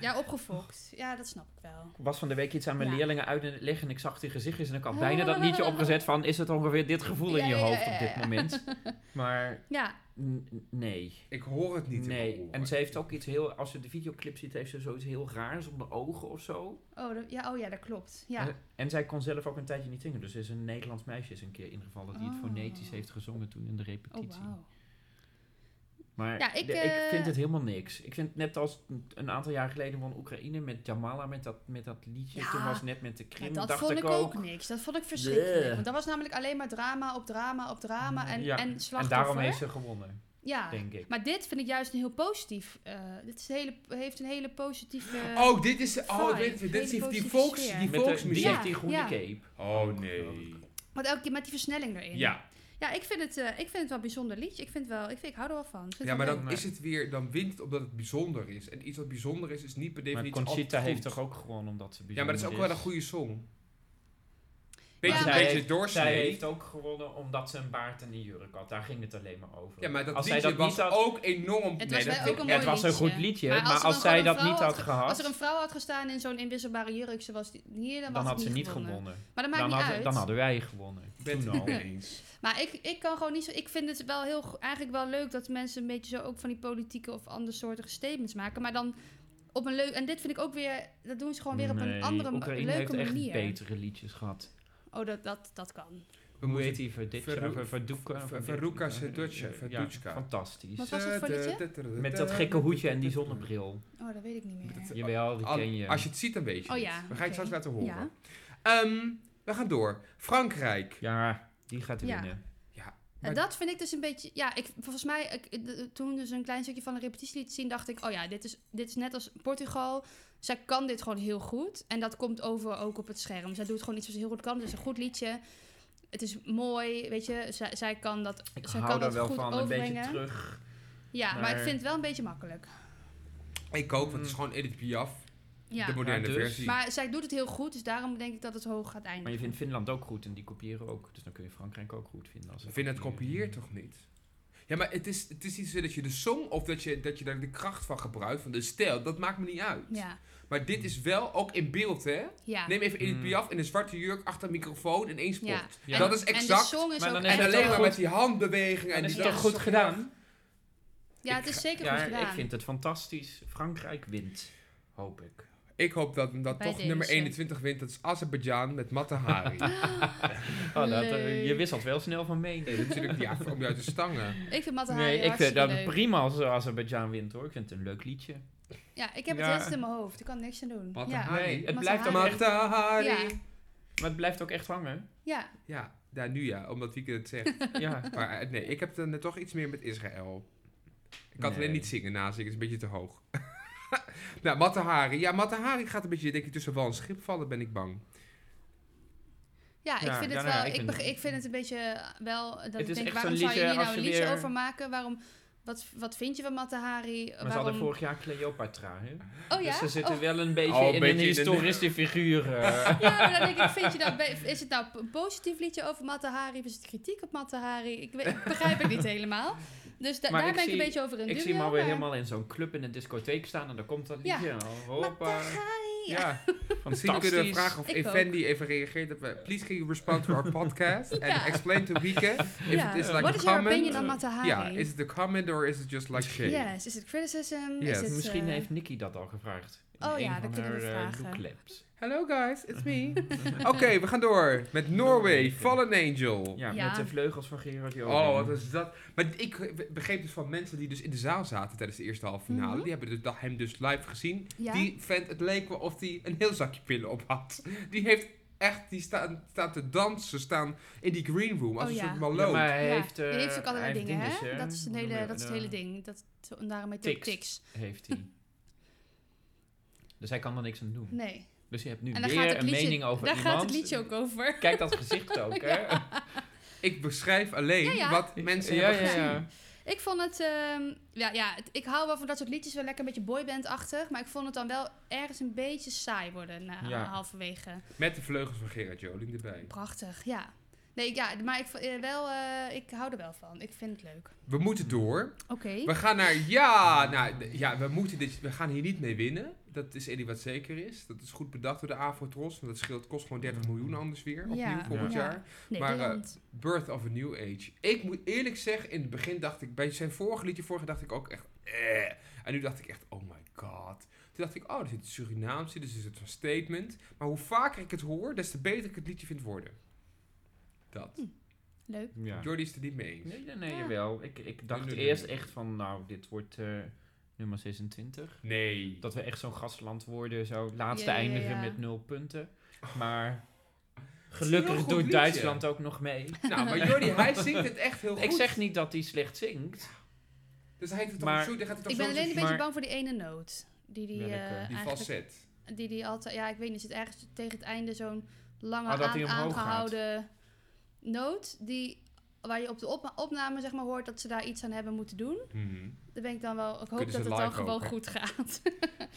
[SPEAKER 2] Ja, opgefokt. Ja, dat snap ik wel.
[SPEAKER 4] was van de week iets aan mijn
[SPEAKER 2] Ja.
[SPEAKER 4] leerlingen uit liggen en ik zag die gezichtjes en ik had bijna dat liedje opgezet van is het ongeveer dit gevoel in
[SPEAKER 2] Ja,
[SPEAKER 4] je
[SPEAKER 2] ja, ja,
[SPEAKER 4] hoofd
[SPEAKER 2] ja,
[SPEAKER 4] op dit
[SPEAKER 2] ja.
[SPEAKER 4] moment. Maar
[SPEAKER 2] Ja,
[SPEAKER 4] n- n- nee.
[SPEAKER 3] Ik hoor het niet. in mijn
[SPEAKER 4] Nee.
[SPEAKER 3] oren.
[SPEAKER 4] En ze heeft ook iets heel, als je de videoclip ziet, heeft ze zoiets heel raars om de ogen of zo.
[SPEAKER 2] oh, dat, ja, oh, ja dat klopt. Ja.
[SPEAKER 4] En, en zij kon zelf ook een tijdje niet zingen. Dus er is een Nederlands meisje is een keer ingevallen die het
[SPEAKER 2] Oh.
[SPEAKER 4] fonetisch heeft gezongen toen in de
[SPEAKER 2] Oh,
[SPEAKER 4] repetitie.
[SPEAKER 2] wauw.
[SPEAKER 4] Maar
[SPEAKER 2] Ja,
[SPEAKER 4] de-
[SPEAKER 2] ik,
[SPEAKER 4] ik,
[SPEAKER 2] eh,
[SPEAKER 4] vind het helemaal niks. Ik vind het net als een- een aantal jaar geleden van Oekraïne met Jamala, met dat, met dat liedje.
[SPEAKER 2] Ja,
[SPEAKER 4] Toen was net met de Krim,
[SPEAKER 2] Maar dat
[SPEAKER 4] dacht
[SPEAKER 2] vond
[SPEAKER 4] ik
[SPEAKER 2] ik ook niks. Dat vond ik verschrikkelijk.
[SPEAKER 4] Bleh.
[SPEAKER 2] Want dat was namelijk alleen maar drama op drama op drama en,
[SPEAKER 4] Ja,
[SPEAKER 2] en
[SPEAKER 4] En
[SPEAKER 2] slachtoffer. Ah.
[SPEAKER 4] daarom heeft ze gewonnen,
[SPEAKER 2] ja.
[SPEAKER 4] denk ik.
[SPEAKER 2] Maar dit vind ik juist een heel positief. eh, dit is een hele, heeft een hele positieve.
[SPEAKER 3] Oh, dit is, oh,
[SPEAKER 2] Fine.
[SPEAKER 3] ik weet het, dit
[SPEAKER 2] Hele
[SPEAKER 3] is die, die,
[SPEAKER 2] positieve
[SPEAKER 3] volks,
[SPEAKER 2] sfeer.
[SPEAKER 3] die
[SPEAKER 4] Met de-
[SPEAKER 3] volksmuziek.
[SPEAKER 4] die heeft die
[SPEAKER 2] Ja,
[SPEAKER 4] groene
[SPEAKER 2] ja.
[SPEAKER 4] cape.
[SPEAKER 3] Oh nee.
[SPEAKER 2] Want elke keer met die versnelling erin.
[SPEAKER 3] Ja,
[SPEAKER 2] Ja, ik vind het, eh, ik vind het wel een bijzonder liedje. Ik, vind het wel, ik, vind, ik hou er wel van. Ik vind
[SPEAKER 3] ja
[SPEAKER 2] het
[SPEAKER 3] maar
[SPEAKER 2] wel
[SPEAKER 3] dan
[SPEAKER 4] Nee.
[SPEAKER 3] is het weer, dan wint het omdat het bijzonder is. En iets wat bijzonder is, is niet per
[SPEAKER 4] Maar
[SPEAKER 3] definitie altijd
[SPEAKER 4] Conchita
[SPEAKER 3] goed.
[SPEAKER 4] heeft toch ook gewonnen omdat ze
[SPEAKER 3] Ja, maar dat is ook wel een goede song. Beetje,
[SPEAKER 2] Ja, maar-
[SPEAKER 3] beetje
[SPEAKER 4] heeft- Zij
[SPEAKER 3] doorsnee.
[SPEAKER 4] heeft ook gewonnen omdat ze een baard en een jurk had. Daar ging het alleen maar over.
[SPEAKER 3] Ja, maar dat
[SPEAKER 4] als
[SPEAKER 3] liedje
[SPEAKER 4] zij dat
[SPEAKER 3] was
[SPEAKER 4] niet had,
[SPEAKER 3] ook
[SPEAKER 2] Het
[SPEAKER 3] enorm... nee,
[SPEAKER 2] was wel
[SPEAKER 3] dat vind
[SPEAKER 2] ook een
[SPEAKER 3] ik-
[SPEAKER 4] het
[SPEAKER 2] mooi
[SPEAKER 4] was een
[SPEAKER 2] liedje.
[SPEAKER 4] goed liedje,
[SPEAKER 2] Maar
[SPEAKER 4] maar,
[SPEAKER 2] als
[SPEAKER 4] als,
[SPEAKER 2] er dan
[SPEAKER 4] zij
[SPEAKER 2] gewoon een
[SPEAKER 4] dat niet
[SPEAKER 2] vrouw
[SPEAKER 4] had
[SPEAKER 2] had
[SPEAKER 4] gehad,
[SPEAKER 2] Als er een vrouw had gestaan in zo'n inwisselbare jurk, ze was die- hier, dan,
[SPEAKER 4] dan
[SPEAKER 2] was
[SPEAKER 4] had
[SPEAKER 2] het
[SPEAKER 4] ze niet gewonnen.
[SPEAKER 2] gewonnen. Maar dat maakt
[SPEAKER 4] Dan,
[SPEAKER 2] niet
[SPEAKER 4] had-
[SPEAKER 2] uit.
[SPEAKER 4] dan hadden wij gewonnen.
[SPEAKER 3] Ik ben het
[SPEAKER 4] Toen
[SPEAKER 3] niet
[SPEAKER 4] al.
[SPEAKER 3] mee eens.
[SPEAKER 2] Maar ik, ik kan gewoon niet zo. Ik vind het wel heel go- eigenlijk wel leuk dat mensen een beetje zo ook van die politieke of andersoortige statements maken. Maar dan op een leuk. En dit vind ik ook weer. Dat doen ze gewoon weer op een
[SPEAKER 4] Nee,
[SPEAKER 2] andere
[SPEAKER 4] Oekraïne
[SPEAKER 2] leuke
[SPEAKER 4] heeft echt
[SPEAKER 2] manier.
[SPEAKER 4] betere liedjes gehad.
[SPEAKER 2] Oh, dat, dat, dat kan.
[SPEAKER 3] We
[SPEAKER 4] Hoe
[SPEAKER 3] moeten
[SPEAKER 4] heet die? Verditja,
[SPEAKER 3] Verru-
[SPEAKER 4] Verdoeka?
[SPEAKER 3] Ver-
[SPEAKER 4] Verdit-
[SPEAKER 3] Verruca
[SPEAKER 4] eh,
[SPEAKER 3] Sedutja,
[SPEAKER 4] eh, ja,
[SPEAKER 3] Verdutjka.
[SPEAKER 4] Fantastisch.
[SPEAKER 2] Wat was het voor liedje?
[SPEAKER 4] Met dat gekke hoedje en die zonnebril.
[SPEAKER 2] Oh, dat weet ik niet meer.
[SPEAKER 3] Dat-
[SPEAKER 4] Jawel, die
[SPEAKER 3] Al-
[SPEAKER 4] ken je.
[SPEAKER 3] Als je het ziet, dan weet je
[SPEAKER 2] Oh
[SPEAKER 3] het.
[SPEAKER 2] ja,
[SPEAKER 3] We gaan
[SPEAKER 2] oké.
[SPEAKER 3] je straks laten horen.
[SPEAKER 2] Ja.
[SPEAKER 3] Ehm, we gaan door. Frankrijk.
[SPEAKER 4] Ja, die gaat
[SPEAKER 2] Ja.
[SPEAKER 4] winnen.
[SPEAKER 2] En
[SPEAKER 3] Maar-
[SPEAKER 2] dat vind ik dus een beetje. Ja, ik, volgens mij, ik, de- toen dus een klein stukje van een repetitie liet zien, dacht ik, oh ja, dit is, dit is net als Portugal. Zij kan dit gewoon heel goed. En dat komt over ook op het scherm. Zij doet gewoon iets wat ze heel goed kan. Het is een goed liedje. Het is mooi, weet je. Zij, zij kan dat,
[SPEAKER 4] Ik
[SPEAKER 2] zij
[SPEAKER 4] hou
[SPEAKER 2] kan
[SPEAKER 4] daar
[SPEAKER 2] dat
[SPEAKER 4] wel
[SPEAKER 2] goed
[SPEAKER 4] van, een beetje
[SPEAKER 2] overbrengen.
[SPEAKER 4] terug.
[SPEAKER 2] ja, maar...
[SPEAKER 4] maar-
[SPEAKER 2] ik vind het wel een beetje makkelijk.
[SPEAKER 3] Ik ook, want het is gewoon Edith Piaf. De
[SPEAKER 2] Ja.
[SPEAKER 3] moderne
[SPEAKER 4] Maar Mm. dus-
[SPEAKER 3] versie.
[SPEAKER 2] Maar zij doet het heel goed, dus daarom denk ik dat het hoog gaat eindigen.
[SPEAKER 4] Maar je vindt Finland ook goed en die kopiëren ook. Dus dan kun je Frankrijk ook goed vinden. Als ze
[SPEAKER 3] Ik vind het
[SPEAKER 4] kopiëren.
[SPEAKER 3] kopieert toch niet? Ja, maar het is, het is niet zo dat je de song of dat je, dat je daar de kracht van gebruikt, van de stijl, dat maakt me niet uit.
[SPEAKER 2] Ja,
[SPEAKER 3] Maar dit is wel ook in beeld, hè?
[SPEAKER 2] ja.
[SPEAKER 3] Neem even Edith
[SPEAKER 4] Mm.
[SPEAKER 3] Piaf in een zwarte jurk achter een microfoon en één spot.
[SPEAKER 2] ja.
[SPEAKER 4] Ja.
[SPEAKER 3] Dat is
[SPEAKER 2] En de
[SPEAKER 3] exact.
[SPEAKER 2] song is
[SPEAKER 4] Maar
[SPEAKER 2] ook
[SPEAKER 4] dan is
[SPEAKER 3] En
[SPEAKER 2] echt
[SPEAKER 4] het
[SPEAKER 3] alleen
[SPEAKER 4] toch
[SPEAKER 2] wel-
[SPEAKER 3] maar
[SPEAKER 4] goed?
[SPEAKER 3] met die handbewegingen. En
[SPEAKER 4] En
[SPEAKER 3] die
[SPEAKER 4] is het
[SPEAKER 3] dat
[SPEAKER 4] toch goed
[SPEAKER 3] toch-
[SPEAKER 4] gedaan?
[SPEAKER 2] Ja, het is zeker
[SPEAKER 4] Ja,
[SPEAKER 2] goed gedaan.
[SPEAKER 4] ik vind het fantastisch. Frankrijk wint, hoop ik.
[SPEAKER 3] Ik hoop dat, dat
[SPEAKER 2] Bij
[SPEAKER 3] toch
[SPEAKER 2] deze.
[SPEAKER 3] nummer 21 wint. Dat is Azerbeidzjan met Matahari.
[SPEAKER 4] Oh, dat, eh,
[SPEAKER 2] Leuk.
[SPEAKER 4] je wisselt wel snel van mening.
[SPEAKER 3] Nee, natuurlijk ja, om je uit de stangen.
[SPEAKER 2] Ik vind Matahari
[SPEAKER 4] Nee, ik vind
[SPEAKER 2] hartstikke
[SPEAKER 4] dat
[SPEAKER 2] leuk.
[SPEAKER 4] prima als Azerbeidzjan wint hoor. Ik vind het een leuk liedje.
[SPEAKER 2] Ja, ik heb
[SPEAKER 4] Ja.
[SPEAKER 2] het rest in mijn hoofd. Ik kan er niks aan doen.
[SPEAKER 3] Wat een
[SPEAKER 2] ja.
[SPEAKER 3] haat. Hari.
[SPEAKER 4] Nee, het
[SPEAKER 2] Maar
[SPEAKER 4] blijft,
[SPEAKER 2] ze
[SPEAKER 4] ook
[SPEAKER 2] haren-
[SPEAKER 4] echt,
[SPEAKER 3] Matahari.
[SPEAKER 2] Ja.
[SPEAKER 4] maar het blijft ook echt hangen.
[SPEAKER 2] ja,
[SPEAKER 3] Ja, daar nu ja, omdat Wieke het zegt.
[SPEAKER 4] Ja.
[SPEAKER 3] Maar eh, nee, ik heb dan toch iets meer met Israël. Ik kan het alleen
[SPEAKER 4] Nee.
[SPEAKER 3] niet zingen nazingen, het is een beetje te hoog. nou, Matahari. Ja, Matahari gaat een beetje, denk ik, tussen wal en schip vallen, ben ik bang.
[SPEAKER 2] ja, ik
[SPEAKER 4] Ja,
[SPEAKER 2] vind
[SPEAKER 4] ja,
[SPEAKER 2] het
[SPEAKER 4] nou ja,
[SPEAKER 2] wel.
[SPEAKER 4] ik
[SPEAKER 2] Ik,
[SPEAKER 4] vind
[SPEAKER 2] beg-
[SPEAKER 4] het-
[SPEAKER 2] ik vind het een beetje eh, wel. Dat
[SPEAKER 4] Het
[SPEAKER 2] ik
[SPEAKER 4] is
[SPEAKER 2] denk,
[SPEAKER 4] echt
[SPEAKER 2] waarom
[SPEAKER 4] zo'n
[SPEAKER 2] zou je hier
[SPEAKER 4] liedje
[SPEAKER 2] nou
[SPEAKER 4] als
[SPEAKER 2] een
[SPEAKER 4] je
[SPEAKER 2] liedje
[SPEAKER 4] weer-
[SPEAKER 2] over maken? Waarom, wat, wat vind je van Matahari?
[SPEAKER 4] Maar ze hadden
[SPEAKER 2] waarom...
[SPEAKER 4] vorig jaar Cleopatra, hè?
[SPEAKER 2] Oh ja?
[SPEAKER 4] Dus ze zitten
[SPEAKER 2] Oh,
[SPEAKER 4] wel een beetje
[SPEAKER 3] Oh, een
[SPEAKER 4] in
[SPEAKER 3] beetje in
[SPEAKER 4] een
[SPEAKER 3] de-
[SPEAKER 4] historische figuur. eh.
[SPEAKER 2] ja, maar dan denk ik, vind je dat be- is het nou een positief liedje over Matahari? Of is het kritiek op Matahari? Ik, weet, ik begrijp het niet helemaal. Dus da-
[SPEAKER 4] Maar
[SPEAKER 2] daar
[SPEAKER 4] ik
[SPEAKER 2] ben ik
[SPEAKER 4] zie-
[SPEAKER 2] een beetje over in
[SPEAKER 4] ik
[SPEAKER 2] dubio.
[SPEAKER 4] zie hem alweer
[SPEAKER 2] maar-
[SPEAKER 4] helemaal in zo'n club in een discotheek staan en dan komt dat
[SPEAKER 2] Ja.
[SPEAKER 4] liedje. Oh, hoppa.
[SPEAKER 2] Matahari! Ja.
[SPEAKER 4] Ja,
[SPEAKER 3] Misschien kunnen we
[SPEAKER 4] fantastisch.
[SPEAKER 3] vragen of
[SPEAKER 2] Ik
[SPEAKER 3] Effendi even reageert op... eh, Please can you respond to our podcast and
[SPEAKER 2] Ja.
[SPEAKER 3] explain to Wieke if it is like
[SPEAKER 2] What
[SPEAKER 3] a
[SPEAKER 2] is your
[SPEAKER 3] comment.
[SPEAKER 2] opinion on Matahari?
[SPEAKER 3] Ja, is het een comment or is it just like shade?
[SPEAKER 2] Yes, is het criticism?
[SPEAKER 3] Yes.
[SPEAKER 2] Is het,
[SPEAKER 4] Misschien
[SPEAKER 2] eh,
[SPEAKER 4] heeft Nicky dat al gevraagd. In
[SPEAKER 2] Oh
[SPEAKER 4] een
[SPEAKER 2] ja,
[SPEAKER 4] van
[SPEAKER 2] dat kunnen we
[SPEAKER 4] haar, eh,
[SPEAKER 2] vragen.
[SPEAKER 4] doeklabs.
[SPEAKER 3] Hello guys, it's me. Oké, we gaan door met Norway, Fallen Angel.
[SPEAKER 4] Ja,
[SPEAKER 2] Ja.
[SPEAKER 4] met de vleugels van Gerard Joling.
[SPEAKER 3] Oh, wat is dat? Maar ik begreep dus van mensen die dus in de zaal zaten tijdens de eerste halve finale.
[SPEAKER 2] Mhm.
[SPEAKER 3] Die hebben dus, dat- hem dus live gezien.
[SPEAKER 2] Ja.
[SPEAKER 3] Die vent, het leek wel of hij een heel zakje pillen op had. Die heeft echt, die staan staat te dansen, staan in die green room als
[SPEAKER 2] Oh
[SPEAKER 3] een
[SPEAKER 2] ja.
[SPEAKER 3] soort
[SPEAKER 4] Ja,
[SPEAKER 3] maloot.
[SPEAKER 4] maar hij
[SPEAKER 2] ja.
[SPEAKER 4] heeft... eh,
[SPEAKER 2] die heeft ook
[SPEAKER 4] hij
[SPEAKER 2] allerlei
[SPEAKER 4] heeft
[SPEAKER 2] dingen,
[SPEAKER 4] dinges,
[SPEAKER 2] hè? Dat is, het
[SPEAKER 4] Hoe noem
[SPEAKER 2] hele,
[SPEAKER 4] je
[SPEAKER 2] dat is het hele ding. Dat, en daarom heet het ook tics.
[SPEAKER 4] Tics. Heeft hij. Dus hij kan er niks aan doen.
[SPEAKER 2] Nee.
[SPEAKER 4] Dus je hebt nu
[SPEAKER 2] en daar gaat
[SPEAKER 4] weer
[SPEAKER 2] het
[SPEAKER 4] een
[SPEAKER 2] liedje,
[SPEAKER 4] mening over
[SPEAKER 2] daar
[SPEAKER 4] iemand.
[SPEAKER 2] gaat het liedje ook over.
[SPEAKER 4] Kijk dat gezicht ook, hè?
[SPEAKER 3] Ik beschrijf alleen
[SPEAKER 2] Ja, ja.
[SPEAKER 3] wat mensen
[SPEAKER 4] ja,
[SPEAKER 3] hebben
[SPEAKER 4] ja,
[SPEAKER 3] gezien.
[SPEAKER 4] ja.
[SPEAKER 2] Ik vond het... ehm, ja, ja, het- ik hou wel van dat soort liedjes. Wel lekker een beetje boyband-achtig. Maar ik vond het dan wel ergens een beetje saai worden na
[SPEAKER 4] Ja.
[SPEAKER 2] halverwege.
[SPEAKER 3] Met de vleugels van Gerard Joling erbij.
[SPEAKER 2] Prachtig, ja. Nee, ja, maar ik, v- eh, wel, eh, ik hou er wel van. Ik vind het leuk.
[SPEAKER 3] We moeten door.
[SPEAKER 2] Oké.
[SPEAKER 3] We gaan naar ja. Nou, d- ja, we, moeten dit, we gaan hier niet mee winnen. Dat is één wat zeker is. Dat is goed bedacht door de Avrotros. Want dat scheelt, kost gewoon 30 miljoen anders weer. Opnieuw
[SPEAKER 2] Ja.
[SPEAKER 3] volgend
[SPEAKER 2] Ja.
[SPEAKER 3] jaar.
[SPEAKER 2] Nederland.
[SPEAKER 3] Birth of a New Age. Ik moet eerlijk zeggen, in het begin dacht ik... Bij zijn vorige liedje vorige dacht ik ook echt... Eh. En nu dacht ik echt, oh my god. Toen dacht ik, oh, er zit Surinaams in. Dus is het een statement. Maar hoe vaker ik het hoor, des te beter ik het liedje vind worden. Dat.
[SPEAKER 2] leuk.
[SPEAKER 4] Ja.
[SPEAKER 3] Jordi is het niet mee eens.
[SPEAKER 4] Nee, nee, nee
[SPEAKER 2] Ja.
[SPEAKER 4] jawel. Ik, ik dacht
[SPEAKER 3] nee, nee,
[SPEAKER 4] eerst
[SPEAKER 3] nee.
[SPEAKER 4] echt van, nou, dit wordt eh, nummer 26.
[SPEAKER 3] Nee.
[SPEAKER 4] Dat we echt zo'n gastland worden, zo laatste
[SPEAKER 2] Ja, ja, ja,
[SPEAKER 4] eindigen
[SPEAKER 2] ja.
[SPEAKER 4] met nul punten. Maar gelukkig
[SPEAKER 3] goed
[SPEAKER 4] doet
[SPEAKER 3] liedje.
[SPEAKER 4] Duitsland ook nog mee.
[SPEAKER 3] Nou, maar Jordi, hij zingt het echt heel goed.
[SPEAKER 4] Ik zeg niet dat hij slecht zingt.
[SPEAKER 3] Dus hij heeft het
[SPEAKER 4] Maar-
[SPEAKER 3] toch zo... hij gaat het toch
[SPEAKER 2] Ik ben
[SPEAKER 3] zo-
[SPEAKER 2] alleen een beetje
[SPEAKER 4] dus maar-
[SPEAKER 2] bang voor die ene noot. Die die,
[SPEAKER 4] Welke?
[SPEAKER 2] eh,
[SPEAKER 4] Die
[SPEAKER 3] Die
[SPEAKER 2] eigenlijk-
[SPEAKER 3] facet.
[SPEAKER 2] die die altijd, ja, ik weet niet, er zit ergens tegen het einde zo'n lange
[SPEAKER 4] Ah, dat
[SPEAKER 2] aan-
[SPEAKER 4] die omhoog gaat.
[SPEAKER 2] aangehouden noot die waar je op de op- opname zeg maar hoort dat ze daar iets aan hebben moeten doen.
[SPEAKER 4] Mhm.
[SPEAKER 2] Dan ben ik dan wel, ik hoop
[SPEAKER 3] Kunnen ze
[SPEAKER 2] dat het dan
[SPEAKER 3] live ook,
[SPEAKER 2] gewoon
[SPEAKER 3] hè?
[SPEAKER 2] goed gaat.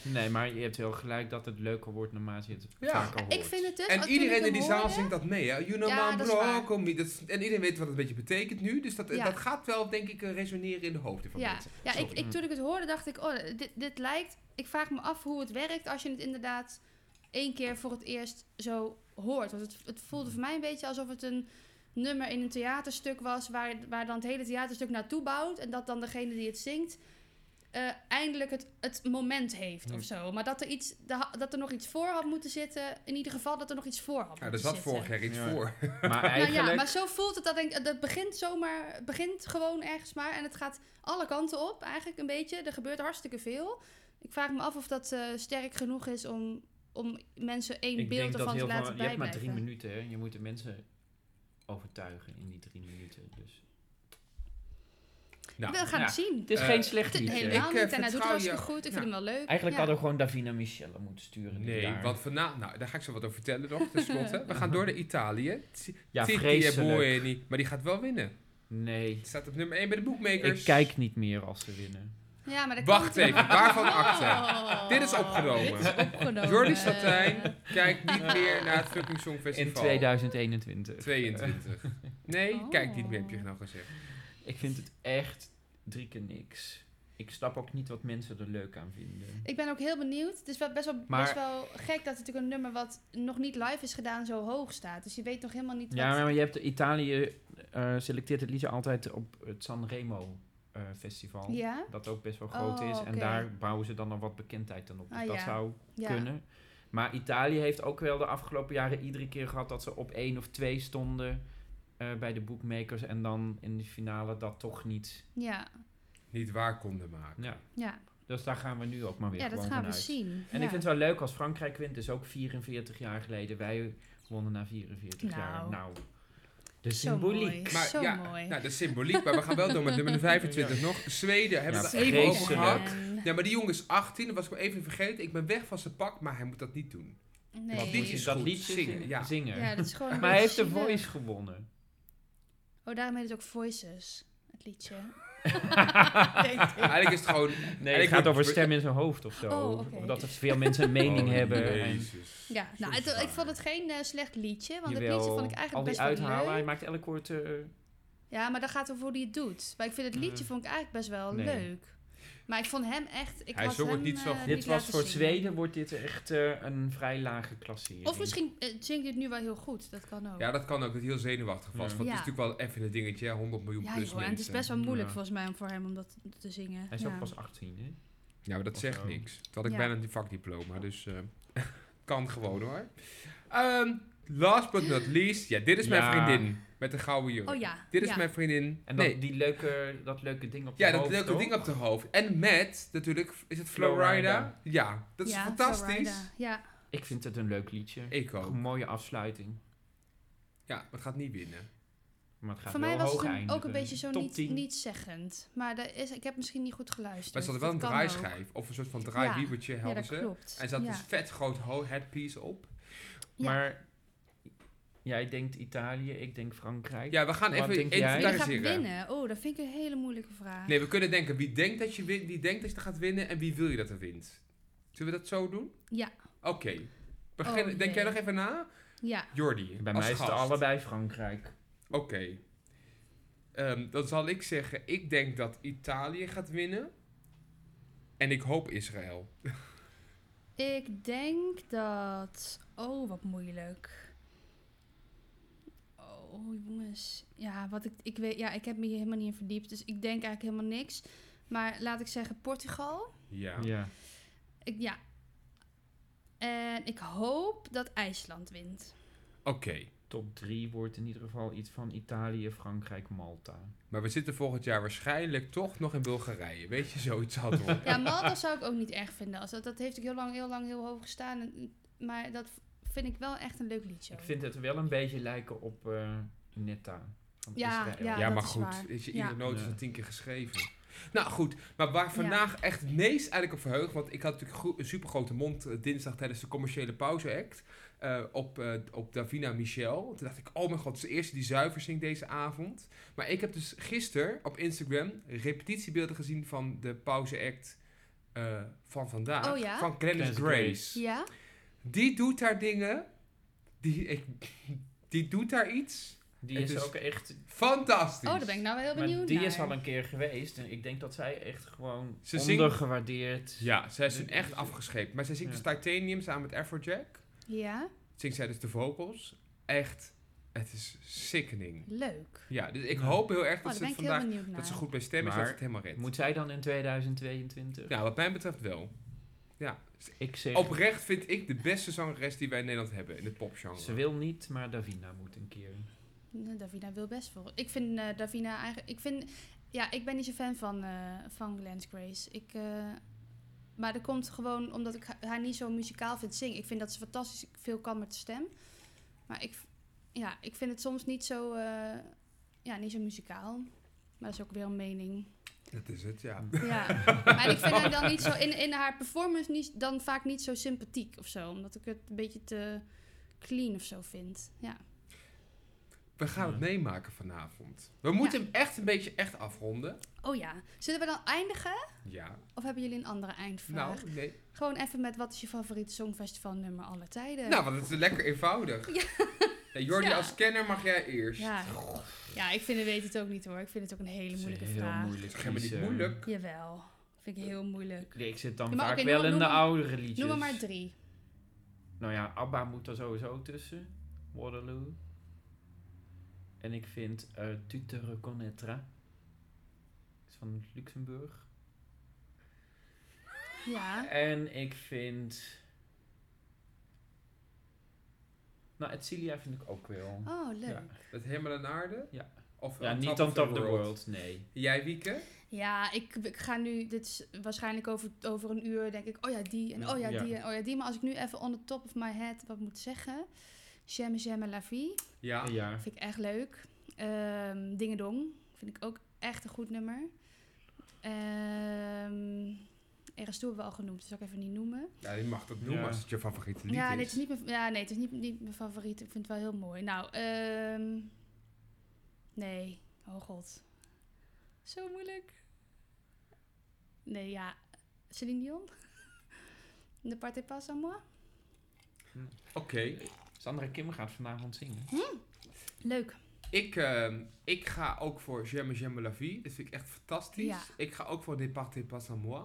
[SPEAKER 4] Nee, maar je hebt wel gelijk dat het leuker wordt naarmate je het
[SPEAKER 3] Ja.
[SPEAKER 4] vaker hoort.
[SPEAKER 2] ik vind het dus.
[SPEAKER 3] Oh, En
[SPEAKER 2] toen
[SPEAKER 3] iedereen
[SPEAKER 2] ik hem
[SPEAKER 3] in die zaal
[SPEAKER 2] hoorde-
[SPEAKER 3] zingt dat mee, hè? You know
[SPEAKER 2] Ja,
[SPEAKER 3] my
[SPEAKER 2] dat is waar.
[SPEAKER 3] block on me. Dat is- en iedereen weet wat het een beetje betekent nu. Dus dat,
[SPEAKER 2] Ja.
[SPEAKER 3] dat gaat wel, denk ik, eh, resoneren in de hoofden van
[SPEAKER 2] Ja,
[SPEAKER 3] mensen.
[SPEAKER 2] ja ik,
[SPEAKER 3] Sorry.
[SPEAKER 2] ik, toen ik het hoorde dacht ik, oh, dit, dit lijkt... Ik vraag me af hoe het werkt als je het inderdaad één keer voor het eerst zo hoort. Want het, het voelde
[SPEAKER 3] Mhm.
[SPEAKER 2] voor mij een beetje alsof het een nummer in een theaterstuk was... waar, waar dan het hele theaterstuk naartoe bouwt... en dat dan degene die het zingt eh, eindelijk het, het moment heeft
[SPEAKER 3] Hm.
[SPEAKER 2] of zo. Maar dat er, iets, da- dat er nog iets voor had moeten zitten... in ieder geval dat er nog iets voor had
[SPEAKER 3] Ja,
[SPEAKER 2] moeten
[SPEAKER 3] er zat
[SPEAKER 2] zitten.
[SPEAKER 3] vorig jaar iets
[SPEAKER 4] Ja.
[SPEAKER 3] voor.
[SPEAKER 4] Maar eigenlijk...
[SPEAKER 2] Nou ja, maar zo voelt het dat denk ik, dat begint zomaar, het begint gewoon ergens maar en het gaat alle kanten op eigenlijk een beetje. Er gebeurt hartstikke veel. Ik vraag me af of dat eh, sterk genoeg is om, om mensen één
[SPEAKER 4] ik
[SPEAKER 2] beeld
[SPEAKER 4] denk dat
[SPEAKER 2] ervan te
[SPEAKER 4] heel
[SPEAKER 2] laten
[SPEAKER 4] veel... Je hebt maar drie
[SPEAKER 2] bijblijven.
[SPEAKER 4] minuten, hè. Je moet de mensen overtuigen in die drie minuten. Dus.
[SPEAKER 3] Nou,
[SPEAKER 2] We gaan
[SPEAKER 4] Ja.
[SPEAKER 2] het zien.
[SPEAKER 4] Het is
[SPEAKER 3] Eh,
[SPEAKER 4] geen slecht
[SPEAKER 2] Het
[SPEAKER 4] liedje.
[SPEAKER 2] helemaal
[SPEAKER 3] Ik, eh,
[SPEAKER 2] niet en hij doet het
[SPEAKER 3] vertrouw je-
[SPEAKER 2] hartstikke goed. Ik vind
[SPEAKER 3] Ja.
[SPEAKER 2] hem wel leuk.
[SPEAKER 4] Eigenlijk
[SPEAKER 2] ja.
[SPEAKER 4] hadden we gewoon Davina Michelle moeten sturen. dit
[SPEAKER 3] nee,
[SPEAKER 4] jaar.
[SPEAKER 3] want vanavond... Nou, daar ga ik zo wat over vertellen nog, tenslotte. We gaan door naar Italië.
[SPEAKER 4] ja,
[SPEAKER 3] Tiki
[SPEAKER 4] vreselijk.
[SPEAKER 3] Eboueni, Maar die gaat wel winnen.
[SPEAKER 4] Nee.
[SPEAKER 3] Het staat op nummer 1 bij de boekmakers.
[SPEAKER 4] Ik kijk niet meer als ze winnen.
[SPEAKER 2] Ja, maar dat
[SPEAKER 3] Wacht
[SPEAKER 2] kan
[SPEAKER 3] even,
[SPEAKER 2] toch?
[SPEAKER 3] waarvan
[SPEAKER 2] Oh.
[SPEAKER 3] acte? Dit is opgenomen.
[SPEAKER 2] Dit is opgenomen. Eh,
[SPEAKER 3] Jordi Satijn, kijk niet meer naar het fucking Songfestival.
[SPEAKER 4] In 2021.
[SPEAKER 3] 22. Nee,
[SPEAKER 2] Oh.
[SPEAKER 3] kijk niet meer, heb je nou gezegd.
[SPEAKER 4] Ik vind het echt drie keer niks. Ik snap ook niet wat mensen er leuk aan vinden.
[SPEAKER 2] Ik ben ook heel benieuwd. Het is wel best wel,
[SPEAKER 4] Maar-
[SPEAKER 2] best wel gek dat natuurlijk een nummer wat nog niet live is gedaan zo hoog staat. Dus je weet nog helemaal niet
[SPEAKER 4] Ja,
[SPEAKER 2] wat...
[SPEAKER 4] maar je hebt Italië eh, selecteert het liedje altijd op het Sanremo eh, festival.
[SPEAKER 2] Ja?
[SPEAKER 4] Dat ook best wel groot
[SPEAKER 2] Oh,
[SPEAKER 4] is.
[SPEAKER 2] oké.
[SPEAKER 4] En daar bouwen ze dan al wat bekendheid aan op. Dus
[SPEAKER 2] Ah,
[SPEAKER 4] dat
[SPEAKER 2] ja.
[SPEAKER 4] zou
[SPEAKER 2] Ja.
[SPEAKER 4] kunnen. Maar Italië heeft ook wel de afgelopen jaren iedere keer gehad dat ze op één of twee stonden eh, bij de bookmakers. En dan in de finale dat toch niet.
[SPEAKER 2] Ja,
[SPEAKER 3] Niet waar konden maken.
[SPEAKER 4] Ja.
[SPEAKER 2] ja.
[SPEAKER 4] Dus daar gaan we nu ook maar weer
[SPEAKER 2] ja
[SPEAKER 4] gewoon
[SPEAKER 2] dat gaan we
[SPEAKER 4] vanuit.
[SPEAKER 2] zien.
[SPEAKER 4] En
[SPEAKER 2] Ja.
[SPEAKER 4] ik vind het wel leuk als Frankrijk wint. Dus ook 44 jaar geleden. Wij wonnen na 44 jaar.
[SPEAKER 2] Nou.
[SPEAKER 4] Nou, de
[SPEAKER 2] Zo
[SPEAKER 4] symboliek.
[SPEAKER 2] mooi.
[SPEAKER 3] Maar
[SPEAKER 2] Zo
[SPEAKER 3] ja,
[SPEAKER 2] mooi.
[SPEAKER 3] Nou, dat is symboliek, maar we gaan wel door met nummer 25 nog. Zweden hebben we
[SPEAKER 4] Ja,
[SPEAKER 3] het even over
[SPEAKER 4] vreselijk.
[SPEAKER 3] gehad. Ja, maar die jongen is 18, dat was ik me even vergeten. Ik ben weg van zijn pak, maar hij moet dat niet doen.
[SPEAKER 2] Nee.
[SPEAKER 3] Want dit is
[SPEAKER 4] dat
[SPEAKER 3] goed.
[SPEAKER 4] liedje
[SPEAKER 3] Zingen,
[SPEAKER 4] zingen.
[SPEAKER 3] ja.
[SPEAKER 4] zingen.
[SPEAKER 2] Ja, dat is gewoon een
[SPEAKER 4] maar hij heeft
[SPEAKER 2] beetje
[SPEAKER 4] de
[SPEAKER 2] zielig.
[SPEAKER 4] voice gewonnen.
[SPEAKER 2] Oh, daarom heet het ook Voices, het liedje.
[SPEAKER 3] Nou, Eigenlijk Oh, is het gewoon...
[SPEAKER 4] Nee,
[SPEAKER 3] En
[SPEAKER 4] het
[SPEAKER 3] ik
[SPEAKER 4] gaat
[SPEAKER 3] word-
[SPEAKER 4] over stem in zijn hoofd of zo.
[SPEAKER 2] Oh, oké.
[SPEAKER 4] Omdat er veel mensen een mening hebben. en-
[SPEAKER 3] Jezus.
[SPEAKER 2] Ja, nou, het- ik vond het geen eh, slecht liedje, want
[SPEAKER 4] Jawel,
[SPEAKER 2] het liedje vond ik eigenlijk
[SPEAKER 4] al die
[SPEAKER 2] best wel
[SPEAKER 4] uithalen, hij
[SPEAKER 2] leuk.
[SPEAKER 4] maakt elk woord... eh,
[SPEAKER 2] Ja, maar dat gaat over hoe hij het doet. Maar ik vind het liedje
[SPEAKER 4] Mm.
[SPEAKER 2] vond ik eigenlijk best wel
[SPEAKER 4] Nee.
[SPEAKER 2] leuk. Maar ik vond hem echt... Ik
[SPEAKER 3] Hij
[SPEAKER 2] had
[SPEAKER 3] zong het
[SPEAKER 2] hem,
[SPEAKER 3] niet zo
[SPEAKER 2] eh,
[SPEAKER 3] goed.
[SPEAKER 4] dit
[SPEAKER 2] niet
[SPEAKER 4] was
[SPEAKER 2] laten
[SPEAKER 4] voor
[SPEAKER 2] zingen.
[SPEAKER 4] Zweden, wordt dit echt eh, een vrij lage klassering.
[SPEAKER 2] Of misschien eh, zingt dit nu wel heel goed, dat kan ook.
[SPEAKER 3] Ja, dat kan ook, dat hij heel zenuwachtig was.
[SPEAKER 4] Ja.
[SPEAKER 3] Want het is
[SPEAKER 2] Ja.
[SPEAKER 3] natuurlijk wel even een dingetje, hè, 100 miljoen
[SPEAKER 2] Ja,
[SPEAKER 3] plus
[SPEAKER 2] joh, en het
[SPEAKER 3] mensen.
[SPEAKER 2] is best wel moeilijk
[SPEAKER 4] Ja.
[SPEAKER 2] volgens mij om voor hem om dat te zingen.
[SPEAKER 4] Hij is
[SPEAKER 2] Ja.
[SPEAKER 4] ook pas 18, hè?
[SPEAKER 3] Ja, maar dat
[SPEAKER 4] Of
[SPEAKER 3] zegt
[SPEAKER 4] zo.
[SPEAKER 3] niks. Toen had ik
[SPEAKER 2] Ja.
[SPEAKER 3] bijna een vakdiploma, dus eh, kan gewoon hoor. Ehm, last but not least, ja, dit is mijn
[SPEAKER 4] Ja.
[SPEAKER 3] vriendin met de gouden jurk.
[SPEAKER 2] Oh ja.
[SPEAKER 3] Dit is
[SPEAKER 2] ja.
[SPEAKER 3] mijn vriendin.
[SPEAKER 4] En dat,
[SPEAKER 3] nee.
[SPEAKER 4] die leuke, dat leuke ding op
[SPEAKER 3] Ja,
[SPEAKER 4] de
[SPEAKER 3] dat
[SPEAKER 4] hoofd,
[SPEAKER 3] leuke
[SPEAKER 4] toch?
[SPEAKER 3] ding op de hoofd. En met, natuurlijk, is het
[SPEAKER 4] Florida.
[SPEAKER 3] Florida? Ja, dat is
[SPEAKER 2] Ja,
[SPEAKER 3] fantastisch.
[SPEAKER 2] Florida. Ja,
[SPEAKER 4] Ik vind het een leuk liedje.
[SPEAKER 3] Ik
[SPEAKER 4] Een
[SPEAKER 3] ook.
[SPEAKER 4] mooie afsluiting.
[SPEAKER 3] Ja, maar het gaat niet winnen.
[SPEAKER 4] Maar het gaat
[SPEAKER 2] voor
[SPEAKER 4] wel
[SPEAKER 2] mij was
[SPEAKER 4] hoog
[SPEAKER 2] het een-
[SPEAKER 4] eindigen.
[SPEAKER 2] ook een beetje zo
[SPEAKER 4] Top
[SPEAKER 2] niet,
[SPEAKER 4] 10.
[SPEAKER 2] niet zeggend. Maar er is, ik heb misschien niet goed geluisterd.
[SPEAKER 3] Maar ze hadden wel een
[SPEAKER 2] Dus Dat kan ook.
[SPEAKER 3] draaischijf of een soort van draaibiebertje
[SPEAKER 2] Ja,
[SPEAKER 3] helden
[SPEAKER 2] dat
[SPEAKER 3] ze.
[SPEAKER 2] klopt.
[SPEAKER 3] En ze had
[SPEAKER 2] ja.
[SPEAKER 3] dus vet groot ho- headpiece op.
[SPEAKER 2] Ja.
[SPEAKER 4] Maar jij denkt Italië, ik denk Frankrijk.
[SPEAKER 3] Ja, we gaan
[SPEAKER 4] Wat
[SPEAKER 3] even
[SPEAKER 4] denk jij?
[SPEAKER 2] Wie gaat
[SPEAKER 3] inventariseren.
[SPEAKER 2] winnen? Oh, dat vind ik een hele moeilijke vraag.
[SPEAKER 3] Nee, we kunnen denken wie denkt dat je wint, wie denkt dat je gaat winnen en wie wil je dat er wint. Zullen we dat zo doen?
[SPEAKER 2] Ja.
[SPEAKER 3] Oké. Begin-
[SPEAKER 2] Oh,
[SPEAKER 3] denk jij
[SPEAKER 2] jee.
[SPEAKER 3] nog even na?
[SPEAKER 2] Ja.
[SPEAKER 3] Jordi.
[SPEAKER 4] Bij
[SPEAKER 3] als
[SPEAKER 4] mij is het
[SPEAKER 3] gast.
[SPEAKER 4] allebei Frankrijk.
[SPEAKER 3] Oké. Ehm, dan zal ik zeggen, ik denk dat Italië gaat winnen. En ik hoop Israël.
[SPEAKER 2] Ik denk dat. Oh, wat moeilijk. Oh, jongens. Ja, wat ik, ik weet. Ja, ik heb me hier helemaal niet in verdiept. Dus ik denk eigenlijk helemaal niks. Maar laat ik zeggen, Portugal.
[SPEAKER 3] Ja.
[SPEAKER 4] Ja.
[SPEAKER 2] Ik, ja. En ik hoop dat IJsland wint.
[SPEAKER 3] Oké.
[SPEAKER 4] Top 3 wordt in ieder geval iets van Italië, Frankrijk, Malta.
[SPEAKER 3] Maar we zitten volgend jaar waarschijnlijk toch nog in Bulgarije. Weet je, zoiets had hoor.
[SPEAKER 2] Ja, Malta zou ik ook niet erg vinden. Als dat, dat heeft ook heel lang, heel lang heel hoog gestaan. En- Maar dat vind ik wel echt een leuk liedje.
[SPEAKER 4] Ik
[SPEAKER 2] ook.
[SPEAKER 4] vind het wel een beetje lijken op eh, Netta van
[SPEAKER 2] Ja,
[SPEAKER 4] Israël.
[SPEAKER 3] Ja,
[SPEAKER 2] ja, dat
[SPEAKER 3] maar
[SPEAKER 2] is
[SPEAKER 3] goed.
[SPEAKER 2] waar.
[SPEAKER 3] Is je,
[SPEAKER 2] Ja.
[SPEAKER 3] Iedere noot is
[SPEAKER 4] Ja.
[SPEAKER 3] al tien keer geschreven. Nou goed, maar waar vandaag echt het meest eigenlijk op verheugd... want ik had natuurlijk gro- een supergrote mond eh, dinsdag tijdens de commerciële pauzeact... eh op, eh, op Davina Michel. Toen dacht ik, oh mijn god, ze is de eerste die zuiver zingt deze avond. Maar ik heb dus gisteren op Instagram repetitiebeelden gezien... van de pauzeact eh, van vandaag,
[SPEAKER 2] Oh ja?
[SPEAKER 3] van Glennis
[SPEAKER 4] Glennis
[SPEAKER 3] Grace.
[SPEAKER 4] Grace.
[SPEAKER 2] Ja? Oh,
[SPEAKER 3] Die doet daar dingen... Die, ik, die doet daar iets...
[SPEAKER 4] Die
[SPEAKER 3] Het
[SPEAKER 4] is
[SPEAKER 3] is-
[SPEAKER 4] ook echt...
[SPEAKER 3] Fantastisch!
[SPEAKER 2] Oh, daar ben ik nou wel heel
[SPEAKER 4] Maar
[SPEAKER 2] benieuwd
[SPEAKER 4] die
[SPEAKER 2] naar.
[SPEAKER 4] is al een keer geweest en ik denk dat zij echt gewoon
[SPEAKER 3] Ze zingt-
[SPEAKER 4] ondergewaardeerd...
[SPEAKER 3] Ja, zij is
[SPEAKER 4] Dus-
[SPEAKER 3] toen echt afgescheept. Maar zij zingt dus Titanium samen met Afrojack.
[SPEAKER 2] Ja?
[SPEAKER 3] Zingt zij dus de vocals. Echt, het is sickening.
[SPEAKER 2] Leuk.
[SPEAKER 3] Ja, dus ik
[SPEAKER 4] Ja.
[SPEAKER 3] hoop heel erg
[SPEAKER 2] Oh,
[SPEAKER 3] dat
[SPEAKER 2] daar
[SPEAKER 3] ze
[SPEAKER 2] ben
[SPEAKER 3] het
[SPEAKER 2] ik heel
[SPEAKER 3] vandaag...
[SPEAKER 2] benieuwd naar.
[SPEAKER 3] Dat ze goed bij stem is, dat
[SPEAKER 4] Maar
[SPEAKER 3] ze het helemaal redt.
[SPEAKER 4] Moet zij dan in 2022?
[SPEAKER 3] Nou, wat mij betreft wel. Ja.
[SPEAKER 4] Ik zeg,
[SPEAKER 3] Oprecht vind ik de beste zangeres die wij in Nederland hebben in het popgenre.
[SPEAKER 4] ze wil niet, maar Davina moet een keer.
[SPEAKER 2] Nou, Davina wil best voor. Ik vind eh, Davina eigenlijk. Ik vind. Ja, ik ben niet zo'n fan van, eh van Glenn's Grace. Ik, eh, maar dat komt gewoon omdat ik ha- haar niet zo muzikaal vind zingen. Ik vind dat ze fantastisch veel kan met de stem. Maar ik, v- ja, ik vind het soms niet zo, eh, ja, niet zo muzikaal. Maar dat is ook weer een mening.
[SPEAKER 3] Dat is het, ja.
[SPEAKER 2] Ja. maar ik vind haar dan niet zo, in, in haar performance niet, dan vaak niet zo sympathiek of zo. Omdat ik het een beetje te clean of zo vind. Ja.
[SPEAKER 3] We gaan het
[SPEAKER 4] Ja.
[SPEAKER 3] meemaken vanavond. We moeten hem echt een beetje echt afronden.
[SPEAKER 2] Oh ja. Zullen we dan eindigen?
[SPEAKER 3] Ja.
[SPEAKER 2] Of hebben jullie een andere eindvraag?
[SPEAKER 3] Nou, nee.
[SPEAKER 2] Gewoon even met wat is je favoriete songfestival nummer aller tijden?
[SPEAKER 3] Nou, want het is lekker eenvoudig. Ja, Jordi,
[SPEAKER 2] Ja.
[SPEAKER 3] als kenner mag jij eerst.
[SPEAKER 2] ja. ja, ik vind, ik weet het ook niet hoor. Ik vind het ook een hele
[SPEAKER 4] Dat is
[SPEAKER 2] moeilijke
[SPEAKER 4] heel
[SPEAKER 2] vraag.
[SPEAKER 4] moeilijk.
[SPEAKER 3] Het is helemaal niet
[SPEAKER 4] kiezen.
[SPEAKER 3] moeilijk.
[SPEAKER 2] Jawel, vind ik heel moeilijk.
[SPEAKER 4] Nee, Ik zit dan
[SPEAKER 2] Ja, maar
[SPEAKER 4] vaak
[SPEAKER 2] oké, noem
[SPEAKER 4] wel
[SPEAKER 2] maar-
[SPEAKER 4] in
[SPEAKER 2] noem
[SPEAKER 4] de
[SPEAKER 2] maar-
[SPEAKER 4] oudere liedjes.
[SPEAKER 2] Noem er maar drie.
[SPEAKER 4] Nou ja, ABBA moet er sowieso tussen. Waterloo. En ik vind eh Tu te reconnaîtra. Is van Luxemburg.
[SPEAKER 2] Ja.
[SPEAKER 4] En ik vind... Nou, Etcilia vind ik ook wel.
[SPEAKER 2] Oh, leuk.
[SPEAKER 4] Ja.
[SPEAKER 2] Ja,
[SPEAKER 3] Het hemel en aarde?
[SPEAKER 4] Ja.
[SPEAKER 3] Of
[SPEAKER 4] ja,
[SPEAKER 3] On
[SPEAKER 4] niet
[SPEAKER 3] Top
[SPEAKER 4] on
[SPEAKER 3] of
[SPEAKER 4] top of the world, nee.
[SPEAKER 3] Jij, Wieke?
[SPEAKER 2] ik, ik ga nu, dit is waarschijnlijk over, over een uur, denk ik, oh ja, die en oh ja,
[SPEAKER 4] Ja.
[SPEAKER 2] die en oh ja, die. Maar als ik nu even on the top of my head wat moet zeggen. J'aime, j'aime la vie.
[SPEAKER 3] Ja.
[SPEAKER 4] Ja.
[SPEAKER 2] Vind ik echt leuk. Ehm Ding Dong. Vind ik ook echt een goed nummer. Ehm Ergens toe hebben we al genoemd, dus zal ik even niet noemen.
[SPEAKER 3] ja, je mag dat noemen
[SPEAKER 4] Ja.
[SPEAKER 3] als het je favoriete lied
[SPEAKER 2] ja,
[SPEAKER 3] is.
[SPEAKER 2] nee, het is niet mijn, ja, nee, het is niet, niet mijn favoriet. Ik vind het wel heel mooi. Nou, ehm nee. Oh god. Zo moeilijk. Nee, ja. Celine Dion. De parte pas à moi.
[SPEAKER 3] Oké.
[SPEAKER 4] Sandra Kim gaat vanavond zingen.
[SPEAKER 2] Leuk.
[SPEAKER 3] Ik, ehm, ik ga ook voor J'aime, j'aime la vie. Dat vind ik echt fantastisch.
[SPEAKER 2] Ja.
[SPEAKER 3] Ik ga ook voor Départ pas à moi.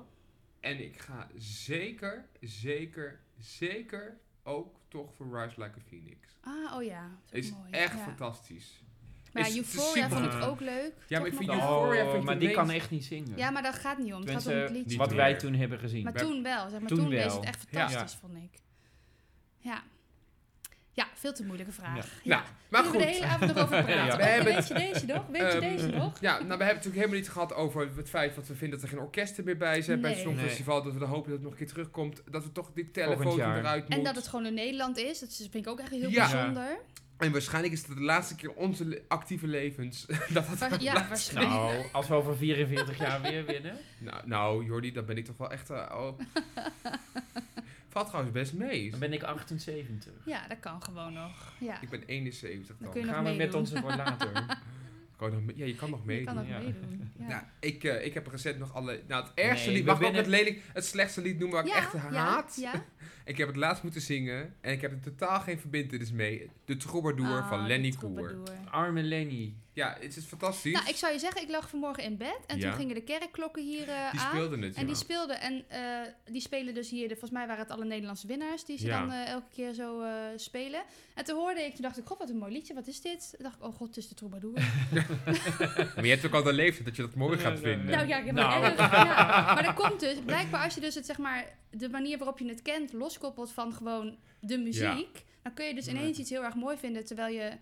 [SPEAKER 3] En ik ga zeker, zeker, zeker ook toch voor Rise Like a Phoenix.
[SPEAKER 2] Ah, oh ja. Dat
[SPEAKER 3] Is
[SPEAKER 2] ook mooi.
[SPEAKER 3] echt
[SPEAKER 2] ja.
[SPEAKER 3] fantastisch.
[SPEAKER 2] Maar
[SPEAKER 3] is
[SPEAKER 2] ja,
[SPEAKER 3] te
[SPEAKER 2] Euphoria
[SPEAKER 3] super-
[SPEAKER 2] vond ik ook leuk.
[SPEAKER 3] maar
[SPEAKER 2] Toch
[SPEAKER 3] ik
[SPEAKER 2] nog
[SPEAKER 3] vind
[SPEAKER 2] wel.
[SPEAKER 3] Euphoria vind ik
[SPEAKER 4] Nou, maar
[SPEAKER 3] de
[SPEAKER 4] die kan
[SPEAKER 3] meest-
[SPEAKER 4] echt niet zingen.
[SPEAKER 2] Ja, maar dat gaat niet om. Het gaat om
[SPEAKER 4] Tenminste,
[SPEAKER 2] het liedje.
[SPEAKER 3] niet
[SPEAKER 4] Wat
[SPEAKER 3] meer.
[SPEAKER 4] wij toen hebben gezien.
[SPEAKER 2] Maar
[SPEAKER 3] Wij-
[SPEAKER 2] toen wel. Zeg maar,
[SPEAKER 4] Toen
[SPEAKER 2] toen
[SPEAKER 4] wel.
[SPEAKER 2] was het echt
[SPEAKER 3] Ja.
[SPEAKER 2] fantastisch, vond ik. Ja. Ja, veel te moeilijke vraag. Ja.
[SPEAKER 3] Nou, maar
[SPEAKER 2] Kunnen we de
[SPEAKER 3] goed.
[SPEAKER 2] hele avond nog over praten.
[SPEAKER 4] Ja.
[SPEAKER 2] Oké,
[SPEAKER 3] We hebben-
[SPEAKER 2] Weet je deze nog? Weet je
[SPEAKER 3] Ehm,
[SPEAKER 2] deze nog?
[SPEAKER 3] Ja, nou, we hebben het natuurlijk helemaal niet gehad over het feit dat we vinden dat er geen orkesten meer bij zijn bij het
[SPEAKER 2] Nee.
[SPEAKER 3] Songfestival. Dat we dan hopen dat het nog een keer terugkomt. Dat we toch die telefoon
[SPEAKER 4] Volgend jaar.
[SPEAKER 3] eruit moet.
[SPEAKER 2] En dat het gewoon in Nederland is. Dat is- vind ik ook echt heel
[SPEAKER 3] Ja.
[SPEAKER 2] bijzonder.
[SPEAKER 3] En waarschijnlijk is het de laatste keer onze le- actieve levens. dat het
[SPEAKER 2] Waar- ja,
[SPEAKER 3] laatst-
[SPEAKER 2] waarschijnlijk.
[SPEAKER 4] Nou, als we over 44 jaar weer winnen.
[SPEAKER 3] nou, nou, Jordi, dan ben ik toch wel echt... eh, oh. Valt trouwens best mee.
[SPEAKER 4] Dan ben ik 78.
[SPEAKER 2] Ja, dat kan gewoon nog. Ja.
[SPEAKER 3] Ik ben 71
[SPEAKER 2] Dan
[SPEAKER 3] dan.
[SPEAKER 2] kun je nog
[SPEAKER 4] gaan we met
[SPEAKER 2] meedoen.
[SPEAKER 4] onze voor later.
[SPEAKER 3] Kan je nog mee- ja, je kan nog
[SPEAKER 2] Je kan
[SPEAKER 3] meedoen.
[SPEAKER 2] ook
[SPEAKER 4] ja.
[SPEAKER 2] meedoen. Ja.
[SPEAKER 3] Nou, ik, eh, ik heb recent nog alle... Nou, het ergste
[SPEAKER 4] Nee,
[SPEAKER 3] lied...
[SPEAKER 4] we
[SPEAKER 3] Mag ik ook het,
[SPEAKER 4] winnen.
[SPEAKER 3] lelijk, het slechtste lied noemen waar ik echt haat?
[SPEAKER 2] Ja, ja.
[SPEAKER 3] Ik heb het laatst moeten zingen en ik heb er totaal geen verbindenis mee. De Troubadour
[SPEAKER 2] Ah,
[SPEAKER 3] van
[SPEAKER 2] de
[SPEAKER 3] Lenny Koer.
[SPEAKER 2] troubadour.
[SPEAKER 4] Arme Lenny.
[SPEAKER 3] Ja, het is fantastisch.
[SPEAKER 2] Nou, ik zou je zeggen, ik lag vanmorgen in bed en
[SPEAKER 3] Ja.
[SPEAKER 2] toen gingen de kerkklokken hier eh,
[SPEAKER 3] die
[SPEAKER 2] aan.
[SPEAKER 3] speelde het,
[SPEAKER 2] En die
[SPEAKER 3] ja.
[SPEAKER 2] speelden en eh, die spelen dus hier, de, volgens mij waren het alle Nederlandse winnaars die ze
[SPEAKER 3] Ja.
[SPEAKER 2] dan eh, elke keer zo eh, spelen. En toen hoorde ik, toen dacht ik, god wat een mooi liedje, wat is dit? Toen dacht ik, oh god, het is de troubadour.
[SPEAKER 3] Maar je hebt ook al de leeftijd dat je dat mooi
[SPEAKER 4] Ja,
[SPEAKER 3] gaat
[SPEAKER 4] ja,
[SPEAKER 3] vinden.
[SPEAKER 4] ja.
[SPEAKER 2] nou ja, ik heb
[SPEAKER 4] Nou.
[SPEAKER 2] het erg. Ja. Maar dat komt dus, blijkbaar als je dus het, zeg maar, de manier waarop je het kent loskoppelt van gewoon de muziek, dan kun je dus ineens iets heel erg mooi vinden, terwijl je,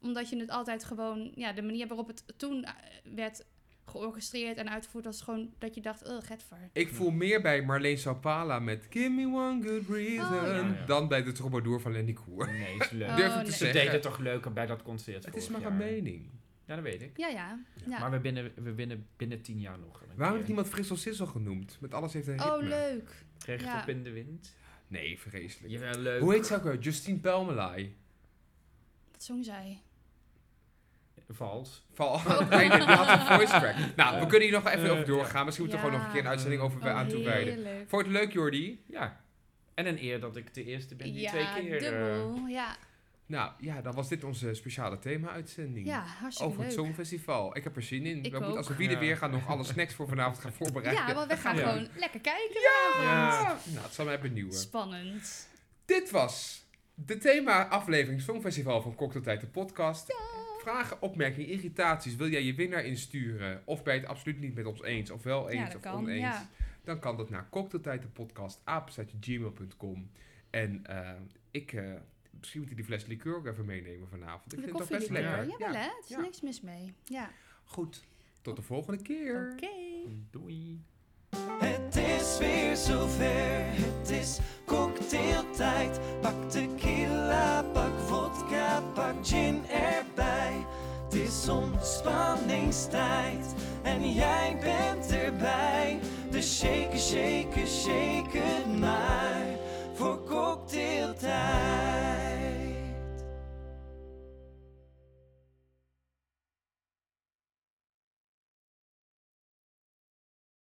[SPEAKER 2] omdat je het altijd gewoon, ja, de manier waarop het toen eh, werd georchestreerd en uitgevoerd, was gewoon dat je dacht, oh, get for.
[SPEAKER 3] Ik voel meer bij Marleen Sapala met Give Me One Good Reason
[SPEAKER 2] Oh,
[SPEAKER 4] ja. Ja, ja.
[SPEAKER 3] dan bij de troubadour van Lenny Koer.
[SPEAKER 4] Nee, is leuk.
[SPEAKER 2] Oh,
[SPEAKER 3] Durf het
[SPEAKER 2] nee.
[SPEAKER 3] te
[SPEAKER 4] Ze
[SPEAKER 3] zeggen.
[SPEAKER 4] deden het toch leuker bij dat concert
[SPEAKER 3] het is
[SPEAKER 4] vorig
[SPEAKER 3] maar
[SPEAKER 4] jaar.
[SPEAKER 3] een mening.
[SPEAKER 4] Ja, dat weet ik.
[SPEAKER 2] Ja, ja. ja.
[SPEAKER 4] Maar we winnen, we winnen binnen tien jaar nog. een
[SPEAKER 3] Waarom heeft
[SPEAKER 4] keer.
[SPEAKER 3] niemand Frissel Sissel genoemd? Met alles heeft een eh, ritme.
[SPEAKER 2] Oh, leuk.
[SPEAKER 4] Recht
[SPEAKER 2] Ja.
[SPEAKER 4] op in de wind.
[SPEAKER 3] Nee, vreselijk.
[SPEAKER 4] Jawel, leuk.
[SPEAKER 3] Hoe heet ze ook weer? Justine Pelmelai.
[SPEAKER 2] Wat zong zij?
[SPEAKER 4] Vals.
[SPEAKER 3] Val.
[SPEAKER 2] Oh,
[SPEAKER 3] nee, nee, die had een voice track. Nou, we kunnen hier nog wel even
[SPEAKER 4] Eh,
[SPEAKER 3] over doorgaan. Misschien moeten we
[SPEAKER 2] Ja.
[SPEAKER 3] gewoon nog een keer een uitzending over
[SPEAKER 2] Oh,
[SPEAKER 3] aan toe wijden.
[SPEAKER 2] heerlijk.
[SPEAKER 3] Vond je het leuk, Jordi?
[SPEAKER 4] Ja. En een eer dat ik de eerste ben die
[SPEAKER 2] ja,
[SPEAKER 4] twee keer... eh,
[SPEAKER 2] dubbel. Ja,
[SPEAKER 3] Nou ja, dan was dit onze speciale thema-uitzending.
[SPEAKER 2] ja hartstikke
[SPEAKER 3] Over het
[SPEAKER 2] leuk.
[SPEAKER 3] Songfestival. Ik heb er zin in.
[SPEAKER 2] Ik
[SPEAKER 3] we moeten
[SPEAKER 2] ook.
[SPEAKER 3] als we weer
[SPEAKER 4] Ja.
[SPEAKER 3] weer gaan nog alle snacks voor vanavond gaan voorbereiden.
[SPEAKER 2] Ja, want we gaan
[SPEAKER 4] Ja.
[SPEAKER 2] gewoon lekker kijken.
[SPEAKER 4] Ja.
[SPEAKER 3] Nou, het zal mij benieuwen.
[SPEAKER 2] Spannend.
[SPEAKER 3] Dit was de thema-aflevering Songfestival van Cocktailtijd, de podcast. Vragen, opmerkingen, irritaties. Wil jij je winnaar insturen? Of ben je het absoluut niet met ons eens? Of wel
[SPEAKER 2] ja,
[SPEAKER 3] eens
[SPEAKER 2] dat
[SPEAKER 3] of
[SPEAKER 2] kan.
[SPEAKER 3] oneens?
[SPEAKER 2] Ja.
[SPEAKER 3] Dan kan dat naar cocktailtijd, de podcast, apenstaatje.gmail.com. En eh, ik... eh, Misschien moet je die fles liqueur ook even meenemen vanavond. Ik
[SPEAKER 2] De
[SPEAKER 3] vind het toch best
[SPEAKER 2] koffie
[SPEAKER 3] lekker.
[SPEAKER 2] Ja, jawel
[SPEAKER 3] Ja.
[SPEAKER 2] hè, er is
[SPEAKER 3] Ja.
[SPEAKER 2] niks mis mee. Ja,
[SPEAKER 3] Goed. Tot de volgende keer.
[SPEAKER 2] oké.
[SPEAKER 4] eh, Doei.
[SPEAKER 1] Het is weer zover, het is cocktailtijd. Pak tequila, pak vodka, pak gin erbij. Het is ontspanningstijd en jij bent erbij. Dus shake, shake, shake het maar.